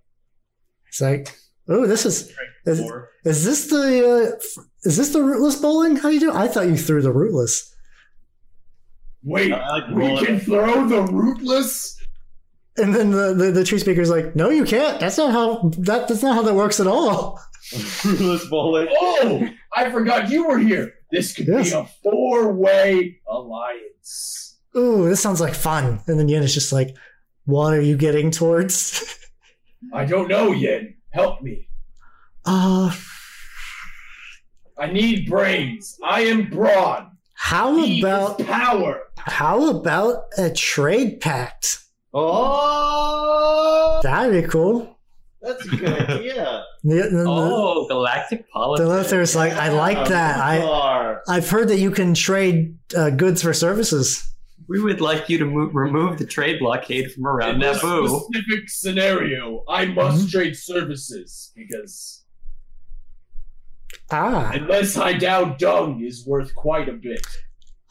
[SPEAKER 8] It's like, oh, this is is,
[SPEAKER 3] four.
[SPEAKER 8] is this the uh, f- is this the rootless bowling? How you do? I thought you threw the rootless.
[SPEAKER 7] Wait,
[SPEAKER 3] I like
[SPEAKER 7] we
[SPEAKER 3] roll it.
[SPEAKER 7] can throw the rootless?
[SPEAKER 8] And then the, the, the tree speaker's like, no, you can't. That's not how that that's not how that works at all.
[SPEAKER 3] Let's bowl it.
[SPEAKER 7] Oh, I forgot you were here. This could
[SPEAKER 8] Yes.
[SPEAKER 7] be a four way alliance.
[SPEAKER 8] Ooh, this sounds like fun. And then Yin is just like, what are you getting towards?
[SPEAKER 7] I don't know, Yin. Help me.
[SPEAKER 8] Uh,
[SPEAKER 7] I need brains. I am broad.
[SPEAKER 8] how
[SPEAKER 7] He is
[SPEAKER 8] about
[SPEAKER 7] power?
[SPEAKER 8] how about a trade pact?
[SPEAKER 3] Oh,
[SPEAKER 8] That'd be cool.
[SPEAKER 3] that's a good idea.
[SPEAKER 8] The, the, the-
[SPEAKER 6] Oh, galactic
[SPEAKER 8] the
[SPEAKER 6] politics.
[SPEAKER 8] Luther's like, I
[SPEAKER 7] Uh,
[SPEAKER 8] like that. I,
[SPEAKER 3] I.
[SPEAKER 8] I've heard that you can trade uh, goods for services.
[SPEAKER 6] We would like you to mo- remove the trade blockade from around
[SPEAKER 7] In this
[SPEAKER 6] Naboo.
[SPEAKER 7] specific scenario, I must
[SPEAKER 8] Mm-hmm.
[SPEAKER 7] trade services because
[SPEAKER 8] Ah,
[SPEAKER 7] unless I doubt dung is worth quite a bit.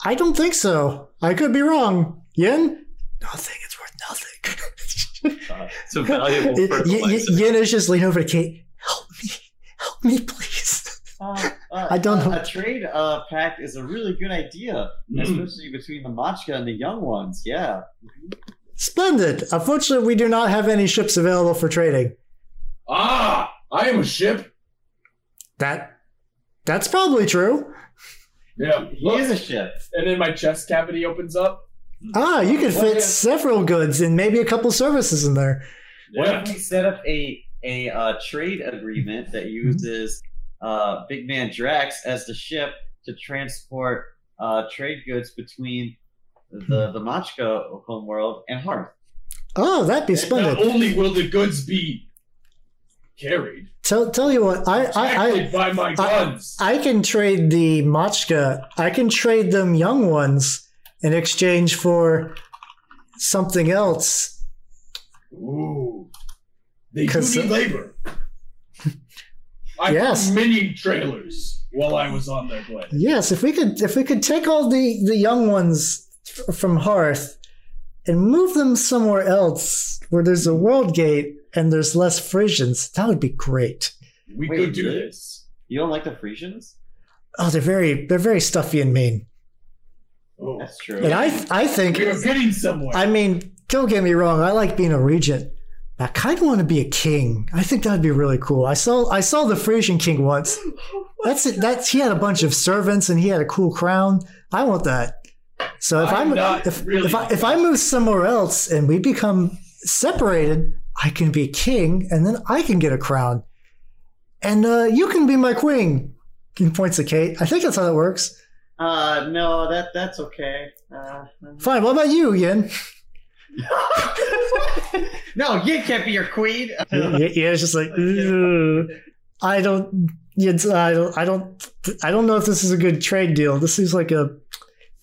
[SPEAKER 8] I don't think so. I could be wrong. Yin? Nothing. It's worth nothing.
[SPEAKER 6] It's a valuable
[SPEAKER 8] Y-
[SPEAKER 6] fertilizer.
[SPEAKER 8] y- Yin is just leaning over to Kate. Help me. Help me, please.
[SPEAKER 3] Uh, uh,
[SPEAKER 8] I don't
[SPEAKER 3] uh,
[SPEAKER 8] know.
[SPEAKER 3] A trade uh, pact is a really good idea,
[SPEAKER 7] Mm.
[SPEAKER 3] especially between the Machka and the young ones. Yeah.
[SPEAKER 8] Splendid. Unfortunately, we do not have any ships available for trading.
[SPEAKER 7] Ah, I am a ship.
[SPEAKER 8] That, that's probably true.
[SPEAKER 7] Yeah,
[SPEAKER 3] He
[SPEAKER 7] look,
[SPEAKER 3] is a ship.
[SPEAKER 7] and then my chest cavity opens up.
[SPEAKER 8] Ah, you could
[SPEAKER 3] What
[SPEAKER 8] fit
[SPEAKER 3] if-
[SPEAKER 8] several goods and maybe a couple services in there.
[SPEAKER 3] What
[SPEAKER 7] Yeah.
[SPEAKER 3] if we set up a a uh, trade agreement that uses uh, Big Man Drax as the ship to transport uh, trade goods between the the Machka homeworld and Hearth?
[SPEAKER 8] Oh, that'd be
[SPEAKER 7] And not
[SPEAKER 8] splendid.
[SPEAKER 7] only will the goods be carried,
[SPEAKER 8] Tell, tell you what, I, I, I,
[SPEAKER 7] protected by my guns.
[SPEAKER 8] I can trade the Machka. I can trade them young ones in exchange for something else.
[SPEAKER 7] Ooh, they do
[SPEAKER 8] 'Cause- uh,
[SPEAKER 7] need labor. I
[SPEAKER 8] Yes.
[SPEAKER 7] found many trailers while I was on their planet.
[SPEAKER 8] Yes, if we could, if we could take all the the young ones f- from Hearth and move them somewhere else where there's a world gate and there's less Frisians. That would be great.
[SPEAKER 7] We
[SPEAKER 3] Wait,
[SPEAKER 7] could do
[SPEAKER 3] really?
[SPEAKER 7] this.
[SPEAKER 3] You don't like the Frisians?
[SPEAKER 8] Oh, they're very they're very stuffy and mean.
[SPEAKER 7] Oh,
[SPEAKER 3] that's true.
[SPEAKER 8] And I I think
[SPEAKER 7] we're getting somewhere.
[SPEAKER 8] I mean, don't get me wrong. I like being a regent. I kind of want to be a king. I think that'd be really cool. I saw I saw the Frisian king once. That's it. That's he had a bunch of servants and he had a cool crown. I want that. So if I'm,
[SPEAKER 7] I'm not
[SPEAKER 8] if,
[SPEAKER 7] really-
[SPEAKER 8] if I if I move somewhere else and we become separated, I can be king and then I can get a crown, and uh, you can be my queen. He points to Kate. I think that's how that works.
[SPEAKER 3] Uh, no, that that's okay. Uh,
[SPEAKER 8] Fine. What about you, Yin?
[SPEAKER 3] no, you can't be your queen.
[SPEAKER 8] yeah, yeah, it's just like "Ugh. I don't. yeah, it's- I don't. I don't. I don't know if this is a good trade deal. This is like a.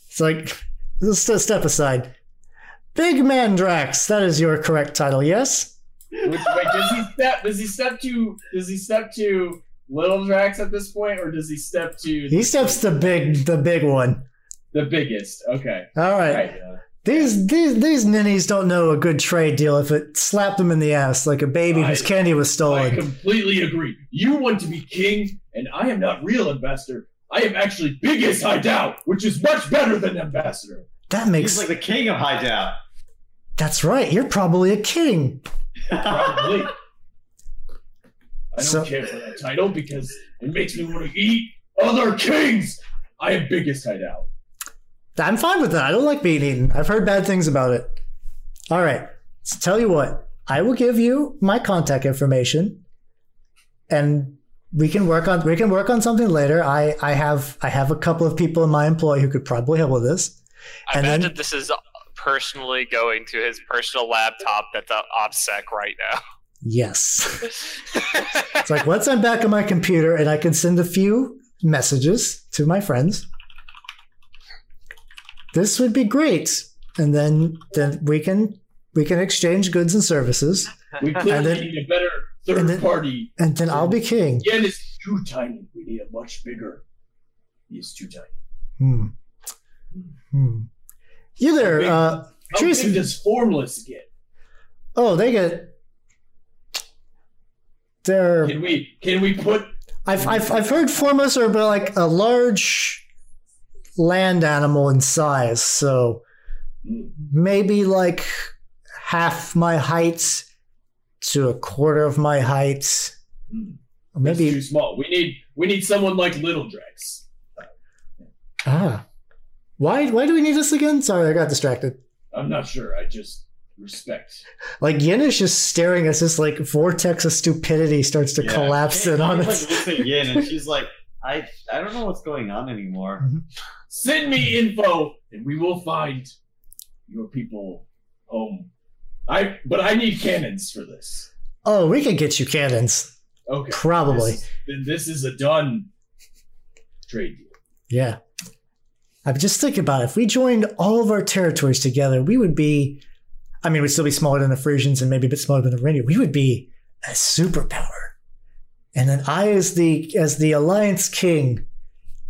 [SPEAKER 8] It's like let's just step aside. Big man Drax. That is your correct title. Yes.
[SPEAKER 7] Which, wait, does he step? Does he step to? Does he step to Little Drax at this point, or does he step to
[SPEAKER 8] He steps the big. The big one.
[SPEAKER 7] the biggest? Okay.
[SPEAKER 8] All right.
[SPEAKER 7] Right, uh,
[SPEAKER 8] These these these ninnies don't know a good trade deal if it slapped them in the ass like a baby whose
[SPEAKER 7] I-
[SPEAKER 8] candy was
[SPEAKER 7] I
[SPEAKER 8] stolen.
[SPEAKER 7] completely agree. You want to be king, and I am not real ambassador. I am actually biggest hideout, which is much better than ambassador.
[SPEAKER 8] that makes.
[SPEAKER 3] He's like the king of Highdown.
[SPEAKER 8] that's right. You're probably a king.
[SPEAKER 7] Probably. I don't
[SPEAKER 8] So-
[SPEAKER 7] care for that title because it makes me want to eat other kings. I am biggest hideout.
[SPEAKER 8] I'm fine with that. I don't like being eaten. I've heard bad things about it. All right. So tell you what, I will give you my contact information and we can work on we can work on something later. I, I have I have a couple of people in my employ who could probably help with this.
[SPEAKER 4] I
[SPEAKER 8] And
[SPEAKER 4] bet
[SPEAKER 8] then-
[SPEAKER 4] that this is personally going to his personal laptop that's at OPSEC right now.
[SPEAKER 8] Yes. it's like once I'm back on my computer and I can send a few messages to my friends. This would be great. And then then we can we can exchange goods and services.
[SPEAKER 7] We
[SPEAKER 8] And
[SPEAKER 7] clearly
[SPEAKER 8] then-
[SPEAKER 7] need a better third
[SPEAKER 8] and then-
[SPEAKER 7] party.
[SPEAKER 8] And then I'll be king.
[SPEAKER 7] Yen is too tiny. We need a much bigger. He is too tiny.
[SPEAKER 8] Hmm. Hmm. You there, uh,
[SPEAKER 7] How
[SPEAKER 8] Jason-
[SPEAKER 7] big does formless get?
[SPEAKER 8] Oh, they get. They're.
[SPEAKER 7] Can we can we put
[SPEAKER 8] I've, I've, I've heard formless are about like a large land animal in size, so
[SPEAKER 7] hmm,
[SPEAKER 8] maybe like half my height to a quarter of my height.
[SPEAKER 7] It's
[SPEAKER 8] Maybe.
[SPEAKER 7] too small. We need we need someone like Little Drex.
[SPEAKER 8] Ah. Why, why do we need this again? Sorry, I got distracted.
[SPEAKER 7] I'm not sure. I just respect.
[SPEAKER 8] Like Yin is just staring as this like vortex of stupidity starts to
[SPEAKER 3] Yeah.
[SPEAKER 8] collapse in on
[SPEAKER 3] He's like looks
[SPEAKER 8] us.
[SPEAKER 3] at Yin and she's like, I I don't know what's going on anymore.
[SPEAKER 7] Send me info, and we will find your people home. I but I need cannons for this.
[SPEAKER 8] Oh, we could get you cannons.
[SPEAKER 7] Okay.
[SPEAKER 8] Probably.
[SPEAKER 7] This is- Then this is a done trade deal.
[SPEAKER 8] Yeah. I'm just thinking about it. If we joined all of our territories together, we would be, I mean, we'd still be smaller than the Frisians and maybe a bit smaller than the Reindeer. We would be a superpower. And then I, as the as the alliance king,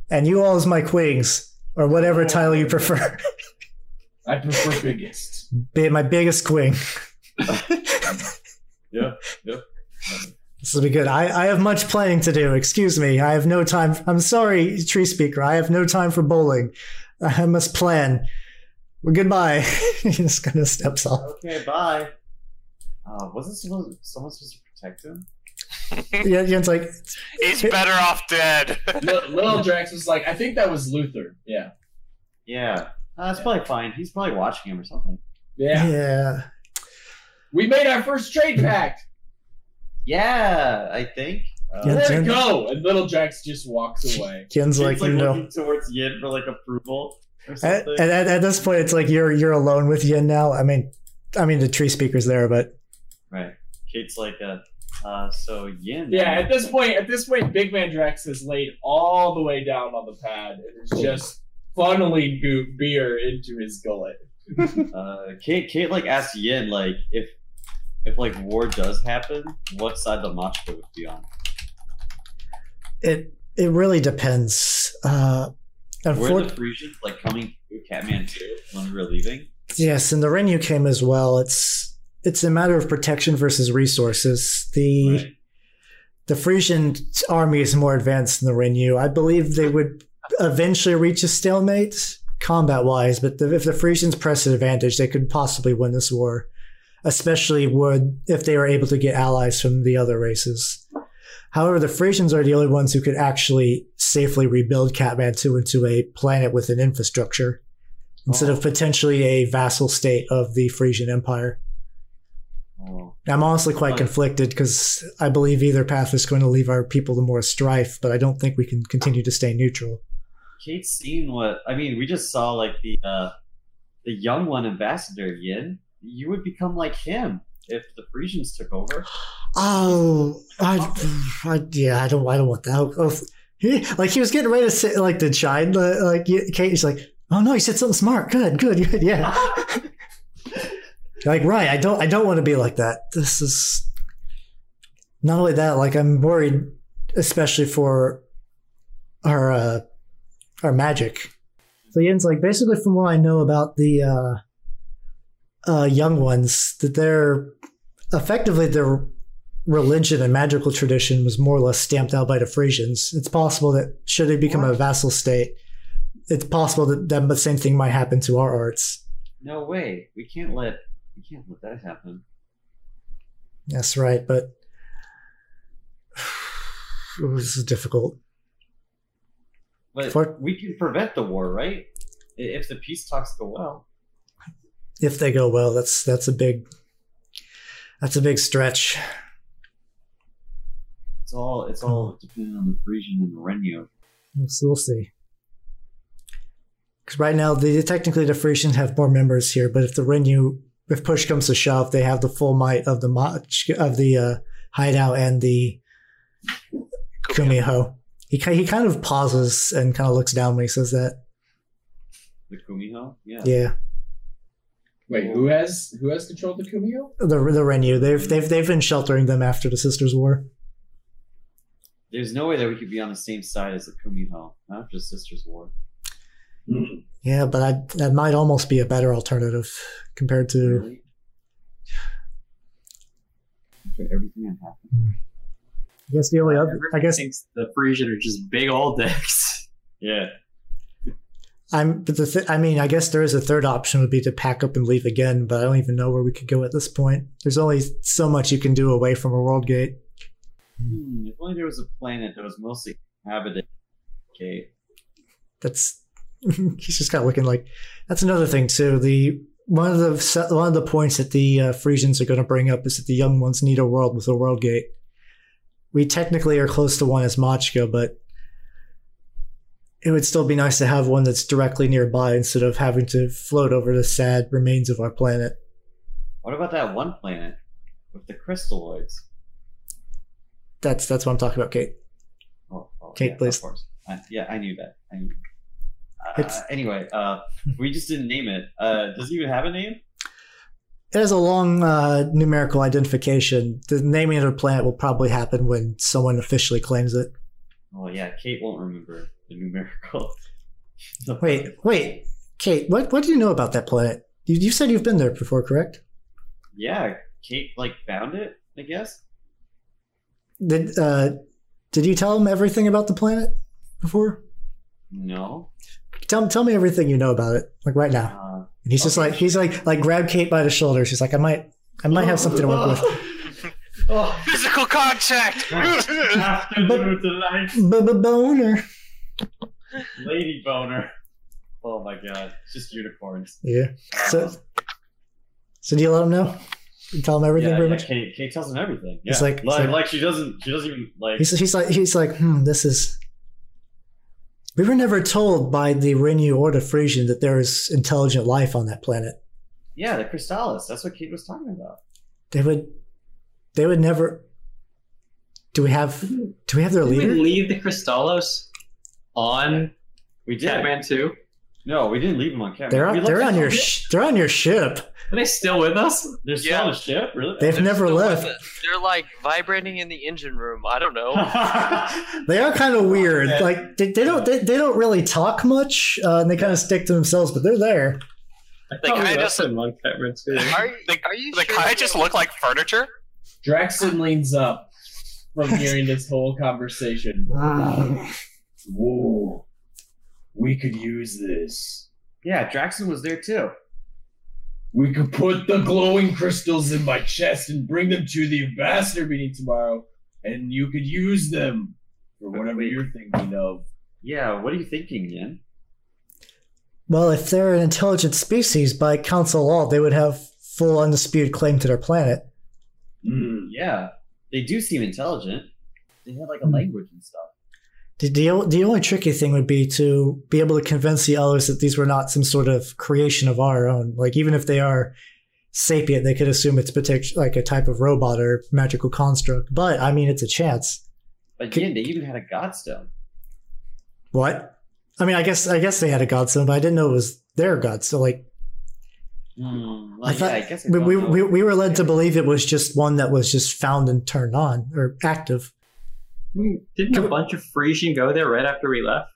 [SPEAKER 8] and you all as my queens, or whatever title you prefer,
[SPEAKER 7] I prefer biggest.
[SPEAKER 8] be my biggest queen.
[SPEAKER 7] Yeah. Yep.
[SPEAKER 8] This will be good. I, I have much playing to do. Excuse me. I have no time. I'm sorry, tree speaker. I have no time for bowling. I must plan. Well, goodbye. he just kind of steps off.
[SPEAKER 3] Okay, bye. Uh, wasn't someone, someone supposed to protect him?
[SPEAKER 8] Yeah, Yen's like,
[SPEAKER 4] He's better off dead.
[SPEAKER 7] Li- Little Drex was like, I think that was Luther. Yeah.
[SPEAKER 3] Yeah, uh, that's probably fine. He's probably watching him or something.
[SPEAKER 7] Yeah.
[SPEAKER 8] yeah.
[SPEAKER 7] We made our first trade pact.
[SPEAKER 3] Yeah, I think. Uh,
[SPEAKER 8] Yeah,
[SPEAKER 7] Let
[SPEAKER 8] Jen-
[SPEAKER 7] it Oh, go. And Little Drex just walks away.
[SPEAKER 8] Yen's
[SPEAKER 3] Jin's,
[SPEAKER 8] like, no.
[SPEAKER 3] looking towards Yin for like approval or
[SPEAKER 8] At,
[SPEAKER 3] something.
[SPEAKER 8] at, at at this point, it's like you're you're alone with Yen now. I mean, I mean the tree speaker's there, but
[SPEAKER 3] right. Kate's like, a, uh, so Yin.
[SPEAKER 7] Yeah, at this point, at this point, Big Man Drex is laid all the way down on the pad and is just funneling goo beer into his gullet.
[SPEAKER 3] Uh, Kate, Kate like asked Yin like if if like war does happen, what side the Machka would be on?
[SPEAKER 8] it it really depends. Uh,
[SPEAKER 3] Were
[SPEAKER 8] unfor-
[SPEAKER 3] the Frisians like coming to Catman too when we were leaving?
[SPEAKER 8] Yes, and the Ren you came as well. It's it's a matter of protection versus resources. The the Frisian army is more advanced than the Renu. I believe they would eventually reach a stalemate combat wise, but the, if the Frisians press an advantage, they could possibly win this war, especially would if they were able to get allies from the other races. However, the Frisians are the only ones who could actually safely rebuild Kathmandu into a planet with an infrastructure instead of potentially a vassal state of the Frisian Empire.
[SPEAKER 3] Oh.
[SPEAKER 8] I'm honestly quite conflicted because I believe either path is going to leave our people to more strife, but I don't think we can continue to stay neutral.
[SPEAKER 3] Kate's seen what I mean. We just saw like the uh, the young one ambassador Yin. You would become like him if the Frisians took over.
[SPEAKER 8] Oh, I, I yeah, I don't, I don't want that. Oh, he, like he was getting ready to say, like to chide, like, like yeah, Kate's like, oh no, you said something smart. Good, good, good, yeah. like right, I don't, I don't want to be like that. This is not only that. Like I'm worried, especially for our uh, our magic. So Yin's like basically from what I know about the uh, uh, young ones that they're effectively their religion and magical tradition was more or less stamped out by the Frisians. It's possible that should they become a vassal state, it's possible that that the same thing might happen to our arts.
[SPEAKER 3] No way. We can't let we can't let that happen.
[SPEAKER 8] That's right, but Ooh, this is difficult.
[SPEAKER 3] But we can prevent the war, right? I- If the peace talks go well.
[SPEAKER 8] If they go well, that's that's a big that's a big stretch.
[SPEAKER 3] It's all it's all dependent on the Frisian and the Renu.
[SPEAKER 8] We'll, s- we'll see. Because right now, the technically the Frisians have more members here, but if the Renu, if push comes to shove, they have the full might of the Mach, of the uh, hideout and the Kumiho. He ki- he kind of pauses and kind of looks down when he says that.
[SPEAKER 3] The Kumiho? Yeah.
[SPEAKER 8] Yeah,
[SPEAKER 7] Wait, who has who has control of the Kumio?
[SPEAKER 8] the the Renu they've they've they've been sheltering them after the Sisters' War.
[SPEAKER 3] There's no way that we could be on the same side as the Kumiho, not after Sisters War.
[SPEAKER 8] Yeah, but I, that might almost be a better alternative compared to.
[SPEAKER 3] After everything that happened.
[SPEAKER 8] I guess the only other. I guess
[SPEAKER 6] the Frisian are just big old dicks.
[SPEAKER 3] Yeah.
[SPEAKER 8] I'm. But the th- I mean, I guess there is a third option would be to pack up and leave again. But I don't even know where we could go at this point. There's only so much you can do away from a world gate.
[SPEAKER 3] Hmm, if only there was a planet that was mostly inhabited. Okay.
[SPEAKER 8] That's. he's just kind of looking like. That's another thing too. The one of the se- one of the points that the uh, Frisians are going to bring up is that the young ones need a world with a world gate. We technically are close to one as Machka, but it would still be nice to have one that's directly nearby instead of having to float over the sad remains of our planet.
[SPEAKER 3] What about that one planet with the crystalloids?
[SPEAKER 8] That's that's what I'm talking about, Kate.
[SPEAKER 3] Oh, oh
[SPEAKER 8] Kate,
[SPEAKER 3] yeah,
[SPEAKER 8] please.
[SPEAKER 3] Of course. I, yeah, I knew that. I knew. Uh,
[SPEAKER 8] It's-
[SPEAKER 3] anyway, uh, we just didn't name it. Uh, does it even have a name?
[SPEAKER 8] It has a long uh, numerical identification. The naming of the planet will probably happen when someone officially claims it.
[SPEAKER 3] Oh yeah, Kate won't remember the numerical.
[SPEAKER 8] Wait, wait, Kate, what what do you know about that planet? You, you said you've been there before, correct?
[SPEAKER 3] Yeah, Kate like found it. I guess.
[SPEAKER 8] Did uh, did you tell him everything about the planet before?
[SPEAKER 3] No.
[SPEAKER 8] Tell tell me everything you know about it, like right now.
[SPEAKER 3] Uh,
[SPEAKER 8] And he's just like he's like like grab Kate by the shoulders. He's like, I might I might have something to work with.
[SPEAKER 4] Physical contact.
[SPEAKER 3] Afternoon delight,
[SPEAKER 8] B-b-boner.
[SPEAKER 3] lady boner. Oh my god, it's just unicorns.
[SPEAKER 8] Yeah. So so do you let him know? You tell him everything
[SPEAKER 3] Yeah,
[SPEAKER 8] pretty
[SPEAKER 3] yeah,
[SPEAKER 8] much.
[SPEAKER 3] Kate, Kate tells him everything. Yeah.
[SPEAKER 8] It's like-
[SPEAKER 3] like,
[SPEAKER 8] it's
[SPEAKER 3] like,
[SPEAKER 8] like-
[SPEAKER 3] she doesn't, she doesn't even like.
[SPEAKER 8] He's, he's like he's like hmm, this is. We were never told by the Renu or the Frisian that there is intelligent life on that planet.
[SPEAKER 3] yeah, the crystallis. That's what Kate was talking about.
[SPEAKER 8] They would, they would never. Do we have? Do we have their
[SPEAKER 6] Did we
[SPEAKER 8] leader?
[SPEAKER 6] leave the Cristallos on
[SPEAKER 3] we did.
[SPEAKER 6] Catman 2?
[SPEAKER 3] No, we didn't leave them on camera.
[SPEAKER 8] They're
[SPEAKER 3] We
[SPEAKER 8] on,
[SPEAKER 3] left
[SPEAKER 8] they're
[SPEAKER 3] them
[SPEAKER 8] on your sh- they're on your ship.
[SPEAKER 6] Are they still with us?
[SPEAKER 3] They're still on the ship, really?
[SPEAKER 8] They've never left.
[SPEAKER 1] They're like vibrating in the engine room. I don't know.
[SPEAKER 8] They are kind of weird. Like they, they don't they, they don't really talk much, uh, and they kind of stick to themselves. But they're there.
[SPEAKER 4] They
[SPEAKER 6] Probably
[SPEAKER 4] kind of
[SPEAKER 6] less
[SPEAKER 4] just
[SPEAKER 6] than one camera too.
[SPEAKER 4] are, they, they kind of just look like furniture.
[SPEAKER 7] Draxton leans up from hearing this whole conversation. Whoa. We could use this.
[SPEAKER 3] Yeah, Draxton was there too.
[SPEAKER 7] We could put the glowing crystals in my chest and bring them to the ambassador meeting tomorrow, and you could use them for whatever you're thinking of.
[SPEAKER 3] Yeah, what are you thinking, Yen?
[SPEAKER 8] Well, if they're an intelligent species, by council law, they would have full undisputed claim to their planet.
[SPEAKER 3] Mm, Yeah, they do seem intelligent. They have
[SPEAKER 7] Hmm.
[SPEAKER 3] like a language and stuff.
[SPEAKER 8] The, the, the only tricky thing would be to be able to convince the others that these were not some sort of creation of our own. Like, even if they are sapient, they could assume it's partic- like a type of robot or magical construct. But, I mean, it's a chance.
[SPEAKER 3] But Yen, they even had a godstone.
[SPEAKER 8] What? I mean, I guess I guess they had a godstone, but I didn't know it was their god. So, like,
[SPEAKER 3] Hmm, well,
[SPEAKER 8] I thought
[SPEAKER 3] yeah, I guess I
[SPEAKER 8] we,
[SPEAKER 3] don't
[SPEAKER 8] we,
[SPEAKER 3] know.
[SPEAKER 8] we, we were led to believe it was just one that was just found and turned on or active.
[SPEAKER 6] Didn't a bunch of Frisian go there right after we left?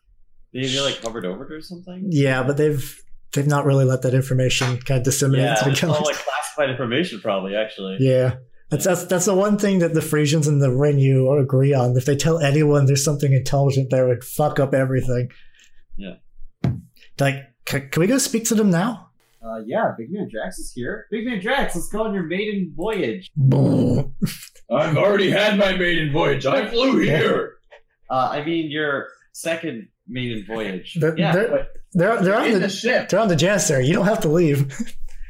[SPEAKER 3] They, they like hovered over it or something?
[SPEAKER 8] Yeah, but they've they've not really let that information kind of disseminate
[SPEAKER 3] Yeah,
[SPEAKER 8] to the
[SPEAKER 3] it's all
[SPEAKER 8] galaxy.
[SPEAKER 3] like classified information, probably actually.
[SPEAKER 8] yeah. That's, that's that's the one thing that the Frisians and the Renu agree on. If they tell anyone there's something intelligent there, it would fuck up everything.
[SPEAKER 3] Yeah.
[SPEAKER 8] Like, can, can we go speak to them now?
[SPEAKER 3] Uh, yeah, Big Man Drax is here. Big Man Drax, let's go on your maiden voyage.
[SPEAKER 5] I've already had my maiden voyage. I flew here.
[SPEAKER 3] Uh, I mean, your second maiden voyage.
[SPEAKER 8] They're,
[SPEAKER 3] yeah,
[SPEAKER 8] they're,
[SPEAKER 3] but
[SPEAKER 8] they're, they're on
[SPEAKER 7] In
[SPEAKER 8] the,
[SPEAKER 7] the ship.
[SPEAKER 8] they're on the Janissary. You don't have to leave.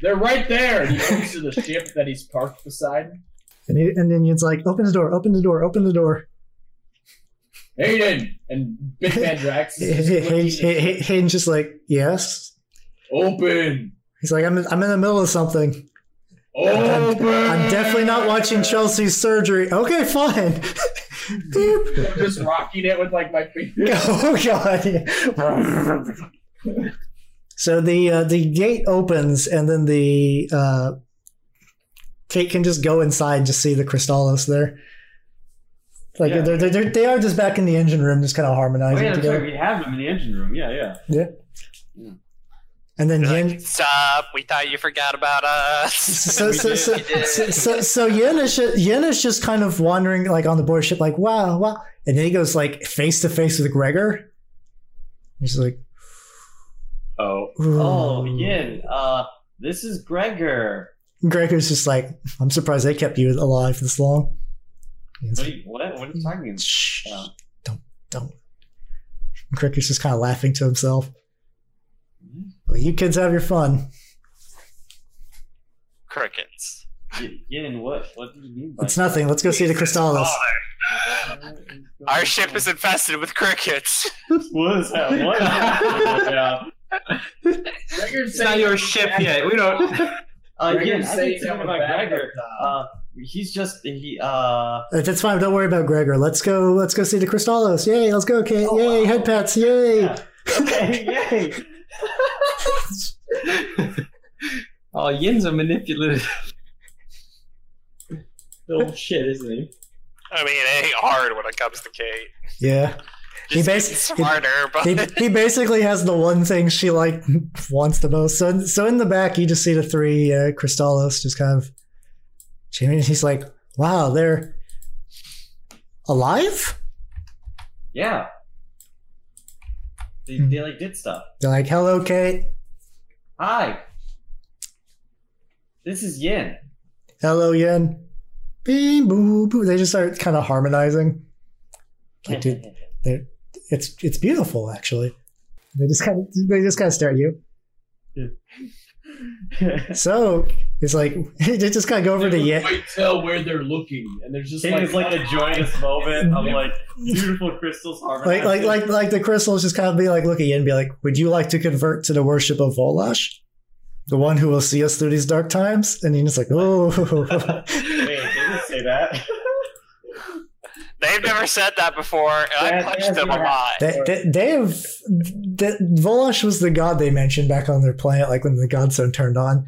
[SPEAKER 7] They're right there. And he goes to the ship that he's parked beside.
[SPEAKER 8] And, he, and then Ian's like, open the door, open the door, open the door.
[SPEAKER 7] Aiden and Big Man Drax. is just looking
[SPEAKER 8] Hayden's
[SPEAKER 7] at the ship.
[SPEAKER 8] just like, yes.
[SPEAKER 5] Open.
[SPEAKER 8] He's like, I'm, I'm in the middle of something. I'm,
[SPEAKER 5] Open.
[SPEAKER 8] I'm definitely not watching Chelsea's surgery. Okay, fine. Beep.
[SPEAKER 7] I'm just rocking it with like my fingers.
[SPEAKER 8] oh god. so the uh, the gate opens, and then the uh, Kate can just go inside and just see the Crystallos there. Like
[SPEAKER 3] Yeah.
[SPEAKER 8] they're, they're, they're, they are just back in the engine room, just kind of
[SPEAKER 3] oh,
[SPEAKER 8] harmonizing
[SPEAKER 3] yeah, I'm sorry,
[SPEAKER 8] together.
[SPEAKER 3] we have them in the engine room. Yeah, yeah.
[SPEAKER 8] Yeah. And then Yin,
[SPEAKER 4] Stop! We thought you forgot about us.
[SPEAKER 8] so so so, so so so Yin is just, Yin is just kind of wandering like on the board ship, like wow, wow, and then he goes like face to face with Gregor. He's like,
[SPEAKER 6] Oh.
[SPEAKER 8] Ooh.
[SPEAKER 3] Oh, Yin, uh, this is Gregor.
[SPEAKER 8] Gregor's just like, I'm surprised they kept you alive this long.
[SPEAKER 3] What are you, what, what are you talking about?
[SPEAKER 8] Shh,
[SPEAKER 3] Yeah.
[SPEAKER 8] don't don't. Gregor's just kind of laughing to himself. Well, you kids have your fun.
[SPEAKER 4] Crickets.
[SPEAKER 3] Y- Yin, what, what do you mean by
[SPEAKER 8] It's nothing. Let's go see the Crystallis.
[SPEAKER 4] Father. Our ship is infested with crickets.
[SPEAKER 3] What is that? What? yeah.
[SPEAKER 6] It's not your ship yet. We don't.
[SPEAKER 3] Uh,
[SPEAKER 7] Gregor's
[SPEAKER 3] Yin, I
[SPEAKER 7] saying
[SPEAKER 3] think something
[SPEAKER 7] I'm a
[SPEAKER 3] about
[SPEAKER 7] backup
[SPEAKER 3] Gregor. Uh,
[SPEAKER 7] dog.
[SPEAKER 3] he's just, he, uh,
[SPEAKER 8] Uh, That's fine. Don't worry about Gregor. Let's go. Let's go see the Crystallos. Yay! Let's go, Kate. Yay! Head pats. Yay!
[SPEAKER 3] Yeah. okay, yay.
[SPEAKER 6] oh, Yin's a manipulative. Little shit, isn't he?
[SPEAKER 4] I mean, it ain't hard when it comes to Kate.
[SPEAKER 8] Yeah. He
[SPEAKER 4] Just
[SPEAKER 8] basi-
[SPEAKER 4] he's smarter, but
[SPEAKER 8] He, he basically has the one thing she like wants the most. So, so in the back, you just see the three uh, Crystallos just kind of. Jamie, he's like, "Wow, they're alive."
[SPEAKER 3] Yeah. They, they like did stuff.
[SPEAKER 8] They're like, "Hello, Kate.
[SPEAKER 3] Hi. This is Yin.
[SPEAKER 8] Hello, Yen." Beep, boo, boo. They just start kind of harmonizing. Like, dude, they're, it's it's beautiful, actually. They just kind of they just kind of stare at you. So it's like they just kind of go over to
[SPEAKER 7] They
[SPEAKER 8] Yen.
[SPEAKER 7] can't quite tell where they're looking, and there's just
[SPEAKER 3] Yin
[SPEAKER 7] like,
[SPEAKER 3] is like the joyous moment of like beautiful crystals
[SPEAKER 8] like
[SPEAKER 3] harmonizing.
[SPEAKER 8] like like like the crystals just kind of be like look at you and be like would you like to convert to the worship of volash the one who will see us through these dark times and he's like oh
[SPEAKER 3] Wait, they didn't say that.
[SPEAKER 4] they've never said that before, and I
[SPEAKER 3] Yeah,
[SPEAKER 4] punched
[SPEAKER 3] yeah,
[SPEAKER 4] them
[SPEAKER 3] yeah.
[SPEAKER 4] a lot.
[SPEAKER 8] they, they, they have that volash was the god they mentioned back on their planet like when the godstone turned on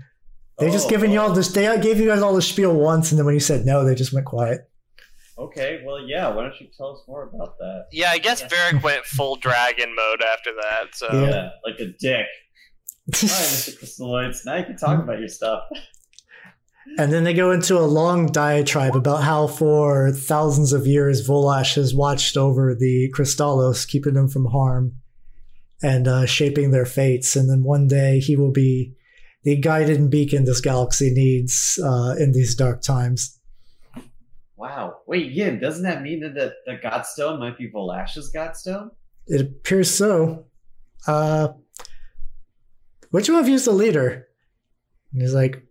[SPEAKER 8] they just
[SPEAKER 3] Oh.
[SPEAKER 8] given you all this they gave you guys all the spiel once and then when you said no they just went quiet
[SPEAKER 3] Okay, well, yeah. Why don't you tell us more about that?
[SPEAKER 4] Yeah, I guess
[SPEAKER 3] Yeah. Oh.
[SPEAKER 4] Varric went full dragon mode after that. So
[SPEAKER 8] Yeah.
[SPEAKER 3] Yeah, like a dick. All right, Mr. Crystalloids, now you can talk about your stuff.
[SPEAKER 8] And then they go into a long diatribe about how for thousands of years Volash has watched over the Crystallos, keeping them from harm and uh, shaping their fates. And then one day he will be the guided beacon this galaxy needs uh, in these dark times.
[SPEAKER 3] Wow. Wait, Yin, doesn't that mean that the, the Godstone might be Volash's Godstone?
[SPEAKER 8] It appears so. Uh, which one of you is the leader? And he's like,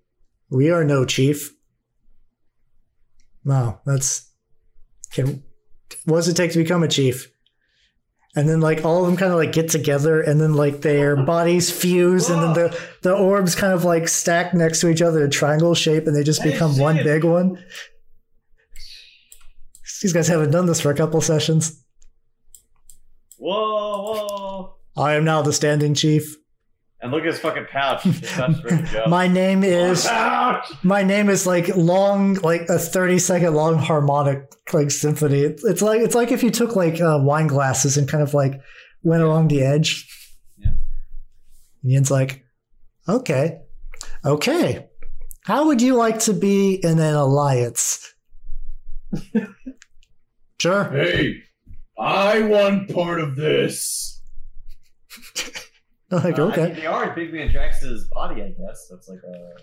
[SPEAKER 8] We are no chief. No, that's. Can, what does it take to become a chief? And then, like, all of them kind of like get together, and then, like, their bodies fuse, and then the, the orbs kind of like stack next to each other in triangle shape, and they just become one big one. These guys haven't done this for a couple sessions.
[SPEAKER 3] Whoa, whoa.
[SPEAKER 8] I am now the standing chief.
[SPEAKER 3] And look at his fucking pouch. His pouch ready to go.
[SPEAKER 8] My name is
[SPEAKER 3] Pouch!
[SPEAKER 8] my name is like long, like a thirty second long harmonic like symphony. It's, it's like it's like if you took like uh, wine glasses and kind of like went along the edge. Yeah. And Yin's like, okay, okay. How would you like to be in an alliance? sure.
[SPEAKER 5] "Ah, Hey, I want part of this.
[SPEAKER 8] They're like,
[SPEAKER 3] Uh, I
[SPEAKER 8] okay.
[SPEAKER 3] mean, they are Big Man Drax's body, I guess. That's like a.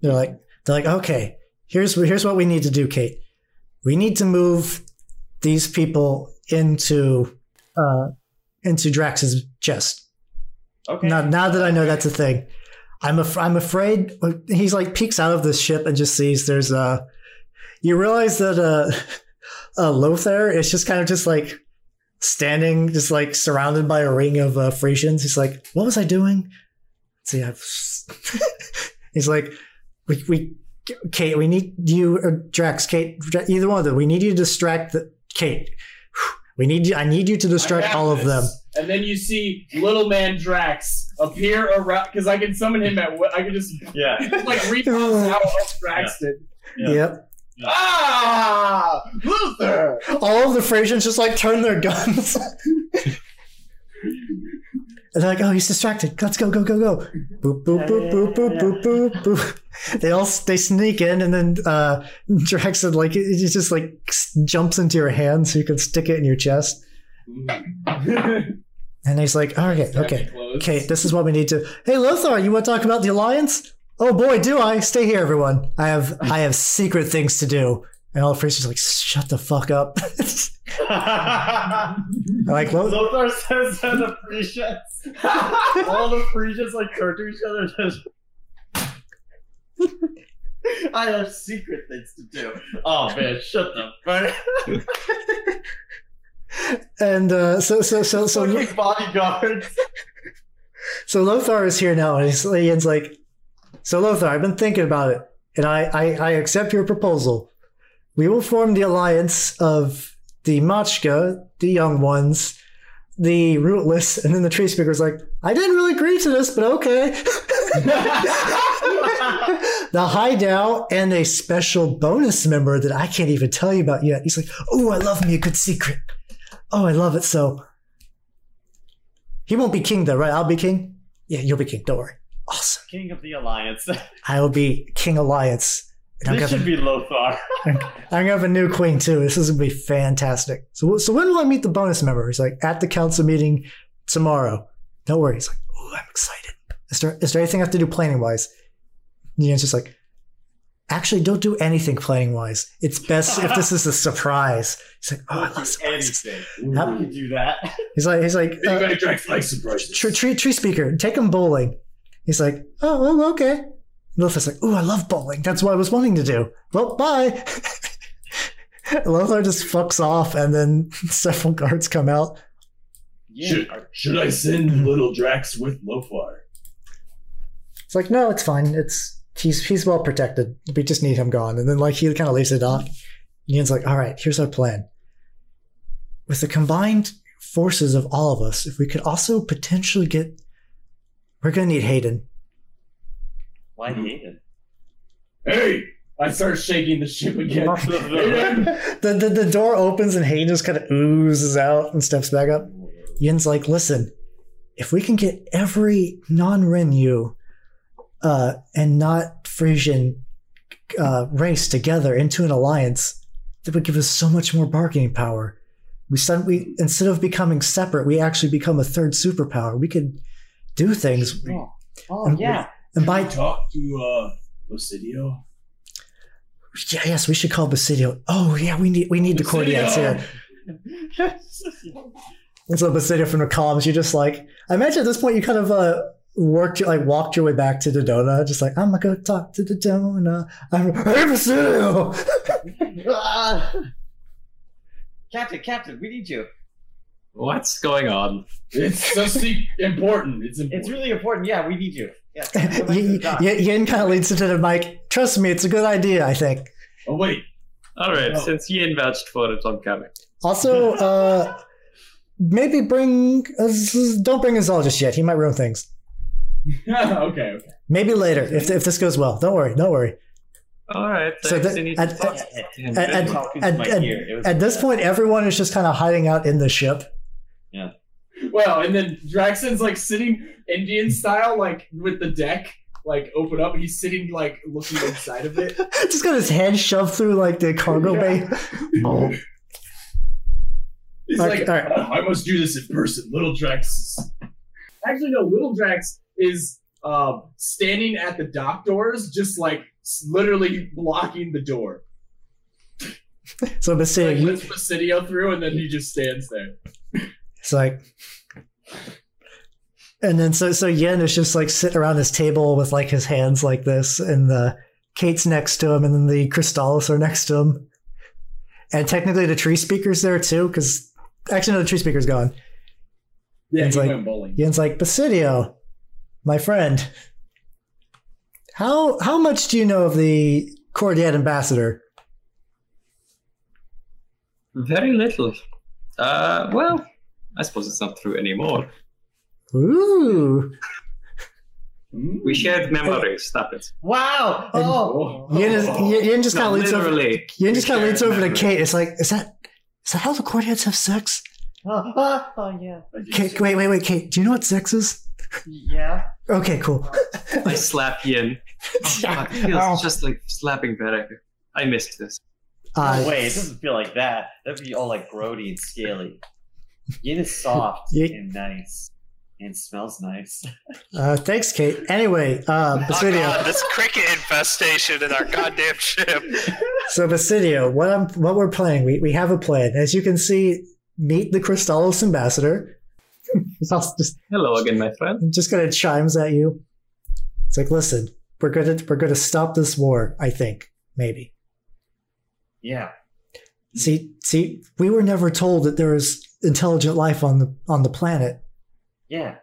[SPEAKER 8] They're like, they're like, okay, here's here's what we need to do, Kate. We need to move these people into uh, into Drax's chest.
[SPEAKER 3] Okay.
[SPEAKER 8] Now, now that I know that's a thing, I'm af- I'm afraid he's like peeks out of this ship and just sees there's a. You realize that uh, uh Lothar is just kind of just like standing, just like surrounded by a ring of uh, Frisians. He's like, what was I doing? Let's see, I've. he's like, we, we Kate, we need you, or Drax, Kate, Dra- either one of them. We need you to distract the Kate. We need you. I need you to distract
[SPEAKER 5] got
[SPEAKER 8] all of
[SPEAKER 5] this.
[SPEAKER 8] them.
[SPEAKER 5] And then you see little man Drax appear around because I can summon him at. wh- I can just
[SPEAKER 3] yeah
[SPEAKER 5] like read out of Drax did.
[SPEAKER 8] Yep.
[SPEAKER 5] Ah, Luther.
[SPEAKER 8] All of the Frisians just like turn their guns. And they're like, oh, he's distracted. Let's go, go, go, go. Boop, boop, boop, boop, boop, boop, boop, boop. They all s- they sneak in, and then uh, Draxon like it it just like s- jumps into your hand so you can stick it in your chest. And he's like, all right, okay, okay, this is what we need to. Hey, Lothar, you want to talk about the alliance? Oh boy, do I! Stay here, everyone. I have I have secret things to do. And all the is like, shut the fuck up. I like Lo-
[SPEAKER 3] Lothar says that the Frisians. all the Frisians like turn to each other and just. I have secret things to do. Oh man, shut up! Right?
[SPEAKER 8] and uh, so so so so
[SPEAKER 3] Fucking bodyguards.
[SPEAKER 8] so Lothar is here now, and he's, Ian's like, so Lothar, I've been thinking about it, and I, I I accept your proposal. We will form the alliance of the Machka, the young ones, the rootless, and then the tree speaker's like, I didn't really agree to this, but okay. the hideout and a special bonus member that I can't even tell you about yet. He's like, oh, I love me a good secret. Oh, I love it so. He won't be king though, right? I'll be king. Yeah, you'll be king. Don't worry. Awesome.
[SPEAKER 3] King of the Alliance.
[SPEAKER 8] I will be King Alliance. And I'm
[SPEAKER 3] this
[SPEAKER 8] gonna,
[SPEAKER 3] should be Lothar.
[SPEAKER 8] I'm gonna have a new queen too. This is gonna be fantastic. So, so when will I meet the bonus member? He's like at the council meeting tomorrow. Don't worry. He's like, oh, I'm excited. Is there is there anything I have to do planning wise? Ian's just like, actually, don't do anything planning wise. It's best if this is a surprise. He's like, oh, I love surprises.
[SPEAKER 3] Anything. How do you do that?
[SPEAKER 8] He's like, he's like, uh,
[SPEAKER 5] Big man Drax likes surprises.
[SPEAKER 8] tree, tree, tree speaker, take him bowling. He's like, oh, well, okay. And Lothar's like, oh, I love bowling. That's what I was wanting to do. Well, bye. Lothar just fucks off, and then several guards come out.
[SPEAKER 5] Should, should I send little Drax with Lofar?
[SPEAKER 8] It's like, no, it's fine. It's he's he's well protected. We just need him gone. And then like he kind of leaves the dock. And Ian's like, all right, here's our plan. With the combined forces of all of us, if we could also potentially get, we're gonna need Hayden.
[SPEAKER 3] Why Hayden?
[SPEAKER 5] Hey, I start shaking the ship again.
[SPEAKER 8] the, the the door opens and Hayden just kind of oozes out and steps back up. Yin's like, listen, if we can get every non-Renu uh, and not Frisian uh, race together into an alliance, that would give us so much more bargaining power. We suddenly, instead of becoming separate, we actually become a third superpower. We could do things.
[SPEAKER 3] Oh
[SPEAKER 8] And-
[SPEAKER 3] yeah.
[SPEAKER 8] And by
[SPEAKER 7] talk to uh, Lucidio.
[SPEAKER 8] yeah, yes, we should call Basidio. Oh yeah, we need we need the Cordians
[SPEAKER 7] Basidio!
[SPEAKER 8] here. And so Basidio from the columns, you're just like I imagine at this point you kind of uh worked your like walked your way back to Dodona, just like I'm gonna go talk to Dodona. I'm hey Basidio!
[SPEAKER 3] Ah! Captain, Captain, we need you.
[SPEAKER 6] What's going on?
[SPEAKER 7] It's so se- important. It's important.
[SPEAKER 3] It's really important. Yeah, we need you. Yeah. Come back to the
[SPEAKER 8] Y-
[SPEAKER 3] dock.
[SPEAKER 8] y- Yin kind of leads into the mic. Trust me, it's a good idea. I think.
[SPEAKER 7] Oh wait.
[SPEAKER 6] All right, since Yin vouched for it, I'm coming.
[SPEAKER 8] Also, uh, maybe bring don't bring Azal just yet. He might ruin things.
[SPEAKER 7] okay, okay.
[SPEAKER 8] Maybe later if, if this goes well. Don't worry. Don't worry.
[SPEAKER 6] All right.
[SPEAKER 8] So
[SPEAKER 6] thanks,
[SPEAKER 8] the-
[SPEAKER 6] I need
[SPEAKER 8] at-
[SPEAKER 6] to talk
[SPEAKER 8] at-
[SPEAKER 6] to him.
[SPEAKER 8] At, at- at- at- at this point, everyone is just kind of hiding out in the ship.
[SPEAKER 7] Well, and then Draxon's like sitting Indian style, like with the deck like open up, and he's sitting like looking inside of it.
[SPEAKER 8] Just got his head shoved through like the cargo bay. Oh.
[SPEAKER 7] It's
[SPEAKER 8] Okay,
[SPEAKER 7] like
[SPEAKER 8] all right.
[SPEAKER 7] "Oh, I must do this in person. Little Drax. Actually, no. Little Drax is uh, standing at the dock doors, just like s- literally blocking the door.
[SPEAKER 8] So Basidio, you,
[SPEAKER 7] Lets Presidio through, and then he just stands there.
[SPEAKER 8] It's like, and then so so Yen is just like sitting around his table with like his hands like this, and the Kate's next to him, and then the Crystallis are next to him, and technically the tree speaker's there too, because actually no, the tree speaker's gone.
[SPEAKER 7] Yeah,
[SPEAKER 8] It's
[SPEAKER 7] he
[SPEAKER 8] like-
[SPEAKER 7] went bowling.
[SPEAKER 8] Yen's like Basidio, my friend. How how much do you know of the Cordiad ambassador?
[SPEAKER 6] Very little. Uh, well, I suppose it's not true anymore.
[SPEAKER 8] Ooh,
[SPEAKER 7] Mm.
[SPEAKER 6] We shared memories. Stop it.
[SPEAKER 3] Wow. Oh.
[SPEAKER 8] Yen, is, Yen Yen just
[SPEAKER 6] No,
[SPEAKER 8] kind of leads over.
[SPEAKER 6] literally.
[SPEAKER 8] Yen just kind of leads over to
[SPEAKER 6] memories.
[SPEAKER 8] Kate. It's like, is that is that how the Cordiads have sex?
[SPEAKER 3] Oh, oh, oh, yeah.
[SPEAKER 8] Kate, wait, wait, wait, Kate. Do you know what sex is?
[SPEAKER 3] Yeah.
[SPEAKER 8] Okay, cool.
[SPEAKER 6] I slap Yin. Oh, God, it feels just like slapping Verek. I missed this.
[SPEAKER 8] Uh,
[SPEAKER 3] no way. It doesn't feel like that. That'd be all like grody and scaly. Yin is soft
[SPEAKER 8] Ye-
[SPEAKER 3] and nice and smells nice.
[SPEAKER 8] Uh, thanks, Kate. Anyway,
[SPEAKER 4] Oh
[SPEAKER 8] uh,
[SPEAKER 4] god,
[SPEAKER 8] Basidio.
[SPEAKER 4] this cricket infestation in our goddamn ship.
[SPEAKER 8] So Basidio, what I'm, what we're playing, we, we have a plan. As you can see, meet the Crystallis ambassador. It's also just
[SPEAKER 6] Hello again, my friend.
[SPEAKER 8] just gonna chimes at you. It's like, listen, we're gonna we're gonna stop this war. I think maybe.
[SPEAKER 3] Yeah.
[SPEAKER 8] See, see, we were never told that there is intelligent life on the on the planet.
[SPEAKER 3] Yeah.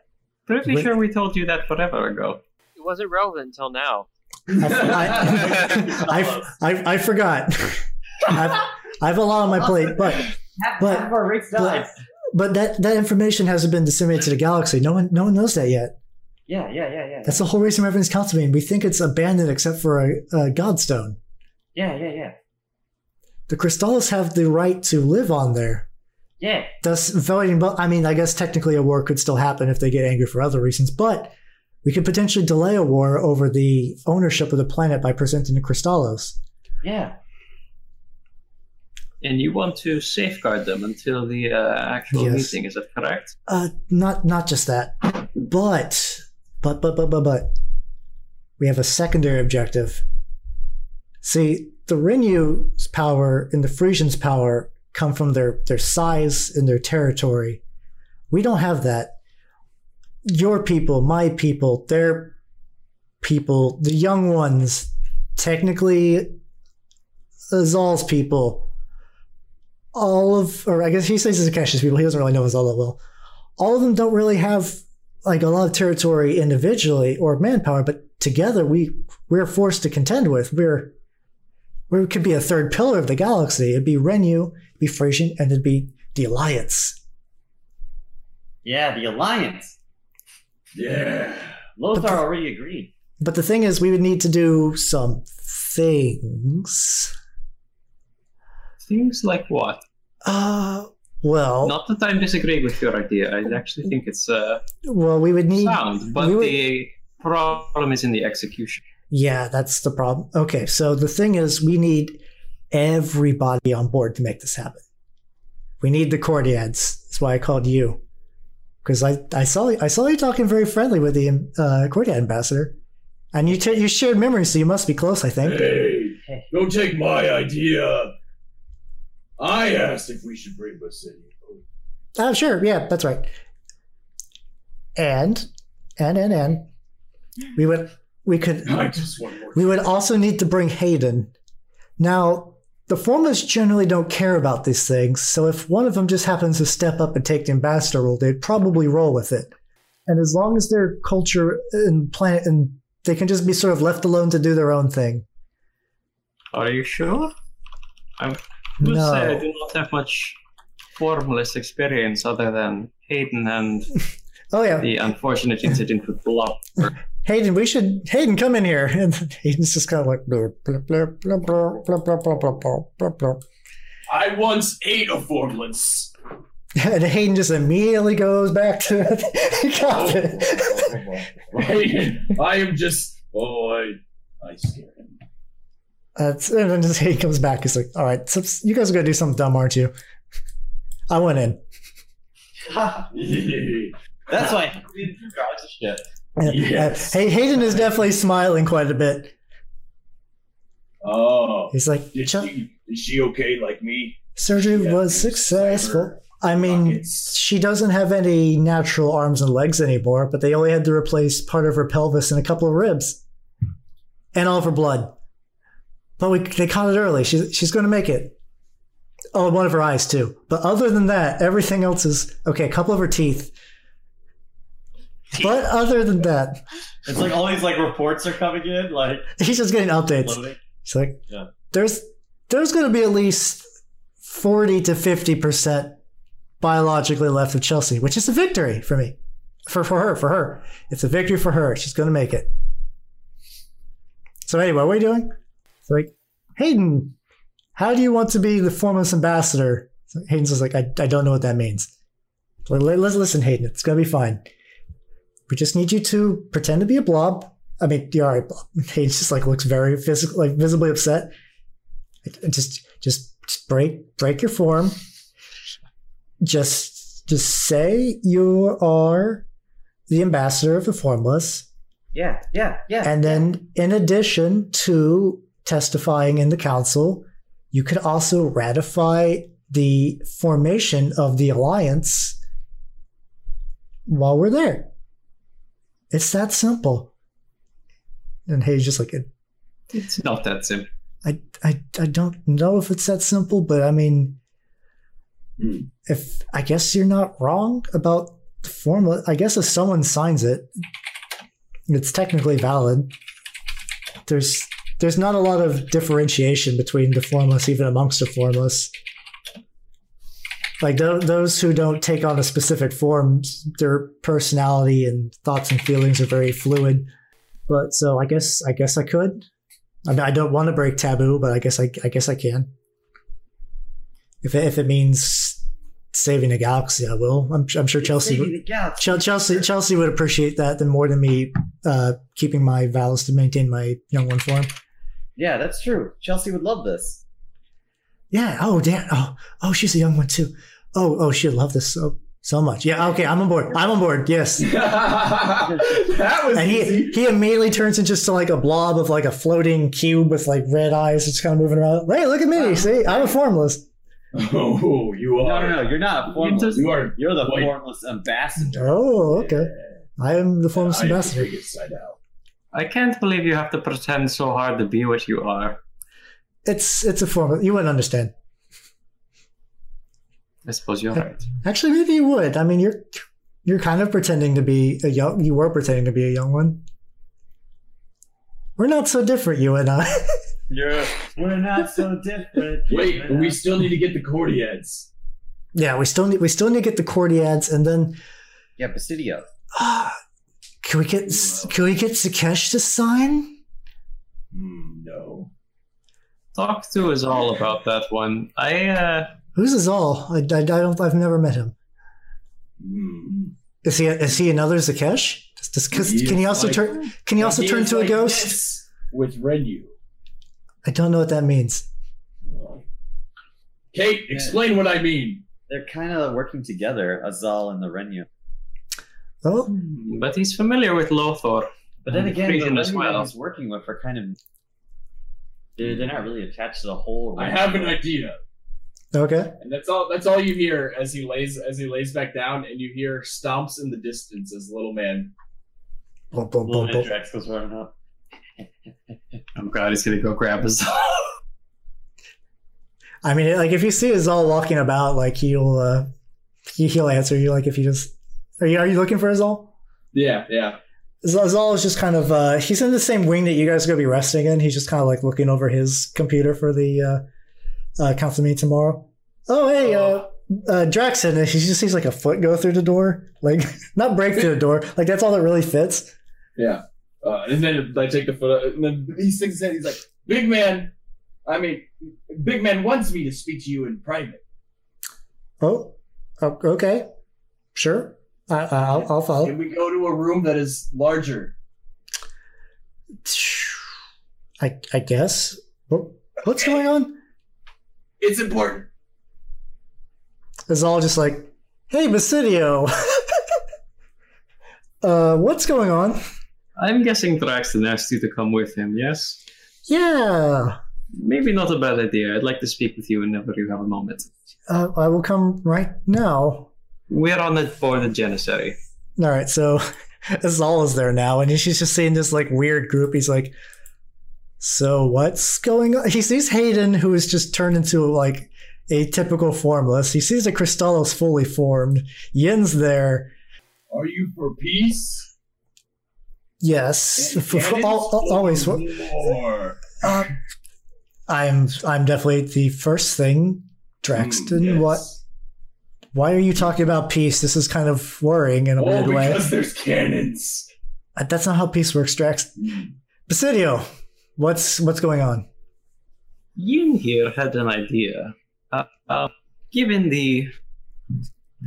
[SPEAKER 6] Pretty
[SPEAKER 8] Wait.
[SPEAKER 6] sure we told you that forever ago.
[SPEAKER 1] It wasn't relevant until now.
[SPEAKER 8] I, I, I, I forgot. I've, I've a lot on my plate, but
[SPEAKER 3] Half,
[SPEAKER 8] But-
[SPEAKER 3] half of our rates died.
[SPEAKER 8] but, but that, that information hasn't been disseminated to the galaxy. No one no one knows that yet.
[SPEAKER 3] Yeah, yeah, yeah, yeah.
[SPEAKER 8] That's the whole reason everything's cultivating. We think it's abandoned except for a, a godstone.
[SPEAKER 3] Yeah, yeah, yeah.
[SPEAKER 8] The Crystallis have the right to live on there.
[SPEAKER 3] Yeah.
[SPEAKER 8] Thus, voting. But I mean, I guess technically a war could still happen if they get angry for other reasons. But we could potentially delay a war over the ownership of the planet by presenting the Crystallos.
[SPEAKER 3] Yeah.
[SPEAKER 6] And you want to safeguard them until the uh, actual
[SPEAKER 8] Yes.
[SPEAKER 6] meeting, is that correct?
[SPEAKER 8] Uh, not not just that, but but but but but but we have a secondary objective. See, the Renu's power and the Frisians' power come from their their size and their territory. We don't have that. Your people, my people, their people, the young ones, technically Azal's people, all of, or I guess he says it's Akash's people. He doesn't really know Azal that well all of them don't really have like a lot of territory individually or manpower, but together we we're forced to contend with. We're we could be a third pillar of the galaxy. It'd be Renu, it'd be Frisian, and it'd be the Alliance.
[SPEAKER 3] Yeah, the Alliance.
[SPEAKER 7] Yeah.
[SPEAKER 3] Lothar already agreed.
[SPEAKER 8] But the thing is, we would need to do some things.
[SPEAKER 6] Things like what?
[SPEAKER 8] Uh, Well,
[SPEAKER 6] not that I disagree with your idea. I actually think it's uh,
[SPEAKER 8] well, we would need
[SPEAKER 6] sound, but
[SPEAKER 8] we would-
[SPEAKER 6] the problem is in the execution.
[SPEAKER 8] Yeah, that's the problem. Okay, so the thing is, we need everybody on board to make this happen. We need the Cordiads. That's why I called you, because I, I saw I saw you talking very friendly with the uh, Cordiad ambassador, and you t- you shared memories, so you must be close. I think.
[SPEAKER 5] Hey, don't take my idea. I asked if we should bring Basidio.
[SPEAKER 8] Oh, sure. Yeah, that's right. And, and, and, and, we would, we could,
[SPEAKER 5] I just want more.
[SPEAKER 8] we would also need to bring Hayden. Now, the formers generally don't care about these things, so if one of them just happens to step up and take the ambassador role, they'd probably roll with it. And as long as their culture and planet, and they can just be sort of left alone to do their own thing.
[SPEAKER 6] Are you sure? I would
[SPEAKER 8] No.
[SPEAKER 6] say I do not have much formless experience other than Hayden and
[SPEAKER 8] Oh yeah,
[SPEAKER 6] the unfortunate incident with Blob.
[SPEAKER 8] Hayden, we should. Hayden, come in here. And Hayden's just kind of like. "Blur, blur, blur, blur, blur, blur, blur, blur, blur, blur, blur, blur."
[SPEAKER 7] I once ate a formless.
[SPEAKER 8] And Hayden just immediately goes back to he got it.
[SPEAKER 7] Oh. I am just. Oh, I, I scared him.
[SPEAKER 8] That's, and then just Hayden comes back. He's like, "All right, so you guys are gonna do something dumb, aren't you?" I went in.
[SPEAKER 3] That's why I didn't do guys a ship.
[SPEAKER 8] Uh, Hey, Hayden is definitely smiling quite a bit.
[SPEAKER 7] Oh.
[SPEAKER 8] He's like,
[SPEAKER 7] Did she, is she okay like me?
[SPEAKER 8] Surgery was successful. I mean, she doesn't have any natural arms and legs anymore, but they only had to replace part of her pelvis and a couple of ribs, and all of her blood. But we, they caught it early. She's she's going to make it. Oh, and one of her eyes too. But other than that, everything else is okay. A couple of her teeth. But other than that,
[SPEAKER 3] It's like all these like reports are coming in, like
[SPEAKER 8] he's just getting updates.
[SPEAKER 3] loading.
[SPEAKER 8] It's like
[SPEAKER 3] Yeah.
[SPEAKER 8] there's there's going to be at least 40 to 50% biologically left of Chelsea, which is a victory for me. For for her, for her. It's a victory for her. She's going to make it. So anyway, what are you doing? It's like, Hayden, how do you want to be the formless ambassador? So Hayden's just like, I, I don't know what that means. Like, "Li- Let's listen, Hayden. It's going to be fine. We just need you to pretend to be a blob. I mean, you're already a blob. Hayden's just like looks very physical, like visibly upset. I- I Just, just, just break, break your form. Just, just say you are the ambassador of the formless.
[SPEAKER 3] Yeah, yeah, yeah.
[SPEAKER 8] And then, in addition to testifying in the council, you could also ratify the formation of the alliance while we're there. It's that simple. And Hayes just like,
[SPEAKER 6] It's not that simple.
[SPEAKER 8] I, I, I don't know if it's that simple, but I mean, if I guess you're not wrong about the formula. I guess if someone signs it, it's technically valid. There's there's not a lot of differentiation between the formless, even amongst the formless. Like tho- those who don't take on a specific form, their personality and thoughts and feelings are very fluid. But so I guess I guess I could. I mean, I don't want to break taboo, but I guess I, I guess I can. If it, if it means saving the galaxy, I will. I'm, I'm sure Chelsea.
[SPEAKER 3] Saving
[SPEAKER 8] would-
[SPEAKER 3] the galaxy.
[SPEAKER 8] Chel- Chelsea Chelsea would appreciate that than more than me uh, keeping my vows to maintain my young one form.
[SPEAKER 3] Yeah, that's true. Chelsea would love this.
[SPEAKER 8] Yeah. Oh, damn. Oh, oh, she's a young one too. Oh, oh, she'd love this so so much. Yeah. Okay, I'm on board. I'm on board. Yes.
[SPEAKER 7] that was
[SPEAKER 8] and he he immediately turns into just like a blob of like a floating cube with like red eyes, just kind of moving around. Hey, look at me. See, I'm a formless.
[SPEAKER 7] Oh, you
[SPEAKER 3] No,
[SPEAKER 7] are.
[SPEAKER 3] no, no. You're not formless.
[SPEAKER 7] You are.
[SPEAKER 3] You're the
[SPEAKER 7] Wait.
[SPEAKER 3] formless ambassador.
[SPEAKER 8] Oh, okay. I am the formless
[SPEAKER 7] I am
[SPEAKER 8] ambassador.
[SPEAKER 7] the inside out.
[SPEAKER 6] I can't believe you have to pretend so hard to be what you are.
[SPEAKER 8] It's it's a form. You wouldn't understand.
[SPEAKER 6] I suppose you're right.
[SPEAKER 8] Actually, maybe you would. I mean, you're you're kind of pretending to be a young. You were pretending to be a young one. We're not so different, you and I.
[SPEAKER 3] You're, we're not so different.
[SPEAKER 7] Wait,
[SPEAKER 3] We're
[SPEAKER 7] we
[SPEAKER 3] not-
[SPEAKER 7] still need to get the Cordiads.
[SPEAKER 8] yeah, we still need we still need to get the Cordiads, and then
[SPEAKER 3] Yeah, Basidio.
[SPEAKER 8] ah, can we get can we get Sakesh to sign?
[SPEAKER 7] Hmm, no.
[SPEAKER 6] Talk to us all about that one. I uh,
[SPEAKER 8] Who's Azal? I, I, I don't. I've never met him.
[SPEAKER 7] Hmm.
[SPEAKER 8] Is he? Is he another Zakesh? Does- does- 'cause
[SPEAKER 7] He
[SPEAKER 8] can he
[SPEAKER 7] is
[SPEAKER 8] also
[SPEAKER 7] like-
[SPEAKER 8] turn? Can he also
[SPEAKER 7] He
[SPEAKER 8] turn
[SPEAKER 7] is
[SPEAKER 8] to a
[SPEAKER 7] like
[SPEAKER 8] ghost?
[SPEAKER 7] this with Renu.
[SPEAKER 8] I don't know what that means.
[SPEAKER 7] Kate, explain what I mean.
[SPEAKER 3] They're kind of working together, Azal and the Renu.
[SPEAKER 8] Oh,
[SPEAKER 3] Hmm.
[SPEAKER 6] but he's familiar with Lothor.
[SPEAKER 3] But
[SPEAKER 7] Mm,
[SPEAKER 3] then
[SPEAKER 6] and
[SPEAKER 3] again, the
[SPEAKER 6] Frisian
[SPEAKER 3] Renu
[SPEAKER 6] as
[SPEAKER 3] that
[SPEAKER 6] well.
[SPEAKER 3] he's working with are kind of. They're, they're not really attached to the whole.
[SPEAKER 7] I
[SPEAKER 3] Renu.
[SPEAKER 7] have an idea.
[SPEAKER 8] Okay.
[SPEAKER 7] And that's all that's all you hear as he lays as he lays back down and you hear stomps in the distance as little man
[SPEAKER 8] Boom, boom,
[SPEAKER 3] Little
[SPEAKER 8] boom,
[SPEAKER 3] man
[SPEAKER 8] boom.
[SPEAKER 3] Drax goes running up.
[SPEAKER 6] I'm glad he's gonna go grab Azal.
[SPEAKER 8] I mean, like if you see Azal walking about, like he'll uh, he, he'll answer you. Like if you just are you are you looking for Azal?
[SPEAKER 7] Yeah, yeah.
[SPEAKER 8] Azal Azal is just kind of uh, he's in the same wing that you guys are gonna be resting in. He's just kind of like looking over his computer for the uh, uh, council meeting tomorrow. Oh hey, uh, uh, Draxon. and He just sees like a foot go through the door, like not break through the door. Like that's all that really fits.
[SPEAKER 7] Yeah. Uh, and then I take the foot and then he sticks his head, he's like, Big man I mean Big Man wants me to speak to you in private.
[SPEAKER 8] Oh, oh okay, sure. I, I- I'll, I'll follow.
[SPEAKER 7] Can we go to a room that is larger?
[SPEAKER 8] I I guess. What, what's going on?
[SPEAKER 7] It's important.
[SPEAKER 8] It's all just like, hey, Basidio. uh, what's going on?
[SPEAKER 6] I'm guessing Draxton asked you to come with him, yes?
[SPEAKER 8] Yeah.
[SPEAKER 6] Maybe not a bad idea. I'd like to speak with you whenever you have a moment.
[SPEAKER 8] Uh, I will come right now.
[SPEAKER 6] We're on it for the Janissary.
[SPEAKER 8] All right, so Azal is there now, and she's just seeing this like weird group. He's like, "So what's going on?" He sees Hayden, who is just turned into like a typical formless. He sees the Crystallos fully formed. Yin's there.
[SPEAKER 7] Are you for peace?
[SPEAKER 8] Yes, for, for, al- al- always. for-
[SPEAKER 7] Or
[SPEAKER 8] Uh, I'm I'm definitely the first thing, Draxton.
[SPEAKER 7] Hmm, Mm,
[SPEAKER 8] What? Why are you talking about peace? This is kind of worrying in a
[SPEAKER 7] Oh,
[SPEAKER 8] weird way.
[SPEAKER 7] because there's cannons.
[SPEAKER 8] Uh, That's not how peace works, Draxton. Basidio, what's what's going on?
[SPEAKER 6] Yin here had an idea. Uh, uh, given the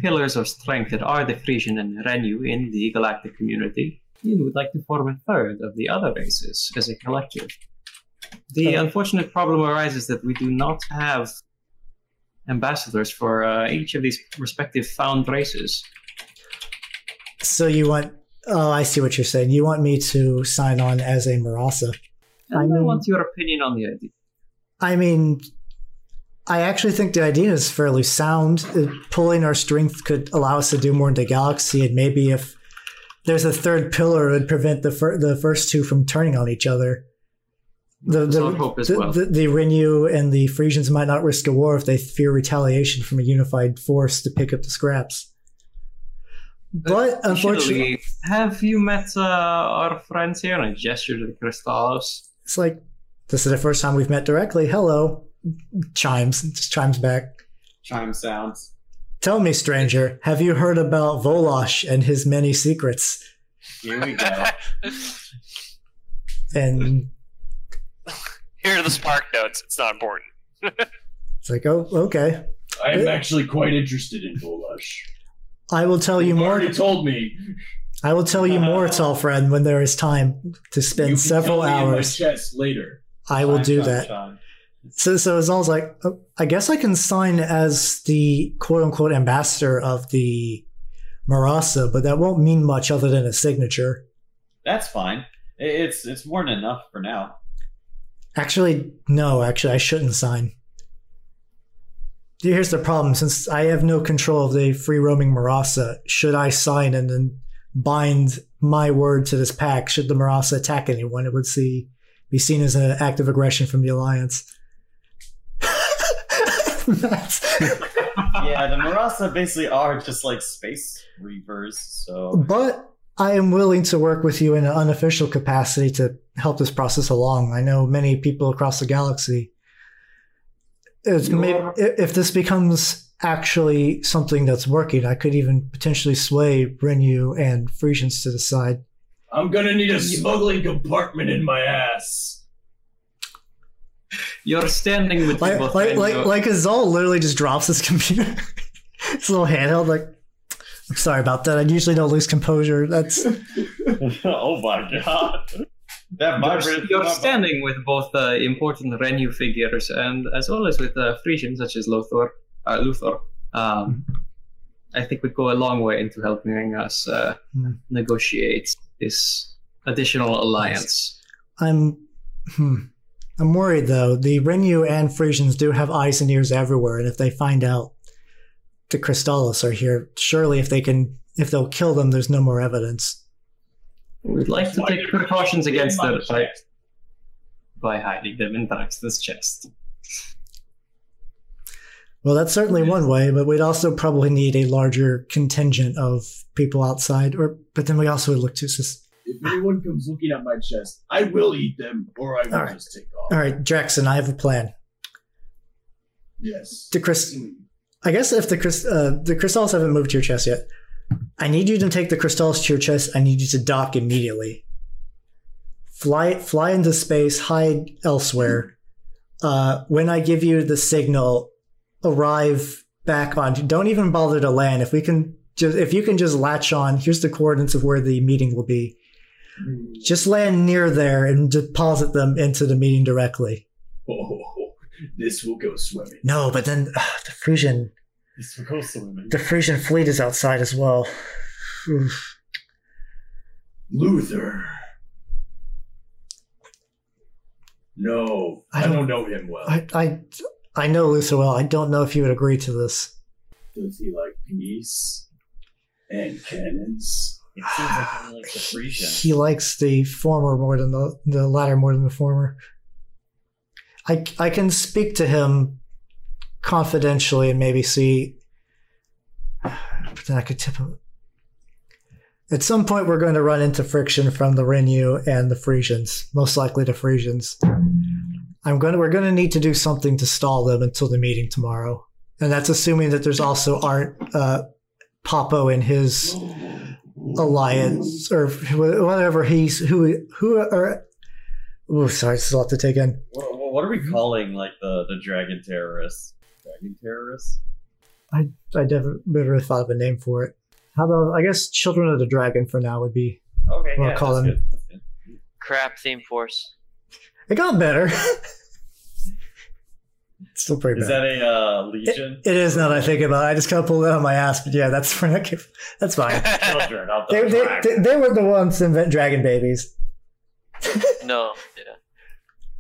[SPEAKER 6] pillars of strength that are the Frisian and Renu in the galactic community, Yin would like to form a third of the other races as a collective. The unfortunate problem arises that we do not have ambassadors for uh, each of these respective found races.
[SPEAKER 8] So you want? Oh, I see what you're saying. You want me to sign on as a Marasa?
[SPEAKER 6] And I, want your opinion on the idea.
[SPEAKER 8] I mean, I actually think the idea is fairly sound. Uh, Pulling our strength could allow us to do more in the galaxy, and maybe if there's a third pillar, it would prevent the fir- the first two from turning on each other. The
[SPEAKER 6] That's
[SPEAKER 8] the,
[SPEAKER 6] our hope as
[SPEAKER 8] the,
[SPEAKER 6] well.
[SPEAKER 8] the, the Renu and the Frisians might not risk a war if they fear retaliation from a unified force to pick up the scraps. But unfortunately,
[SPEAKER 6] Surely, have you met uh, our friends here? And I gesture to the Crystallos.
[SPEAKER 8] It's like this is the first time we've met directly. Hello, chimes just chimes back.
[SPEAKER 3] Chime sounds.
[SPEAKER 8] Tell me, stranger, have you heard about Volosh and his many secrets?
[SPEAKER 3] Here we go.
[SPEAKER 8] And
[SPEAKER 4] Here are the spark notes. It's not important.
[SPEAKER 8] it's like, oh, okay.
[SPEAKER 7] I am actually quite interested in Volash.
[SPEAKER 8] I will tell you
[SPEAKER 7] You
[SPEAKER 8] more.
[SPEAKER 7] already told me.
[SPEAKER 8] I will tell you more, tall friend, when there is time to spend
[SPEAKER 7] You can
[SPEAKER 8] several
[SPEAKER 7] tell me in my
[SPEAKER 8] hours.
[SPEAKER 7] chest later.
[SPEAKER 8] I will do
[SPEAKER 3] Chime,
[SPEAKER 8] that.
[SPEAKER 3] chime.
[SPEAKER 8] So, so Azal's like, oh, I guess I can sign as the quote unquote ambassador of the Marasa, but that won't mean much other than a signature.
[SPEAKER 3] That's fine. I- It's it's more than enough for now.
[SPEAKER 8] Actually, no, actually, I shouldn't sign. Here's the problem since I have no control of the free roaming Marasa, should I sign and then bind my word to this pact? Should the Marasa attack anyone, it would see, be seen as an act of aggression from the Alliance.
[SPEAKER 3] yeah, the Marasa basically are just like space reavers. So
[SPEAKER 8] But I am willing to work with you in an unofficial capacity to help this process along. I know many people across the galaxy. It's may- i- if this becomes actually something that's working, I could even potentially sway Renu and Frisians to the side.
[SPEAKER 7] I'm gonna need a smuggling compartment in my ass.
[SPEAKER 6] You're standing with
[SPEAKER 8] Like
[SPEAKER 6] people
[SPEAKER 8] like
[SPEAKER 6] and uh,
[SPEAKER 8] like,
[SPEAKER 6] you're-
[SPEAKER 8] like Azul literally just drops his computer. his little handheld, like I'm sorry about that. I usually don't lose composure. That's
[SPEAKER 3] oh my god. That
[SPEAKER 6] you're, you're standing with both uh, important Renu figures and as well as with uh, Frisians such as Lothar, uh, Luthor. Um, I think would go a long way into helping us uh,
[SPEAKER 8] Hmm.
[SPEAKER 6] negotiate this additional alliance.
[SPEAKER 8] I'm hmm. I'm worried though. The Renu and Frisians do have eyes and ears everywhere, and if they find out the Crystallis are here, surely if they can if they'll kill them, there's no more evidence.
[SPEAKER 6] We'd like to
[SPEAKER 8] Why
[SPEAKER 6] take precautions
[SPEAKER 8] in
[SPEAKER 6] against
[SPEAKER 8] my
[SPEAKER 6] them by, by hiding them in Draxton's chest.
[SPEAKER 8] Well, that's certainly one way, but we'd also probably need a larger contingent of people outside. Or, but then we also would look to. sus-
[SPEAKER 7] If anyone comes looking at my chest, I will eat them, or I will
[SPEAKER 8] All right.
[SPEAKER 7] just take off.
[SPEAKER 8] All right, Jackson, I have a plan.
[SPEAKER 7] Yes.
[SPEAKER 8] The Chris, I guess if the Chris, uh, the crystals haven't moved to your chest yet, I need you to take the crystals to your chest. I need you to dock immediately. Fly, fly into space, hide elsewhere. Uh, when I give you the signal, arrive back on. Don't even bother to land. If we can, just if you can just latch on. Here's the coordinates of where the meeting will be.
[SPEAKER 7] Mm.
[SPEAKER 8] Just land near there and deposit them into the meeting directly.
[SPEAKER 7] Oh, this will go swimming.
[SPEAKER 8] No, but then ugh, the Frisian
[SPEAKER 7] This will go swimming.
[SPEAKER 8] The Frisian fleet is outside as well. Oof.
[SPEAKER 7] Luther. No,
[SPEAKER 8] I
[SPEAKER 7] I
[SPEAKER 8] don't-
[SPEAKER 7] don't, know him well.
[SPEAKER 8] I, I, I know Luther well. I don't know if he would agree to this.
[SPEAKER 7] Does he like peace and cannons? It seems like he likes the
[SPEAKER 8] He likes the former more than the, the latter more than the former. I, I can speak to him confidentially and maybe see. But then I could tip him. At some point, we're going to run into friction from the Renu and the Frisians, most likely the Frisians. I'm going to, we're going to need to do something to stall them until the meeting tomorrow. And that's assuming that there's also aren't uh, Popo and his alliance or wh- whatever he's who who are. Oh, sorry, this is a lot to take in.
[SPEAKER 3] What, what what are
[SPEAKER 7] Mm-hmm.
[SPEAKER 3] we calling like the, the dragon terrorists? Dragon terrorists?
[SPEAKER 8] I I never, never thought of a name for it. How about I guess Children of the Dragon for now would be.
[SPEAKER 3] Okay,
[SPEAKER 8] we'll
[SPEAKER 3] yeah,
[SPEAKER 8] call
[SPEAKER 3] that's
[SPEAKER 8] them.
[SPEAKER 1] Crap theme force.
[SPEAKER 8] It got better. It's Still pretty
[SPEAKER 3] Is
[SPEAKER 8] bad.
[SPEAKER 3] that a uh, legion?
[SPEAKER 8] it is now that I think about it. I just kind of pulled it out of my ass, but yeah, that's that's fine.
[SPEAKER 3] Children of the
[SPEAKER 8] they, they,
[SPEAKER 3] dragon.
[SPEAKER 8] they, they were the ones to invent dragon babies.
[SPEAKER 1] No, yeah.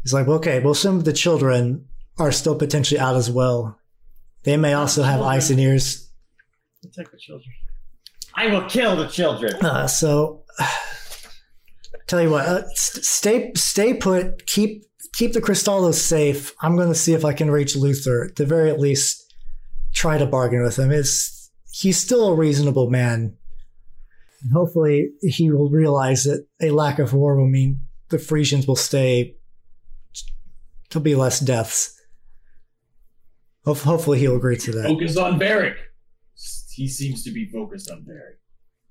[SPEAKER 8] He's like, okay, well, some of the children are still potentially out as well. They may also have eyes and ears.
[SPEAKER 3] Take the children. I will kill the children.
[SPEAKER 8] Uh, so, tell you what, uh, st- stay stay put. Keep keep the Cristallos safe. I'm going to see if I can reach Luther. At the very least, try to bargain with him. It's he's still a reasonable man, and hopefully, he will realize that a lack of war will mean the Frisians will stay. There'll be less deaths. Ho- hopefully, he'll agree to that.
[SPEAKER 7] Focus on Barrick. He seems to be focused on Barrick.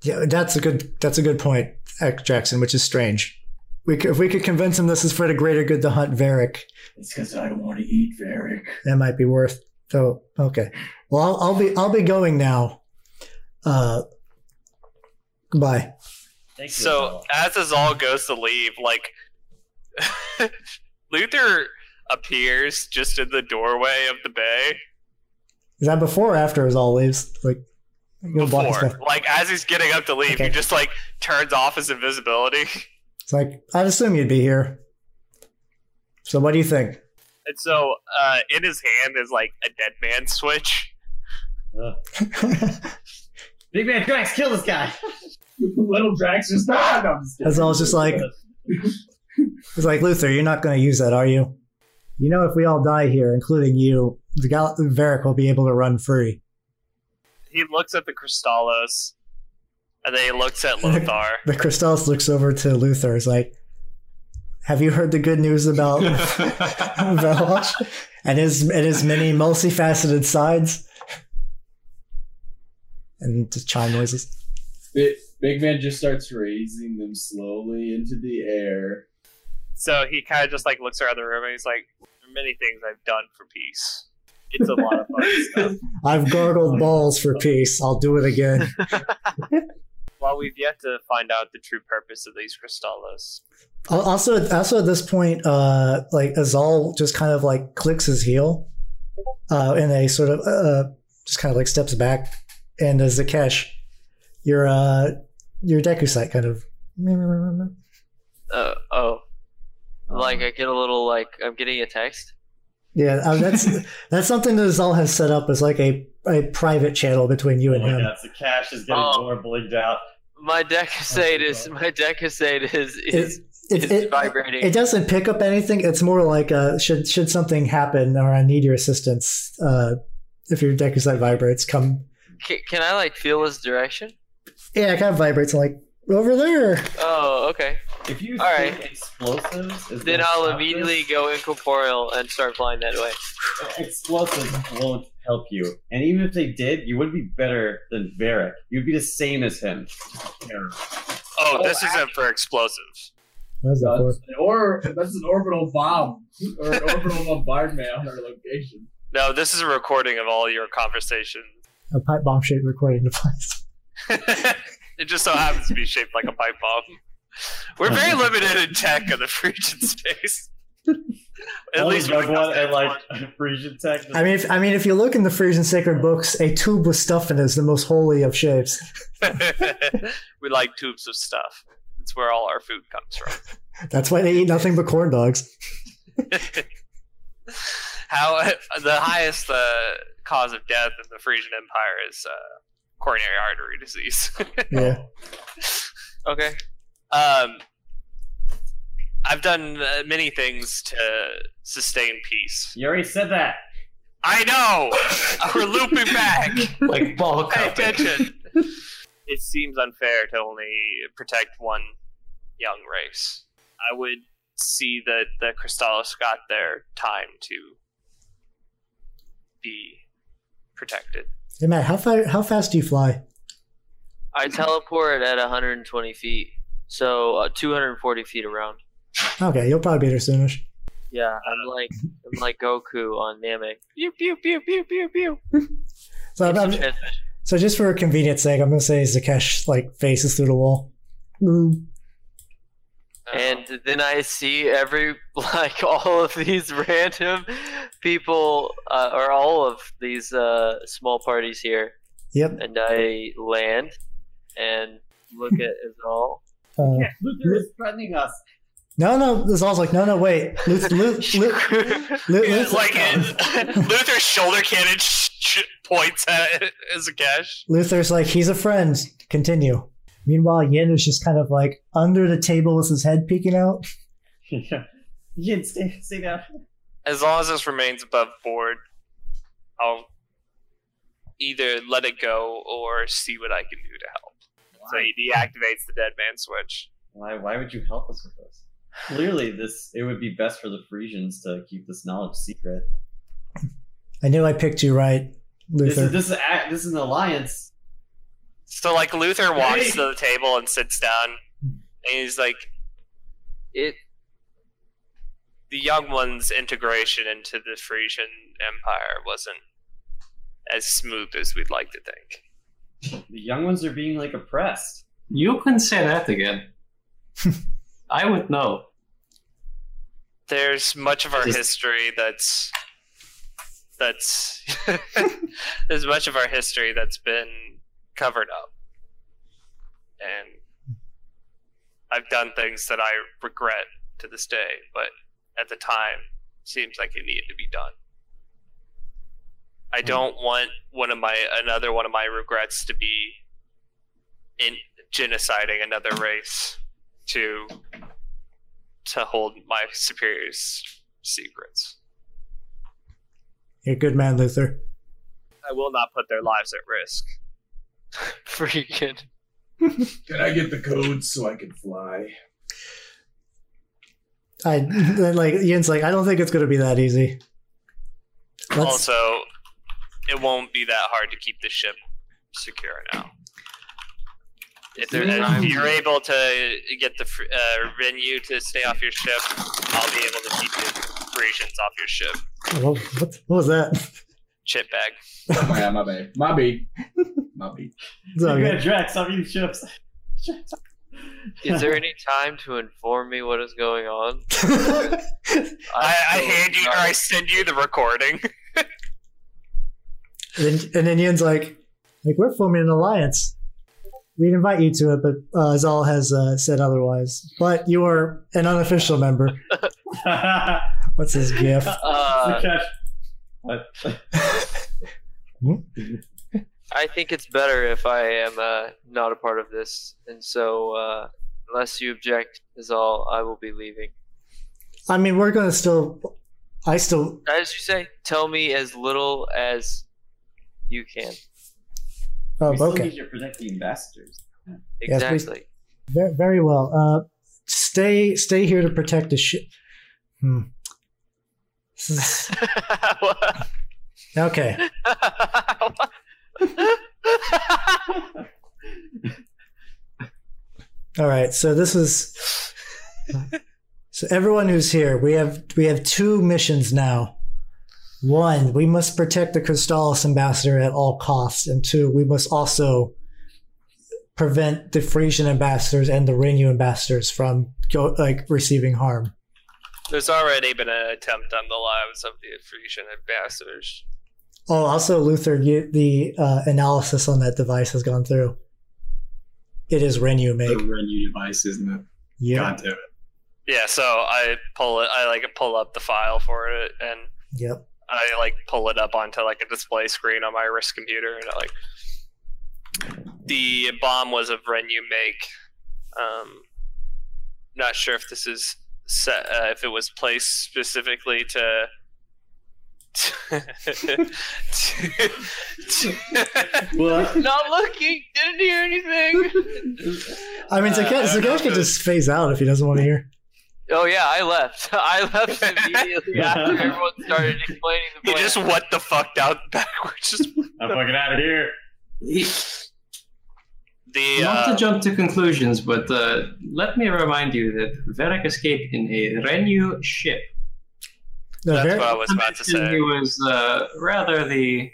[SPEAKER 8] Yeah, that's a good that's a good point, Eck Jackson, which is strange. We could, if we could convince him this is for the greater good to hunt Varric,
[SPEAKER 7] It's because I don't want to eat Varric.
[SPEAKER 8] that might be worth. So okay, well I'll, I'll be I'll be going now. Uh, goodbye.
[SPEAKER 4] so as Azal goes to leave, like Luther appears just in the doorway of the bay
[SPEAKER 8] Is that before or after is all leaves? Like you know, blocking
[SPEAKER 4] before.
[SPEAKER 8] stuff.
[SPEAKER 4] Like as he's getting up to leave, he just like turns off his invisibility.
[SPEAKER 8] It's like I'd assume you'd be here. So what do you think?
[SPEAKER 4] And so uh, in his hand is like a dead man switch.
[SPEAKER 3] Big man Drax, kill this guy.
[SPEAKER 7] Little Drax is not.
[SPEAKER 8] That's all. It's just like it's like Luther. You're not going to use that, are you? You know, if we all die here, including you, the Gal- Varric will be able to run free.
[SPEAKER 4] He looks at the Cristallos, and then he looks at Lothar.
[SPEAKER 8] The Cristals looks over to Luther. Is like, "Have you heard the good news about Velosh and his and his many multifaceted sides?" And just chime noises.
[SPEAKER 7] Big, Big Man just starts raising them slowly into the air.
[SPEAKER 4] So he kind of just like looks around the room and he's like, many things I've done for peace. It's a lot of fun stuff.
[SPEAKER 8] I've gargled balls for peace. I'll do it again.
[SPEAKER 4] While we've yet to find out the true purpose of these crystallos,
[SPEAKER 8] Al- Also, also at this point, uh, like Azal just kind of like clicks his heel, uh, and a sort of uh, just kind of like steps back, and uh, Zakesh, your uh, your Deku site kind of
[SPEAKER 1] Uh, oh. Like, I get a little, like, I'm getting a text.
[SPEAKER 8] yeah, uh, that's that's something that Azal has set up as like a a private channel between you and
[SPEAKER 3] Oh my
[SPEAKER 8] him.
[SPEAKER 3] god, the cash is getting
[SPEAKER 7] Oh.
[SPEAKER 3] more blinged out.
[SPEAKER 1] My decusate is, my decusate is, is,
[SPEAKER 8] it-
[SPEAKER 1] is
[SPEAKER 8] it-
[SPEAKER 1] vibrating.
[SPEAKER 8] It doesn't pick up anything. It's more like uh, should should something happen or I need your assistance. Uh, if your deck is that vibrates, come.
[SPEAKER 1] Can, can I, like, feel his direction?
[SPEAKER 8] Yeah, it kind of vibrates. i like over there.
[SPEAKER 1] Oh, okay.
[SPEAKER 3] If you
[SPEAKER 1] All right.
[SPEAKER 3] explosives, is
[SPEAKER 1] then
[SPEAKER 3] gonna
[SPEAKER 1] I'll
[SPEAKER 3] stop
[SPEAKER 1] immediately go incorporeal and start flying that way.
[SPEAKER 3] Explosives won't help you. And even if they did, you wouldn't be better than Varric. You'd be the same as him.
[SPEAKER 4] oh, this isn't for explosives.
[SPEAKER 8] What is that for?
[SPEAKER 7] Or that's an orbital bomb or an orbital bombardment on our location.
[SPEAKER 4] No, this is a recording of all your conversations.
[SPEAKER 8] A pipe bomb shaped recording device.
[SPEAKER 4] It just so happens to be shaped like a pipe bomb. We're very limited in tech in the Frisian space. At least when it comes
[SPEAKER 3] one and like Frisian tech.
[SPEAKER 8] I mean, if, I mean, if you look in the Frisian sacred books, a tube with stuff in it is the most holy of shapes.
[SPEAKER 4] we like tubes of stuff. That's where all our food comes from.
[SPEAKER 8] That's why they eat nothing but corn dogs.
[SPEAKER 4] How the highest uh, cause of death in the Frisian Empire is uh, coronary artery disease.
[SPEAKER 8] Yeah.
[SPEAKER 4] okay. Um, I've done uh, many things to sustain peace.
[SPEAKER 3] You already said that.
[SPEAKER 4] I know. We're looping back.
[SPEAKER 6] Like ball
[SPEAKER 4] Pay attention. it seems unfair to only protect one young race. I would see that the Crystallis got their time to be protected.
[SPEAKER 8] Hey Matt, how far, how fast do you fly?
[SPEAKER 1] I teleport at 120 feet, so uh, 240 feet around.
[SPEAKER 8] Okay, you'll probably be there soonish.
[SPEAKER 1] Yeah, I'm like I'm like Goku on Namek. Pew pew pew pew pew pew.
[SPEAKER 8] So, I'm- I'm-
[SPEAKER 1] Transmission.
[SPEAKER 8] so just for convenience sake, I'm gonna say Zakesh like faces through the wall.
[SPEAKER 1] And then I see every like all of these random people uh, or all of these uh, small parties here,
[SPEAKER 8] Yep.
[SPEAKER 1] and I land and look at Izal.
[SPEAKER 8] Uh,
[SPEAKER 3] Luther is threatening us.
[SPEAKER 8] No, no. This all's like, no, no, wait. Luth, Luth, Luth, Luth, Luth,
[SPEAKER 4] like Luther's shoulder cannon sh- sh- points at Zakesh.
[SPEAKER 8] Luther's like, he's a friend. Continue. Meanwhile, Yin is just kind of like under the table with his head peeking out.
[SPEAKER 3] You can stay, stay down.
[SPEAKER 4] As long as this remains above board, I'll either let it go or see what I can do to help. So he deactivates the dead man switch.
[SPEAKER 3] Why? Why would you help us with this? Clearly, this it would be best for the Frisians to keep this knowledge secret.
[SPEAKER 8] I knew I picked you right,
[SPEAKER 3] This
[SPEAKER 8] Luther.
[SPEAKER 3] is this is a- this is an alliance.
[SPEAKER 4] So like Luther walks
[SPEAKER 3] Hey.
[SPEAKER 4] to the table and sits down, and he's like,
[SPEAKER 1] "It
[SPEAKER 4] the young one's integration into the Frisian Empire wasn't as smooth as we'd like to think."
[SPEAKER 3] The young ones are being like oppressed.
[SPEAKER 6] You can say that again. I would know.
[SPEAKER 4] There's much of our
[SPEAKER 6] Just-
[SPEAKER 4] history that's that's there's much of our history that's been covered up, and I've done things that I regret to this day, but at the time seems like it needed to be done. I
[SPEAKER 6] Hmm.
[SPEAKER 4] don't want one of my another one of my regrets to be in genociding another race to to hold my superiors secrets.
[SPEAKER 8] You're a good man, Luther.
[SPEAKER 4] I will not put their lives at risk.
[SPEAKER 1] freaking
[SPEAKER 7] Can I get the code so I can fly?
[SPEAKER 8] I like Yin's like, I don't think it's gonna be that easy. Let's
[SPEAKER 4] also, it won't be that hard to keep the ship secure now. If, they're, if you're able to get the fr- uh, Renu to stay off your ship, I'll be able to keep you operations off your ship.
[SPEAKER 8] What, what, what was that?
[SPEAKER 4] Chip bag.
[SPEAKER 7] Oh, yeah, my bad. My bad. My bad.
[SPEAKER 8] It's all
[SPEAKER 3] you
[SPEAKER 8] good.
[SPEAKER 3] got Drax on you ships.
[SPEAKER 1] Is there any time to inform me what is going on?
[SPEAKER 4] I, I hand you or I send you the recording.
[SPEAKER 8] And, then- and then Yin's like, like we're forming an alliance. We'd invite you to it, but uh, Zal has uh, said otherwise. But you are an unofficial member. What's his gift?
[SPEAKER 1] Uh,
[SPEAKER 3] What?
[SPEAKER 1] I think it's better if I am uh, not a part of this, and so uh, unless you object, is all I will be leaving.
[SPEAKER 8] I mean, we're gonna still. I still.
[SPEAKER 1] As you say, tell me as little as you can.
[SPEAKER 8] Oh,
[SPEAKER 3] we still
[SPEAKER 8] okay.
[SPEAKER 3] need you to protect the ambassadors.
[SPEAKER 8] Yes, we-
[SPEAKER 1] Exactly.
[SPEAKER 8] Very, very well. Uh, stay, stay here to protect the ship. Hmm. This is- okay. All right. So this is. So everyone who's here, we have we have two missions now. One, we must protect the Crystallis ambassador at all costs, and two, we must also prevent the Frisian ambassadors and the Renu ambassadors from go, like receiving harm.
[SPEAKER 4] There's already been an attempt on the lives of the Frisian ambassadors.
[SPEAKER 8] Oh, also, Luther, you, the uh, analysis on that device has gone through. It is Renu
[SPEAKER 18] The
[SPEAKER 8] make.
[SPEAKER 18] Renu device, isn't it?
[SPEAKER 8] Yeah.
[SPEAKER 18] God damn it.
[SPEAKER 4] Yeah, so I pull it. I like pull up the file for it, and
[SPEAKER 8] Yep.
[SPEAKER 4] I like pull it up onto like a display screen on my wrist computer, and I, like the bomb was of Renu make. Um, not sure if this is set, uh, if it was placed specifically to.
[SPEAKER 3] What?
[SPEAKER 1] Not looking. Didn't hear anything.
[SPEAKER 8] I mean,
[SPEAKER 4] Uh, I
[SPEAKER 8] Zakesh
[SPEAKER 4] don't know
[SPEAKER 8] Zakesh
[SPEAKER 4] if
[SPEAKER 8] could
[SPEAKER 4] it-
[SPEAKER 8] just phase out if he doesn't want to hear.
[SPEAKER 1] Oh yeah, I left. I left immediately after everyone started explaining the
[SPEAKER 4] You
[SPEAKER 1] plan.
[SPEAKER 4] just what the fuck down backwards. Just
[SPEAKER 3] I'm fucking out of here.
[SPEAKER 4] the
[SPEAKER 6] Not to
[SPEAKER 4] uh,
[SPEAKER 6] jump to conclusions, but uh, let me remind you that Verek escaped in a Renu ship.
[SPEAKER 8] No,
[SPEAKER 4] that's
[SPEAKER 8] very,
[SPEAKER 4] what I was about to
[SPEAKER 6] And He
[SPEAKER 4] say.
[SPEAKER 6] was uh, rather the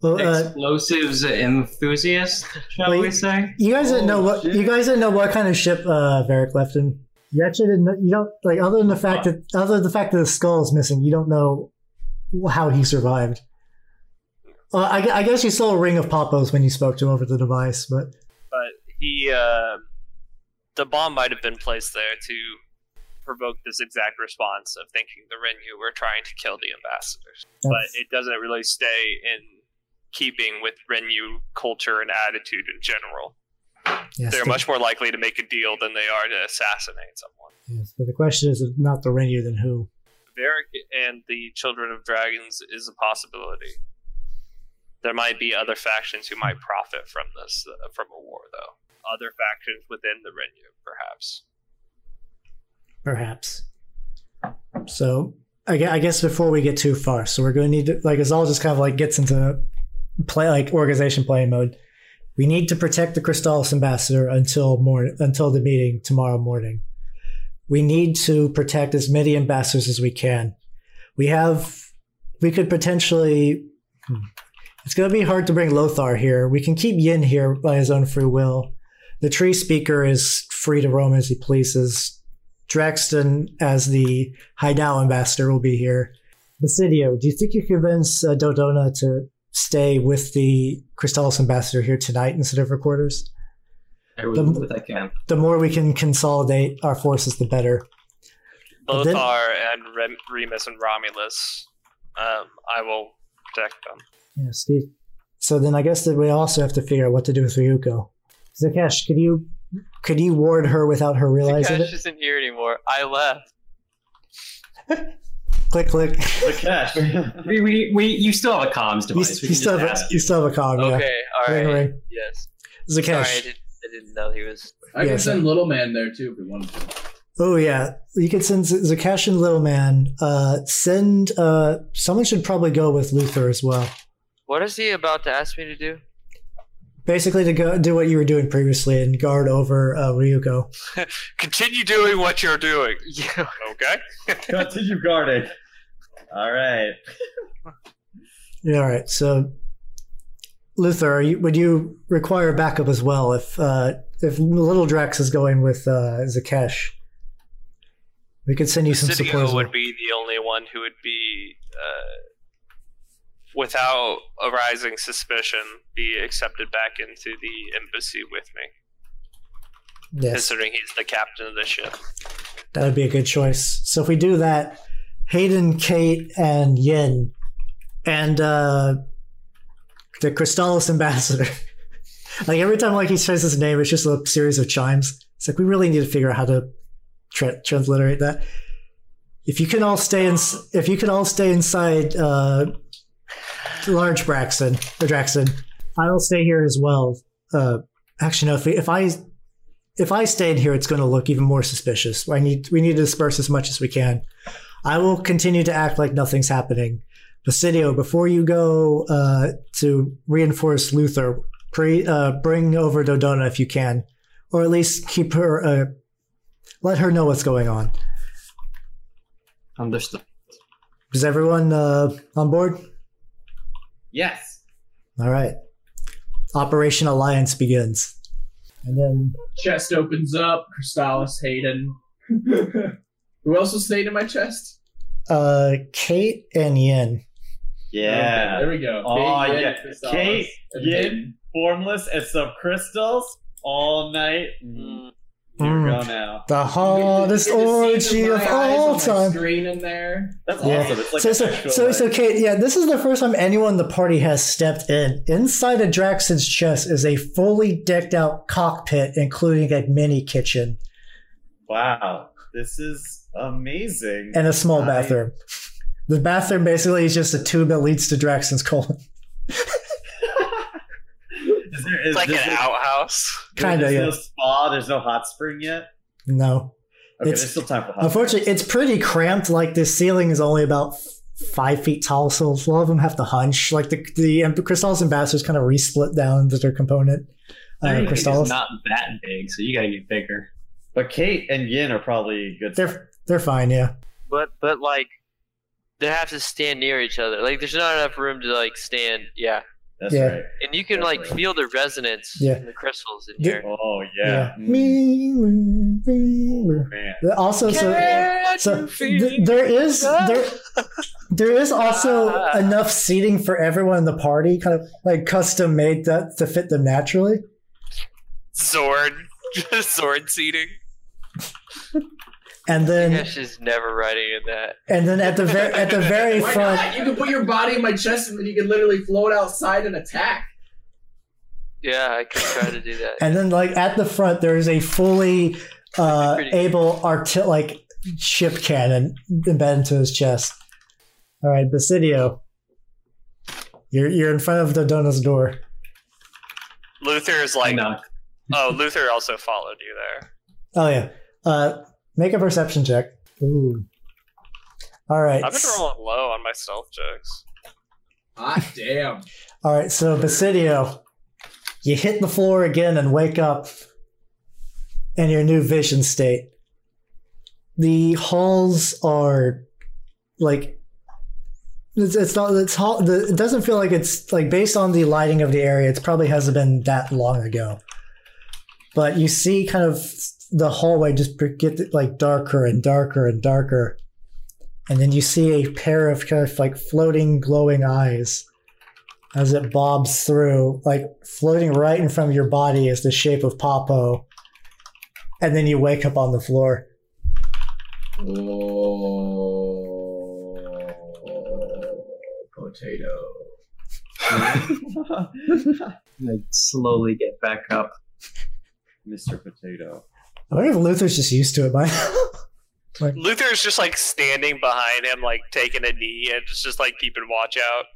[SPEAKER 8] well, uh,
[SPEAKER 6] explosives enthusiast, shall
[SPEAKER 8] Wait.
[SPEAKER 6] we say?
[SPEAKER 8] you guys didn't know
[SPEAKER 3] Oh,
[SPEAKER 8] what
[SPEAKER 3] shit.
[SPEAKER 8] you guys didn't know what kind of ship uh, Varric left in. You actually didn't. Know, you don't like other than the fact that other than the fact that the skull is missing. You don't know how he survived. Uh, I, gu- I guess you saw a ring of popos when you spoke to him over the device, but
[SPEAKER 4] but he uh, the bomb might have been placed there to provoke this exact response of thinking the Renu were trying to kill the ambassadors. But
[SPEAKER 8] that's-
[SPEAKER 4] it doesn't really stay in keeping with Renu culture and attitude in general.
[SPEAKER 8] yes,
[SPEAKER 4] They're
[SPEAKER 8] the-
[SPEAKER 4] much more likely to make a deal than they are to assassinate someone.
[SPEAKER 8] yes, but the question is if not the Renu, then who?
[SPEAKER 4] Varric and the Children of Dragons is a possibility. There might be other factions who might profit from this, uh, from a war, though. Other factions within the Renu, perhaps.
[SPEAKER 8] Perhaps. So I gue- I guess before we get too far, so we're going to need to like Azal just kind of like gets into play like organization playing mode. We need to protect the Crystallis ambassador until more until the meeting tomorrow morning. We need to protect as many ambassadors as we can. We have we could potentially. hmm. It's going to be hard to bring Lothar here. We can keep Yin here by his own free will. The tree speaker is free to roam as he pleases. Draxton as the Hydao ambassador will be here. Basidio, do you think you could convince uh, Dodona to stay with the Crystallis ambassador here tonight instead of her quarters?
[SPEAKER 6] I will
[SPEAKER 8] The-
[SPEAKER 6] do what I can.
[SPEAKER 8] The more we can consolidate our forces, the better.
[SPEAKER 4] Both
[SPEAKER 8] Then-
[SPEAKER 4] are and Rem- Remus and Romulus. Um, I will protect them.
[SPEAKER 8] Yeah, Steve. So then I guess that we also have to figure out what to do with Ryuko. Zakesh, could you could you ward her without her realizing
[SPEAKER 1] Cash
[SPEAKER 8] it?
[SPEAKER 1] isn't here anymore. I left.
[SPEAKER 8] Click, click.
[SPEAKER 3] The cash.
[SPEAKER 6] We, we, we, you still have a comms
[SPEAKER 8] You,
[SPEAKER 6] device. we
[SPEAKER 8] you
[SPEAKER 6] can
[SPEAKER 8] still
[SPEAKER 6] just
[SPEAKER 8] have a,
[SPEAKER 6] ask
[SPEAKER 8] you
[SPEAKER 6] you.
[SPEAKER 8] still have a comm,
[SPEAKER 1] Okay.
[SPEAKER 8] Oh,
[SPEAKER 1] All
[SPEAKER 8] yeah. Ring,
[SPEAKER 1] right.
[SPEAKER 8] ring.
[SPEAKER 1] Yes. Sorry, I
[SPEAKER 8] Zakesh.
[SPEAKER 1] didn't, I didn't know he was.
[SPEAKER 7] I can
[SPEAKER 8] Yeah,
[SPEAKER 7] send Little Man there too if we want to.
[SPEAKER 8] Oh yeah, you could send Z- Zakash and Little Man. Uh, send uh, someone should probably go with Luther as well.
[SPEAKER 1] What is he about to ask me to do?
[SPEAKER 8] basically to go do what you were doing previously and guard over uh, Ryuko.
[SPEAKER 4] Continue doing what you're doing.
[SPEAKER 3] Yeah.
[SPEAKER 4] Okay.
[SPEAKER 3] Continue guarding. All right.
[SPEAKER 8] Yeah, all right. So, Luther, are you, would you require backup as well if uh, if Little Drax is going with uh, Zakesh? We could send you some support.
[SPEAKER 4] Presidio
[SPEAKER 8] as well.
[SPEAKER 4] would be the only one who would be, uh, without arising suspicion, be accepted back into the embassy with me.
[SPEAKER 8] Yes,
[SPEAKER 4] Considering he's the captain of the ship.
[SPEAKER 8] that would be a good choice. So if we do that, Hayden, Kate, and Yin, and uh, the Crystallis ambassador. like every time, like he says his name, it's just a series of chimes. It's like we really need to figure out how to tra- transliterate that. If you can all stay in, if you can all stay inside, uh, large Braxton or Draxton, I will stay here as well. Uh, actually, no. If, if I if I stay in here, it's going to look even more suspicious. I need we need to disperse as much as we can. I will continue to act like nothing's happening. Basidio, before you go uh, to reinforce Luther, pre, uh, bring over Dodona if you can, or at least keep her. Uh, let her know what's going on.
[SPEAKER 6] Understood.
[SPEAKER 8] Is everyone uh, on board?
[SPEAKER 3] Yes.
[SPEAKER 8] All right. Operation Alliance begins. And then
[SPEAKER 7] Chest opens up. Crystallis, Hayden. Who else was staying in my chest?
[SPEAKER 8] uh, Kate and Yin.
[SPEAKER 3] Yeah.
[SPEAKER 7] Okay, there we go.
[SPEAKER 3] Oh
[SPEAKER 7] Big red
[SPEAKER 3] yeah.
[SPEAKER 7] crystals.
[SPEAKER 3] Kate,
[SPEAKER 7] And
[SPEAKER 3] Yin, formless, and some crystals all night.
[SPEAKER 1] Hmm.
[SPEAKER 3] Mm. Here we go
[SPEAKER 8] Mm.
[SPEAKER 3] now.
[SPEAKER 8] The hardest orgy of all time.
[SPEAKER 7] Green in there.
[SPEAKER 3] That's
[SPEAKER 8] Yeah.
[SPEAKER 3] awesome. It's like
[SPEAKER 8] so,
[SPEAKER 3] a
[SPEAKER 8] so,
[SPEAKER 3] sexual
[SPEAKER 8] so, so,
[SPEAKER 3] life.
[SPEAKER 8] Kate, yeah, this is the first time anyone in the party has stepped in. Inside of Draxon's chest is a fully decked out cockpit, including a mini kitchen
[SPEAKER 3] Wow. This is amazing.
[SPEAKER 8] and a small
[SPEAKER 3] I-
[SPEAKER 8] bathroom. The bathroom basically is just a tube that leads to Draxon's colon.
[SPEAKER 3] Is there,
[SPEAKER 4] It's
[SPEAKER 3] is,
[SPEAKER 4] like
[SPEAKER 3] is
[SPEAKER 4] an
[SPEAKER 3] there-
[SPEAKER 4] outhouse.
[SPEAKER 8] Kinda,
[SPEAKER 3] There's
[SPEAKER 8] yeah.
[SPEAKER 3] no spa. There's no hot spring yet.
[SPEAKER 8] No.
[SPEAKER 3] Okay,
[SPEAKER 8] It's-
[SPEAKER 3] there's still time for hot.
[SPEAKER 8] Unfortunately, it's pretty cramped. Like the ceiling is only about f- five feet tall, so a lot of them have to hunch. Like the the um, Crystallis ambassadors kind of resplit down into their component. Uh,
[SPEAKER 6] It's
[SPEAKER 8] Crystallis,
[SPEAKER 6] not that big, so you gotta get bigger.
[SPEAKER 3] But Kate and Yin are probably good.
[SPEAKER 8] they're they're fine. Yeah,
[SPEAKER 1] But but like they have to stand near each other. Like there's not enough room to like stand. Yeah.
[SPEAKER 3] That's
[SPEAKER 8] Yeah.
[SPEAKER 3] right.
[SPEAKER 1] And you can like feel the resonance
[SPEAKER 8] Yeah.
[SPEAKER 1] in the crystals in
[SPEAKER 8] Yeah.
[SPEAKER 1] here.
[SPEAKER 3] Oh yeah. Mm,
[SPEAKER 8] Me, me, me, me.
[SPEAKER 3] man.
[SPEAKER 8] Also, so
[SPEAKER 1] Can't
[SPEAKER 8] so
[SPEAKER 1] you feel
[SPEAKER 8] th- there is there. There is also
[SPEAKER 1] Ah.
[SPEAKER 8] enough seating for everyone in the party, kind of like custom made that to fit them naturally.
[SPEAKER 4] Zord. Zord seating.
[SPEAKER 8] And then,
[SPEAKER 1] Ash is never writing in that.
[SPEAKER 8] and then at the ver- at the very
[SPEAKER 7] Why
[SPEAKER 8] front,
[SPEAKER 7] not? You can put your body in my chest and then you can literally float outside and attack.
[SPEAKER 1] Yeah, I could try to do that.
[SPEAKER 8] And then, like at the front, there is a fully uh,
[SPEAKER 1] Pretty-
[SPEAKER 8] able arti- like ship cannon embedded into his chest. All right, Basidio, you're you're in front of the Dona's door.
[SPEAKER 4] Luther is
[SPEAKER 6] I
[SPEAKER 4] like,
[SPEAKER 6] knock.
[SPEAKER 4] oh, Luther also followed you there.
[SPEAKER 8] Oh yeah, uh, make a perception check. Ooh. All right.
[SPEAKER 4] I've been rolling low on my stealth checks.
[SPEAKER 7] Hot damn.
[SPEAKER 8] All right, so Basidio, you hit the floor again and wake up in your new vision state. The halls are like it's, it's not it's hall the, it doesn't feel like it's like based on the lighting of the area it probably hasn't been that long ago but you see kind of the hallway just get like darker and darker and darker and then you see a pair of kind of like floating glowing eyes as it bobs through, like floating right in front of your body is the shape of Popo. And then you wake up on the floor.
[SPEAKER 7] Oh, potato.
[SPEAKER 6] I slowly get back up.
[SPEAKER 3] Mr. Potato.
[SPEAKER 8] I wonder if Luther's just used to it by now.
[SPEAKER 4] Luther's just like standing behind him, like taking a knee and just, just like keeping watch out.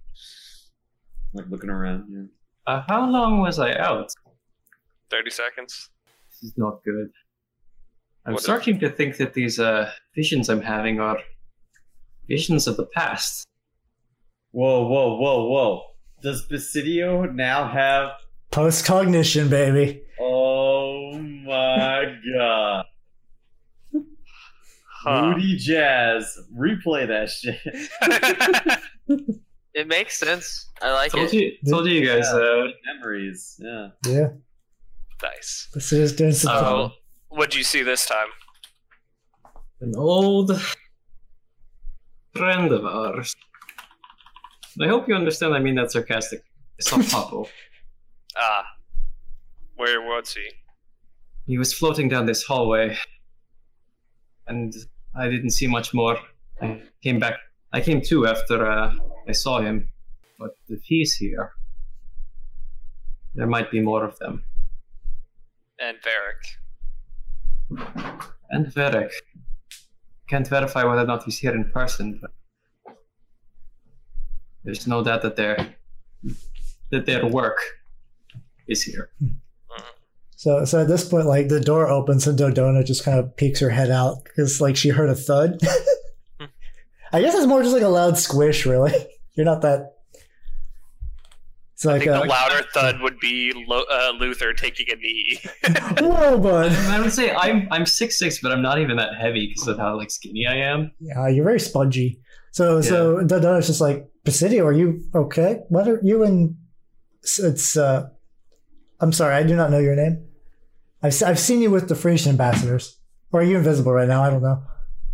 [SPEAKER 3] Like looking around. Yeah.
[SPEAKER 6] Uh, how long was I out?
[SPEAKER 4] 30 seconds.
[SPEAKER 6] This is not good. I'm
[SPEAKER 4] What is-
[SPEAKER 6] starting to think that these uh, visions I'm having are visions of the past.
[SPEAKER 3] Whoa, whoa, whoa, whoa. Does Basidio now have
[SPEAKER 8] Post cognition, baby.
[SPEAKER 3] Oh my god. Moody Jazz. Replay that shit.
[SPEAKER 1] It makes sense. I like it.
[SPEAKER 6] Told you, told you guys.
[SPEAKER 3] Yeah,
[SPEAKER 6] Uh,
[SPEAKER 3] good memories. Yeah.
[SPEAKER 8] Yeah.
[SPEAKER 4] Nice.
[SPEAKER 8] This is doing
[SPEAKER 4] So,
[SPEAKER 8] some
[SPEAKER 1] Oh.
[SPEAKER 4] what'd you see this time?
[SPEAKER 6] an old friend of ours. I hope you understand. I mean that sarcastic. It's not Pablo.
[SPEAKER 4] Ah, where was he?
[SPEAKER 6] He was floating down this hallway, and I didn't see much more. I came back. I came to after uh, I saw him, but if he's here, there might be more of them.
[SPEAKER 4] And Varric.
[SPEAKER 6] And Verek. Can't verify whether or not he's here in person, but there's no doubt that their that their work is here.
[SPEAKER 8] So, so at this point, like the door opens and Dodona just kind of peeks her head out because, like, she heard a thud. I guess it's more just like a loud squish, really. You're not that. It's
[SPEAKER 4] I
[SPEAKER 8] like
[SPEAKER 4] think
[SPEAKER 8] a
[SPEAKER 4] the louder thud would be Lo- uh, Luther taking a knee.
[SPEAKER 8] whoa, bud.
[SPEAKER 6] I would say I'm I'm six six, but I'm not even that heavy because of how like skinny I am.
[SPEAKER 8] Yeah, you're very spongy. So, so Dodona's just like Presidio. Are you okay? What are you and it's- it's? uh I'm sorry, I do not know your name. I've se- I've seen you with the Frisian ambassadors. Or are you invisible right now? I don't know.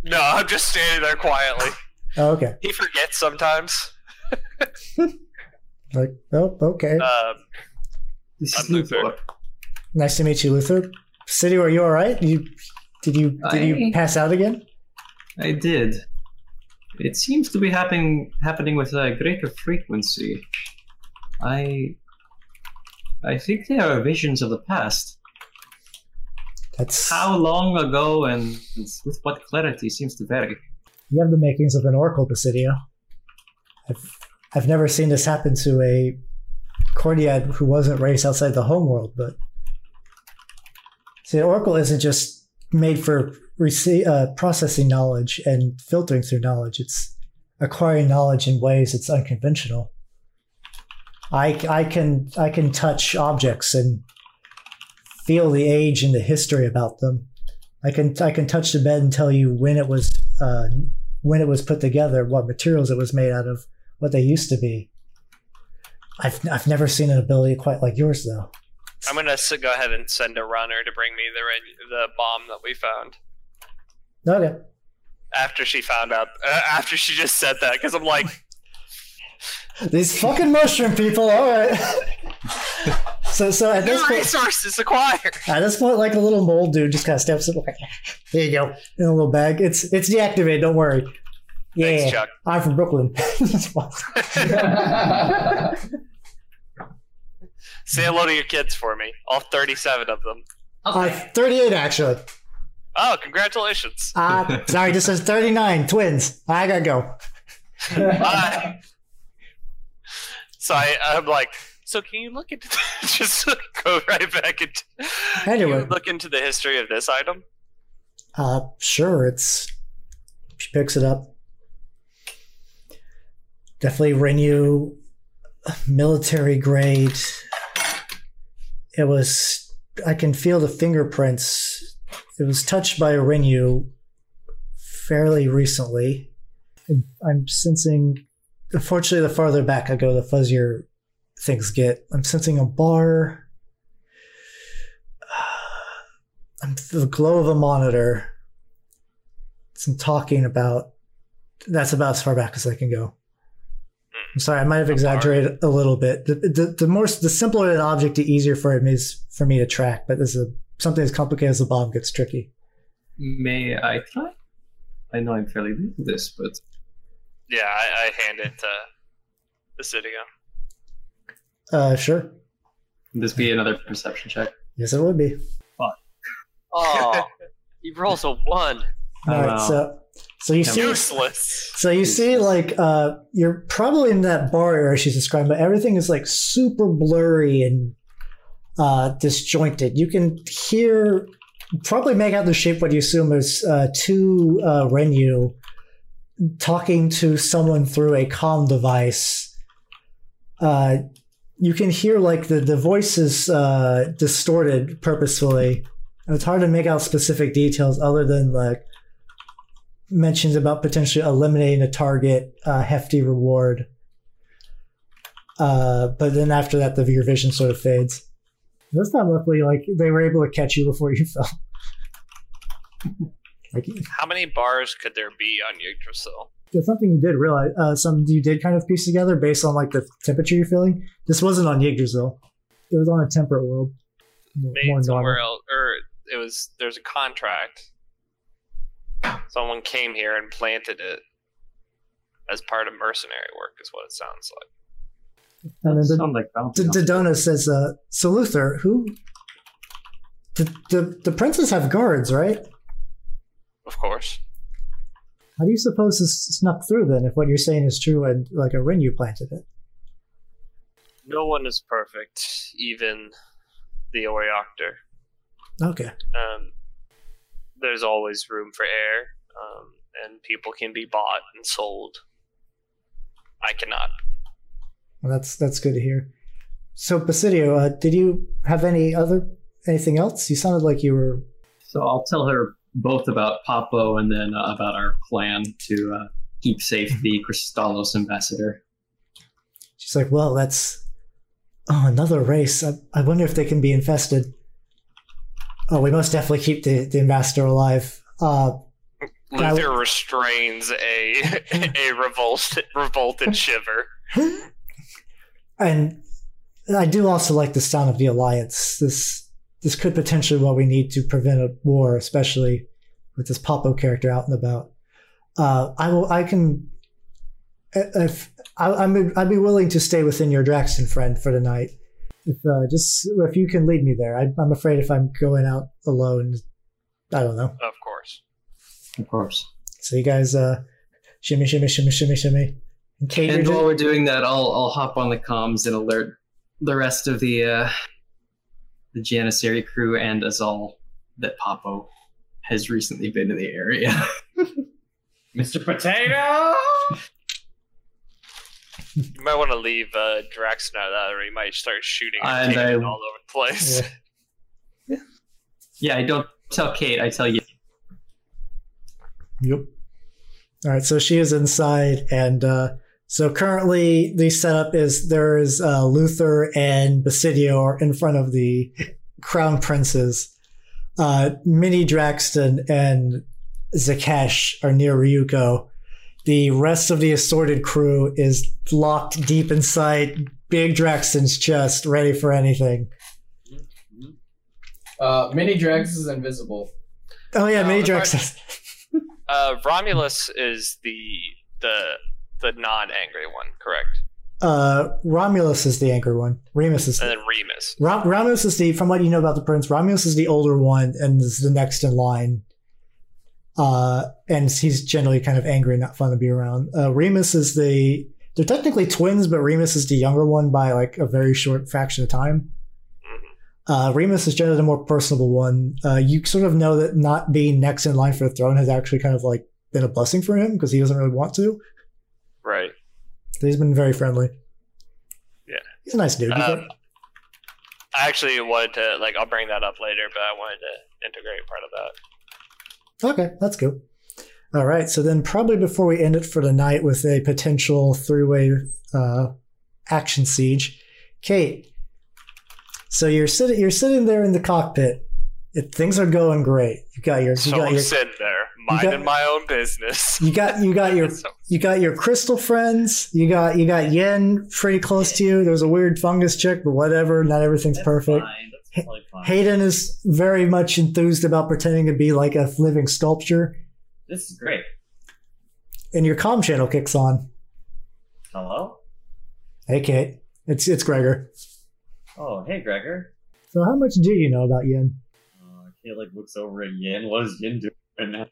[SPEAKER 4] no, I'm just standing there quietly.
[SPEAKER 8] Oh, okay.
[SPEAKER 4] He forgets sometimes.
[SPEAKER 8] Like, oh, okay.
[SPEAKER 4] Um,
[SPEAKER 6] This
[SPEAKER 4] I'm Luther.
[SPEAKER 8] Nice to meet you, Luther. City, are you all right? You did you did you
[SPEAKER 6] I-
[SPEAKER 8] pass out again?
[SPEAKER 6] I did. It seems to be happening happening with a greater frequency. I I think they are visions of the past.
[SPEAKER 8] That's
[SPEAKER 6] How long ago and with what clarity seems to vary.
[SPEAKER 8] you have the makings of an oracle, Presidio. I've I've never seen this happen to a Cordiad who wasn't raised outside the homeworld, but see, an oracle isn't just made for rece- uh, processing knowledge and filtering through knowledge. It's acquiring knowledge in ways that's unconventional. I, I can I can touch objects and feel the age and the history about them. I can I can touch the bed and tell you when it was uh, when it was put together, what materials it was made out of, what they used to be. I've I've never seen an ability quite like yours though.
[SPEAKER 4] I'm gonna s- go ahead and send a runner to bring me the red- the bomb that we found.
[SPEAKER 8] Okay.
[SPEAKER 4] After she found out, uh, after she just said that, because I'm like,
[SPEAKER 8] These fucking mushroom people, all right. so so at this
[SPEAKER 4] new
[SPEAKER 8] point,
[SPEAKER 4] resources acquired.
[SPEAKER 8] at this point, like a little mold dude just kind of steps up, like, here you go, in a little bag. It's it's deactivated. Don't worry. Yeah,
[SPEAKER 4] Chuck.
[SPEAKER 8] I'm from Brooklyn.
[SPEAKER 4] Say hello to your kids for me, all 37 of them.
[SPEAKER 8] Uh, 38 actually.
[SPEAKER 4] Oh, congratulations!
[SPEAKER 8] Uh, sorry, this is 39 twins. I gotta go.
[SPEAKER 4] Bye. So I, I'm like, so can you look into just go right back into can you
[SPEAKER 8] Anyway.
[SPEAKER 4] look into the history of this item?
[SPEAKER 8] Uh, sure, it's. She picks it up. Definitely renew military grade. It was. I can feel the fingerprints. It was touched by a Renu fairly recently. I'm- I'm sensing. Unfortunately, the farther back I go, the fuzzier things get. I'm sensing a bar. I'm the glow of a monitor. Some talking about. That's about as far back as I can go. I'm sorry, I might have exaggerated a little bit. The, the, the more the simpler an object, the easier for it is for me to track. But this is a, something as complicated as a bomb gets tricky.
[SPEAKER 6] May I try? I know I'm fairly new to this, but
[SPEAKER 4] Yeah, I, I hand it to the city.
[SPEAKER 8] Uh, sure.
[SPEAKER 6] this be another perception check.
[SPEAKER 8] Yes, it would be.
[SPEAKER 1] Oh, he rolls a one.
[SPEAKER 8] All right, so so you see
[SPEAKER 4] Useless.
[SPEAKER 8] So you see, like, uh, you're probably in that bar area she's described, but everything is like super blurry and uh, disjointed. You can hear, probably make out the shape what you assume is uh, two uh, Renu talking to someone through a comm device. Uh, you can hear like the, the voice is uh, distorted purposefully. And it's hard to make out specific details other than like mentions about potentially eliminating a target, uh, hefty reward. Uh, but then after that, the your vision sort of fades. That's not luckily like they were able to catch you before you fell. like
[SPEAKER 4] How many bars could there be on Yggdrasil?
[SPEAKER 8] that's something you did realize. Uh, something you did kind of piece together based on like the temperature you're feeling. This wasn't on Yggdrasil; it was on a temperate world. More
[SPEAKER 4] Made somewhere
[SPEAKER 8] normal.
[SPEAKER 4] else, or it was there's a contract. Someone came here and planted it as part of mercenary work, is what it sounds like.
[SPEAKER 8] And then the,
[SPEAKER 6] Sound like bounty.
[SPEAKER 8] D- Dodona says, uh, "So Luther, who? The, the the princes have guards, right?
[SPEAKER 4] Of course,
[SPEAKER 8] How do you suppose this snuck through then? If what you're saying is true, and like a ring you planted it,
[SPEAKER 4] no one is perfect, even the Orioctor.
[SPEAKER 8] okay,
[SPEAKER 4] um, there's always room for error, um, and people can be bought and sold. I cannot.
[SPEAKER 8] well, that's that's good to hear. So Basidio, uh, did you have any other anything else? You sounded like you were
[SPEAKER 6] So I'll tell her both about Popo and then uh, about our plan to uh, keep safe the Cristalos ambassador.
[SPEAKER 8] She's like, well, that's oh another race. I, I wonder if they can be infested. Oh, we most definitely keep the, the ambassador alive. Uh, That
[SPEAKER 4] Luther restrains a a revolt, revolted shiver.
[SPEAKER 8] and I do also like the sound of the alliance. This this could potentially what we need to prevent a war, especially with this Popo character out and about. Uh, I will. I can. uh, If I, I'm, I'd be willing to stay within your Draxton friend for tonight. If uh, just if you can lead me there, I, I'm afraid if I'm going out alone, I don't know.
[SPEAKER 4] Of course.
[SPEAKER 6] Of course.
[SPEAKER 8] So you guys, uh, shimmy, shimmy, shimmy, shimmy, shimmy. And Kate, you're
[SPEAKER 6] And
[SPEAKER 8] just-
[SPEAKER 6] while we're doing that, I'll I'll hop on the comms and alert the rest of the uh, the Janissary crew and Azal that Popo has recently been in the area.
[SPEAKER 3] Mr. Potato!
[SPEAKER 4] You might want to leave uh, Draxon out of that, or he might start shooting
[SPEAKER 6] And
[SPEAKER 4] and kicking
[SPEAKER 6] I-
[SPEAKER 4] all over the place.
[SPEAKER 6] yeah, I don't tell Kate. I tell you.
[SPEAKER 8] Yep. All right, so she is inside, and uh, so currently the setup is there is uh, Luther and Basidio are in front of the crown princes. Uh, Minnie Draxton and Zakesh are near Ryuko. The rest of the assorted crew is locked deep inside Big Draxton's chest, ready for anything.
[SPEAKER 19] Uh, Mini Drax is invisible.
[SPEAKER 8] Oh yeah,
[SPEAKER 4] No,
[SPEAKER 8] Minnie
[SPEAKER 4] the part-
[SPEAKER 8] Draxton.
[SPEAKER 4] Uh, Romulus is the the the non-angry one, correct?
[SPEAKER 8] Uh, Romulus is the anchor one. Remus is
[SPEAKER 4] And then Remus.
[SPEAKER 8] Rom- Romulus is the, from what you know about the prince, Romulus is the older one and is the next in line. Uh, and he's generally kind of angry and not fun to be around. Uh, Remus is the, they're technically twins, but Remus is the younger one by like a very short fraction of time.
[SPEAKER 4] Mm-hmm.
[SPEAKER 8] Uh, Remus is generally the more personable one. Uh, you sort of know that not being next in line for the throne has actually kind of like been a blessing for him because he doesn't really want to.
[SPEAKER 4] Right.
[SPEAKER 8] He's been very friendly.
[SPEAKER 4] Yeah.
[SPEAKER 8] He's a nice dude. He's
[SPEAKER 4] Um,
[SPEAKER 8] like-
[SPEAKER 4] I actually wanted to like I'll bring that up later, but I wanted to integrate part of that.
[SPEAKER 8] Okay, that's cool. All right, so then probably before we end it for tonight with a potential three-way uh, action siege, Kate. So you're sitting, you're sitting there in the cockpit. It, things are going great. You got your, you
[SPEAKER 4] so
[SPEAKER 8] got
[SPEAKER 4] I'm
[SPEAKER 8] your,
[SPEAKER 4] sitting there, minding
[SPEAKER 8] got-
[SPEAKER 4] my own business.
[SPEAKER 8] you got, you got your,
[SPEAKER 4] So-
[SPEAKER 8] you got your crystal friends. You got, you got Yen pretty close to you. There's a weird fungus chick, but whatever. Not everything's perfect.
[SPEAKER 3] Fine, that's probably fine.
[SPEAKER 8] Hayden is very much enthused about pretending to be like a living sculpture,
[SPEAKER 3] This is great.
[SPEAKER 8] and your comm channel kicks on.
[SPEAKER 3] Hello?
[SPEAKER 8] Hey, Kate. It's it's Gregor.
[SPEAKER 3] Oh, hey, Gregor.
[SPEAKER 8] So, how much do you know about Yin?
[SPEAKER 3] Uh, Caleb looks over at Yin. What is Yin doing right now?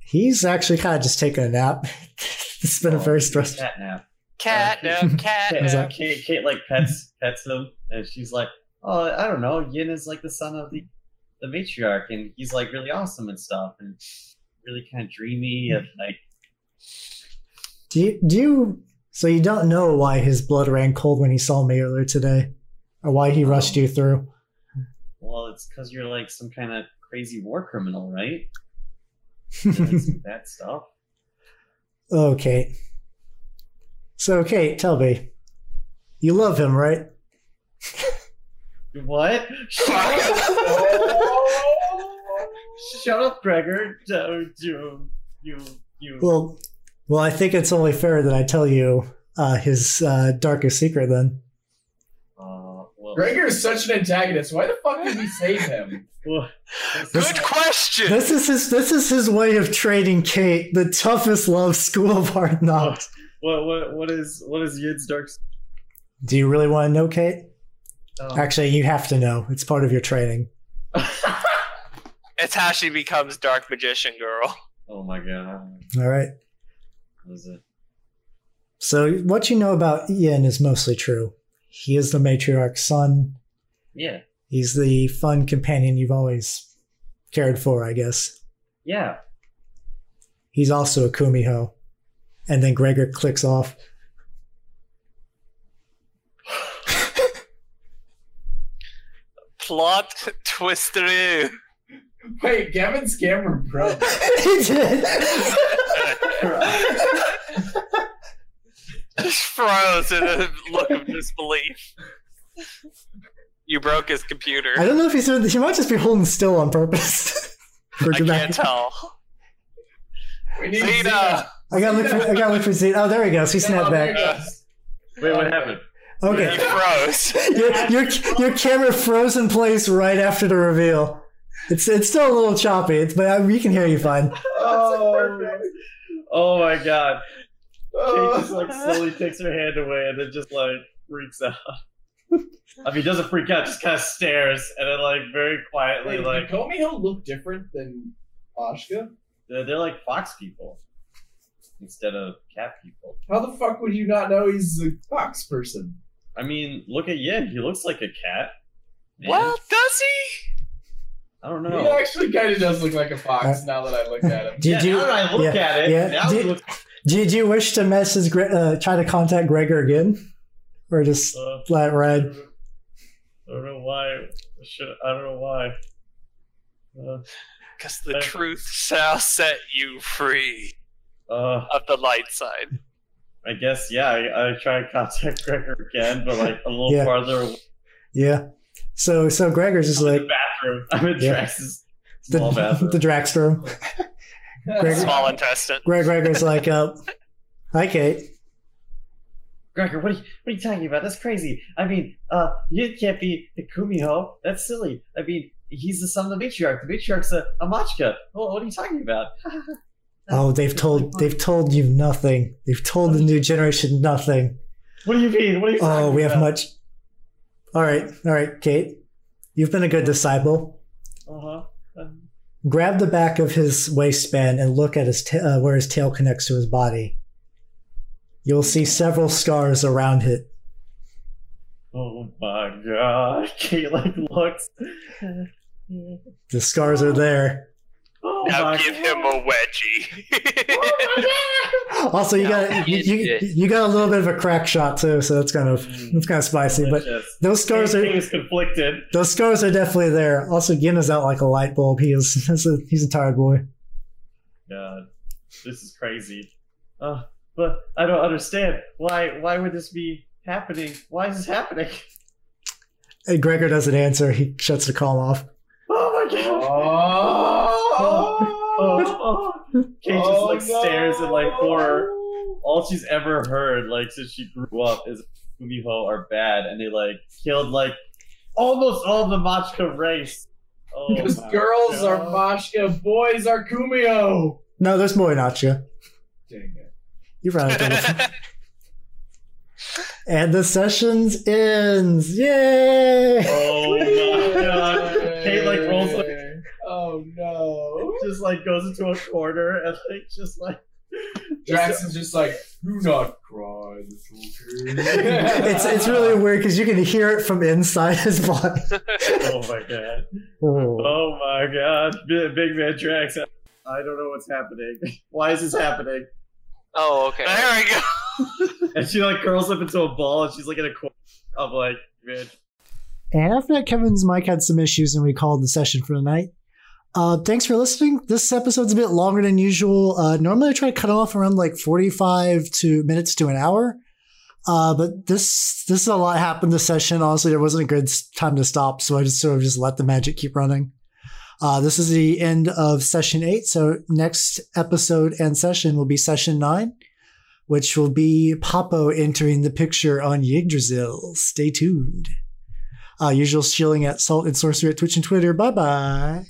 [SPEAKER 8] He's actually kind of just taking a nap. it's been a
[SPEAKER 3] Oh,
[SPEAKER 8] very stressful.
[SPEAKER 3] Cat nap.
[SPEAKER 4] Cat
[SPEAKER 3] Uh,
[SPEAKER 4] nap, cat
[SPEAKER 3] Kate,
[SPEAKER 4] nap.
[SPEAKER 3] Kate, Kate like pets pets him, and she's like, "Oh, I don't know. Yin is like the son of the the matriarch, and he's like really awesome and stuff, and
[SPEAKER 8] Hmm.
[SPEAKER 3] really kind of dreamy and like
[SPEAKER 8] Do you do you So you don't know why his blood ran cold when he saw me earlier today, or why he rushed you through.
[SPEAKER 3] Well, it's because you're like some kind of crazy war criminal, right? That's that stuff.
[SPEAKER 8] Oh, Kate. So, Kate, tell me, you love him, right?
[SPEAKER 3] What? Shut up! Shut up, Gregor. Don't You, you, you.
[SPEAKER 8] Well, well, I think it's only fair that I tell you uh, his uh, darkest secret. Then,
[SPEAKER 7] Gregor is such an antagonist. Why the fuck did we save him?
[SPEAKER 4] Good question.
[SPEAKER 8] this is his this is his way of trading Kate, the toughest love school of hard knocks.
[SPEAKER 3] What, what, what is, what is Yid's dark?
[SPEAKER 8] Do you really want to know, Kate?
[SPEAKER 3] Oh.
[SPEAKER 8] Actually, you have to know. It's part of your training.
[SPEAKER 4] It's how she becomes Dark Magician Girl.
[SPEAKER 3] Oh my god.
[SPEAKER 8] All right.
[SPEAKER 3] What is it?
[SPEAKER 8] So what you know about Ian is mostly true. He is the matriarch's son.
[SPEAKER 3] Yeah,
[SPEAKER 8] He's the fun companion you've always cared for, I guess.
[SPEAKER 3] yeah.
[SPEAKER 8] He's also a Kumiho. And then Gregor clicks off.
[SPEAKER 4] Plot twisteroo.
[SPEAKER 7] Wait, Gavin's camera broke.
[SPEAKER 8] he did.
[SPEAKER 4] Just froze in a look of disbelief. You broke his computer.
[SPEAKER 8] I don't know if he's he might just be holding still on purpose. For
[SPEAKER 4] I
[SPEAKER 8] dramatic-
[SPEAKER 4] can't tell.
[SPEAKER 7] We need
[SPEAKER 4] Zeta.
[SPEAKER 8] I gotta look for I gotta look for Z. Oh, there he goes. He snapped back.
[SPEAKER 3] Wait, what happened?
[SPEAKER 8] Okay.
[SPEAKER 4] You froze.
[SPEAKER 8] your, your your camera froze in place right after the reveal. It's it's still a little choppy, it's, but uh, we can hear you fine.
[SPEAKER 3] Oh, oh my god. Kate just like slowly takes her hand away and then just like freaks out. I mean, doesn't freak out, just kind of stares and then like very quietly
[SPEAKER 7] Wait,
[SPEAKER 3] like
[SPEAKER 7] did Komiho look different than Oshka?
[SPEAKER 3] they're, they're like fox people instead of cat people.
[SPEAKER 7] How the fuck would you not know he's a fox person?
[SPEAKER 3] I mean, look at Yin. He looks like a cat. Man,
[SPEAKER 4] Well, does he?
[SPEAKER 3] I don't
[SPEAKER 7] He
[SPEAKER 3] know.
[SPEAKER 7] actually kind of does look like a fox now that I look at him.
[SPEAKER 8] Did you?
[SPEAKER 3] I look
[SPEAKER 8] yeah,
[SPEAKER 3] at it,
[SPEAKER 8] yeah.
[SPEAKER 3] now it
[SPEAKER 8] Did,
[SPEAKER 3] looks-
[SPEAKER 8] did you wish to message Gre- uh, try to contact Gregor again, or just
[SPEAKER 3] Uh,
[SPEAKER 8] flat red?
[SPEAKER 3] I don't know why. I Should, I don't know why. Uh,
[SPEAKER 4] Because the truth shall set you free
[SPEAKER 3] uh,
[SPEAKER 4] of the light side.
[SPEAKER 3] I guess yeah. I, I try to contact Gregor again, but like a little
[SPEAKER 8] Yeah.
[SPEAKER 3] farther away
[SPEAKER 8] Yeah. So so Gregor's just like
[SPEAKER 3] from the bathroom. I'm in
[SPEAKER 8] Yeah.
[SPEAKER 3] Drax's
[SPEAKER 8] the
[SPEAKER 3] small bathroom.
[SPEAKER 8] the Draxter. Gregor-
[SPEAKER 4] Small intestine.
[SPEAKER 8] Greg Gregor's like, uh, hi Kate.
[SPEAKER 3] Gregor, what are, you, what are you talking about? That's crazy. I mean, uh, you can't be the Kumiho. That's silly. I mean, he's the son of the matriarch. The matriarch's a, a Machka. Well, what are you talking about?
[SPEAKER 8] Oh, they've told they've told you nothing. They've told the new generation nothing.
[SPEAKER 3] What do you mean? What are you talking
[SPEAKER 8] Oh, we have
[SPEAKER 3] about?
[SPEAKER 8] much. All right, all right, Kate. You've been a good disciple.
[SPEAKER 3] Uh-huh. Uh,
[SPEAKER 8] Grab the back of his waistband and look at his ta- uh, where his tail connects to his body. You'll see several scars around it.
[SPEAKER 3] oh my god. Kate, like, looks.
[SPEAKER 8] The scars are there.
[SPEAKER 3] Oh
[SPEAKER 4] Now
[SPEAKER 3] my
[SPEAKER 4] give
[SPEAKER 3] god.
[SPEAKER 4] him a wedgie.
[SPEAKER 8] Also, you got you, you, you got a little bit of a crack shot too, so that's kind of
[SPEAKER 3] Mm.
[SPEAKER 8] that's kind of spicy. But
[SPEAKER 3] Delicious.
[SPEAKER 8] those scars
[SPEAKER 3] Kate
[SPEAKER 8] are
[SPEAKER 3] is conflicted.
[SPEAKER 8] those scars are definitely there. Also, Gin is out like a light bulb. He is he's a, he's a tired boy.
[SPEAKER 3] God, this is crazy. Uh, but I don't understand. Why? Why would this be happening? Why is this happening?
[SPEAKER 8] And Gregor doesn't answer. He shuts the call off.
[SPEAKER 3] Oh my god.
[SPEAKER 7] Oh,
[SPEAKER 3] Oh, oh. Kate just
[SPEAKER 7] Oh,
[SPEAKER 3] like
[SPEAKER 7] no.
[SPEAKER 3] stares in like horror. All she's ever heard, like since she grew up, is Kumiho are bad, and they like killed like almost all the Machka race. Oh,
[SPEAKER 7] Because
[SPEAKER 3] my
[SPEAKER 7] girls are
[SPEAKER 3] God.
[SPEAKER 7] Mashka, boys are Kumio.
[SPEAKER 8] No, there's more Nacha.
[SPEAKER 7] Dang it.
[SPEAKER 8] You ran out of time. And the sessions ends. Yay!
[SPEAKER 3] Oh my god! Kate like rolls like
[SPEAKER 7] Oh no.
[SPEAKER 3] just like goes into a corner and like just like
[SPEAKER 7] Drax is just like, do not cry, it's okay.
[SPEAKER 8] it's it's really weird because you can hear it from inside his body.
[SPEAKER 3] oh my god.
[SPEAKER 8] Oh.
[SPEAKER 3] Oh my god. Big, big man Drax. I don't know what's happening. Why is this happening?
[SPEAKER 1] Oh, okay.
[SPEAKER 4] there we go.
[SPEAKER 3] and she like curls up into a ball, and she's like in a corner of like, man,
[SPEAKER 8] And after that, Kevin's mic had some issues, and we called the session for the night. Uh, thanks for listening. This episode's a bit longer than usual. Uh, normally, I try to cut off around like forty-five to minutes to an hour, uh, but this this is a lot happened this session. Honestly, there wasn't a good s- time to stop, so I just sort of just let the magic keep running. Uh, this is the end of session eight. So next episode and session will be session nine, which will be Papo entering the picture on Yggdrasil. Stay tuned. Uh, usual shilling at Salt and Sorcery at Twitch and Twitter. Bye bye.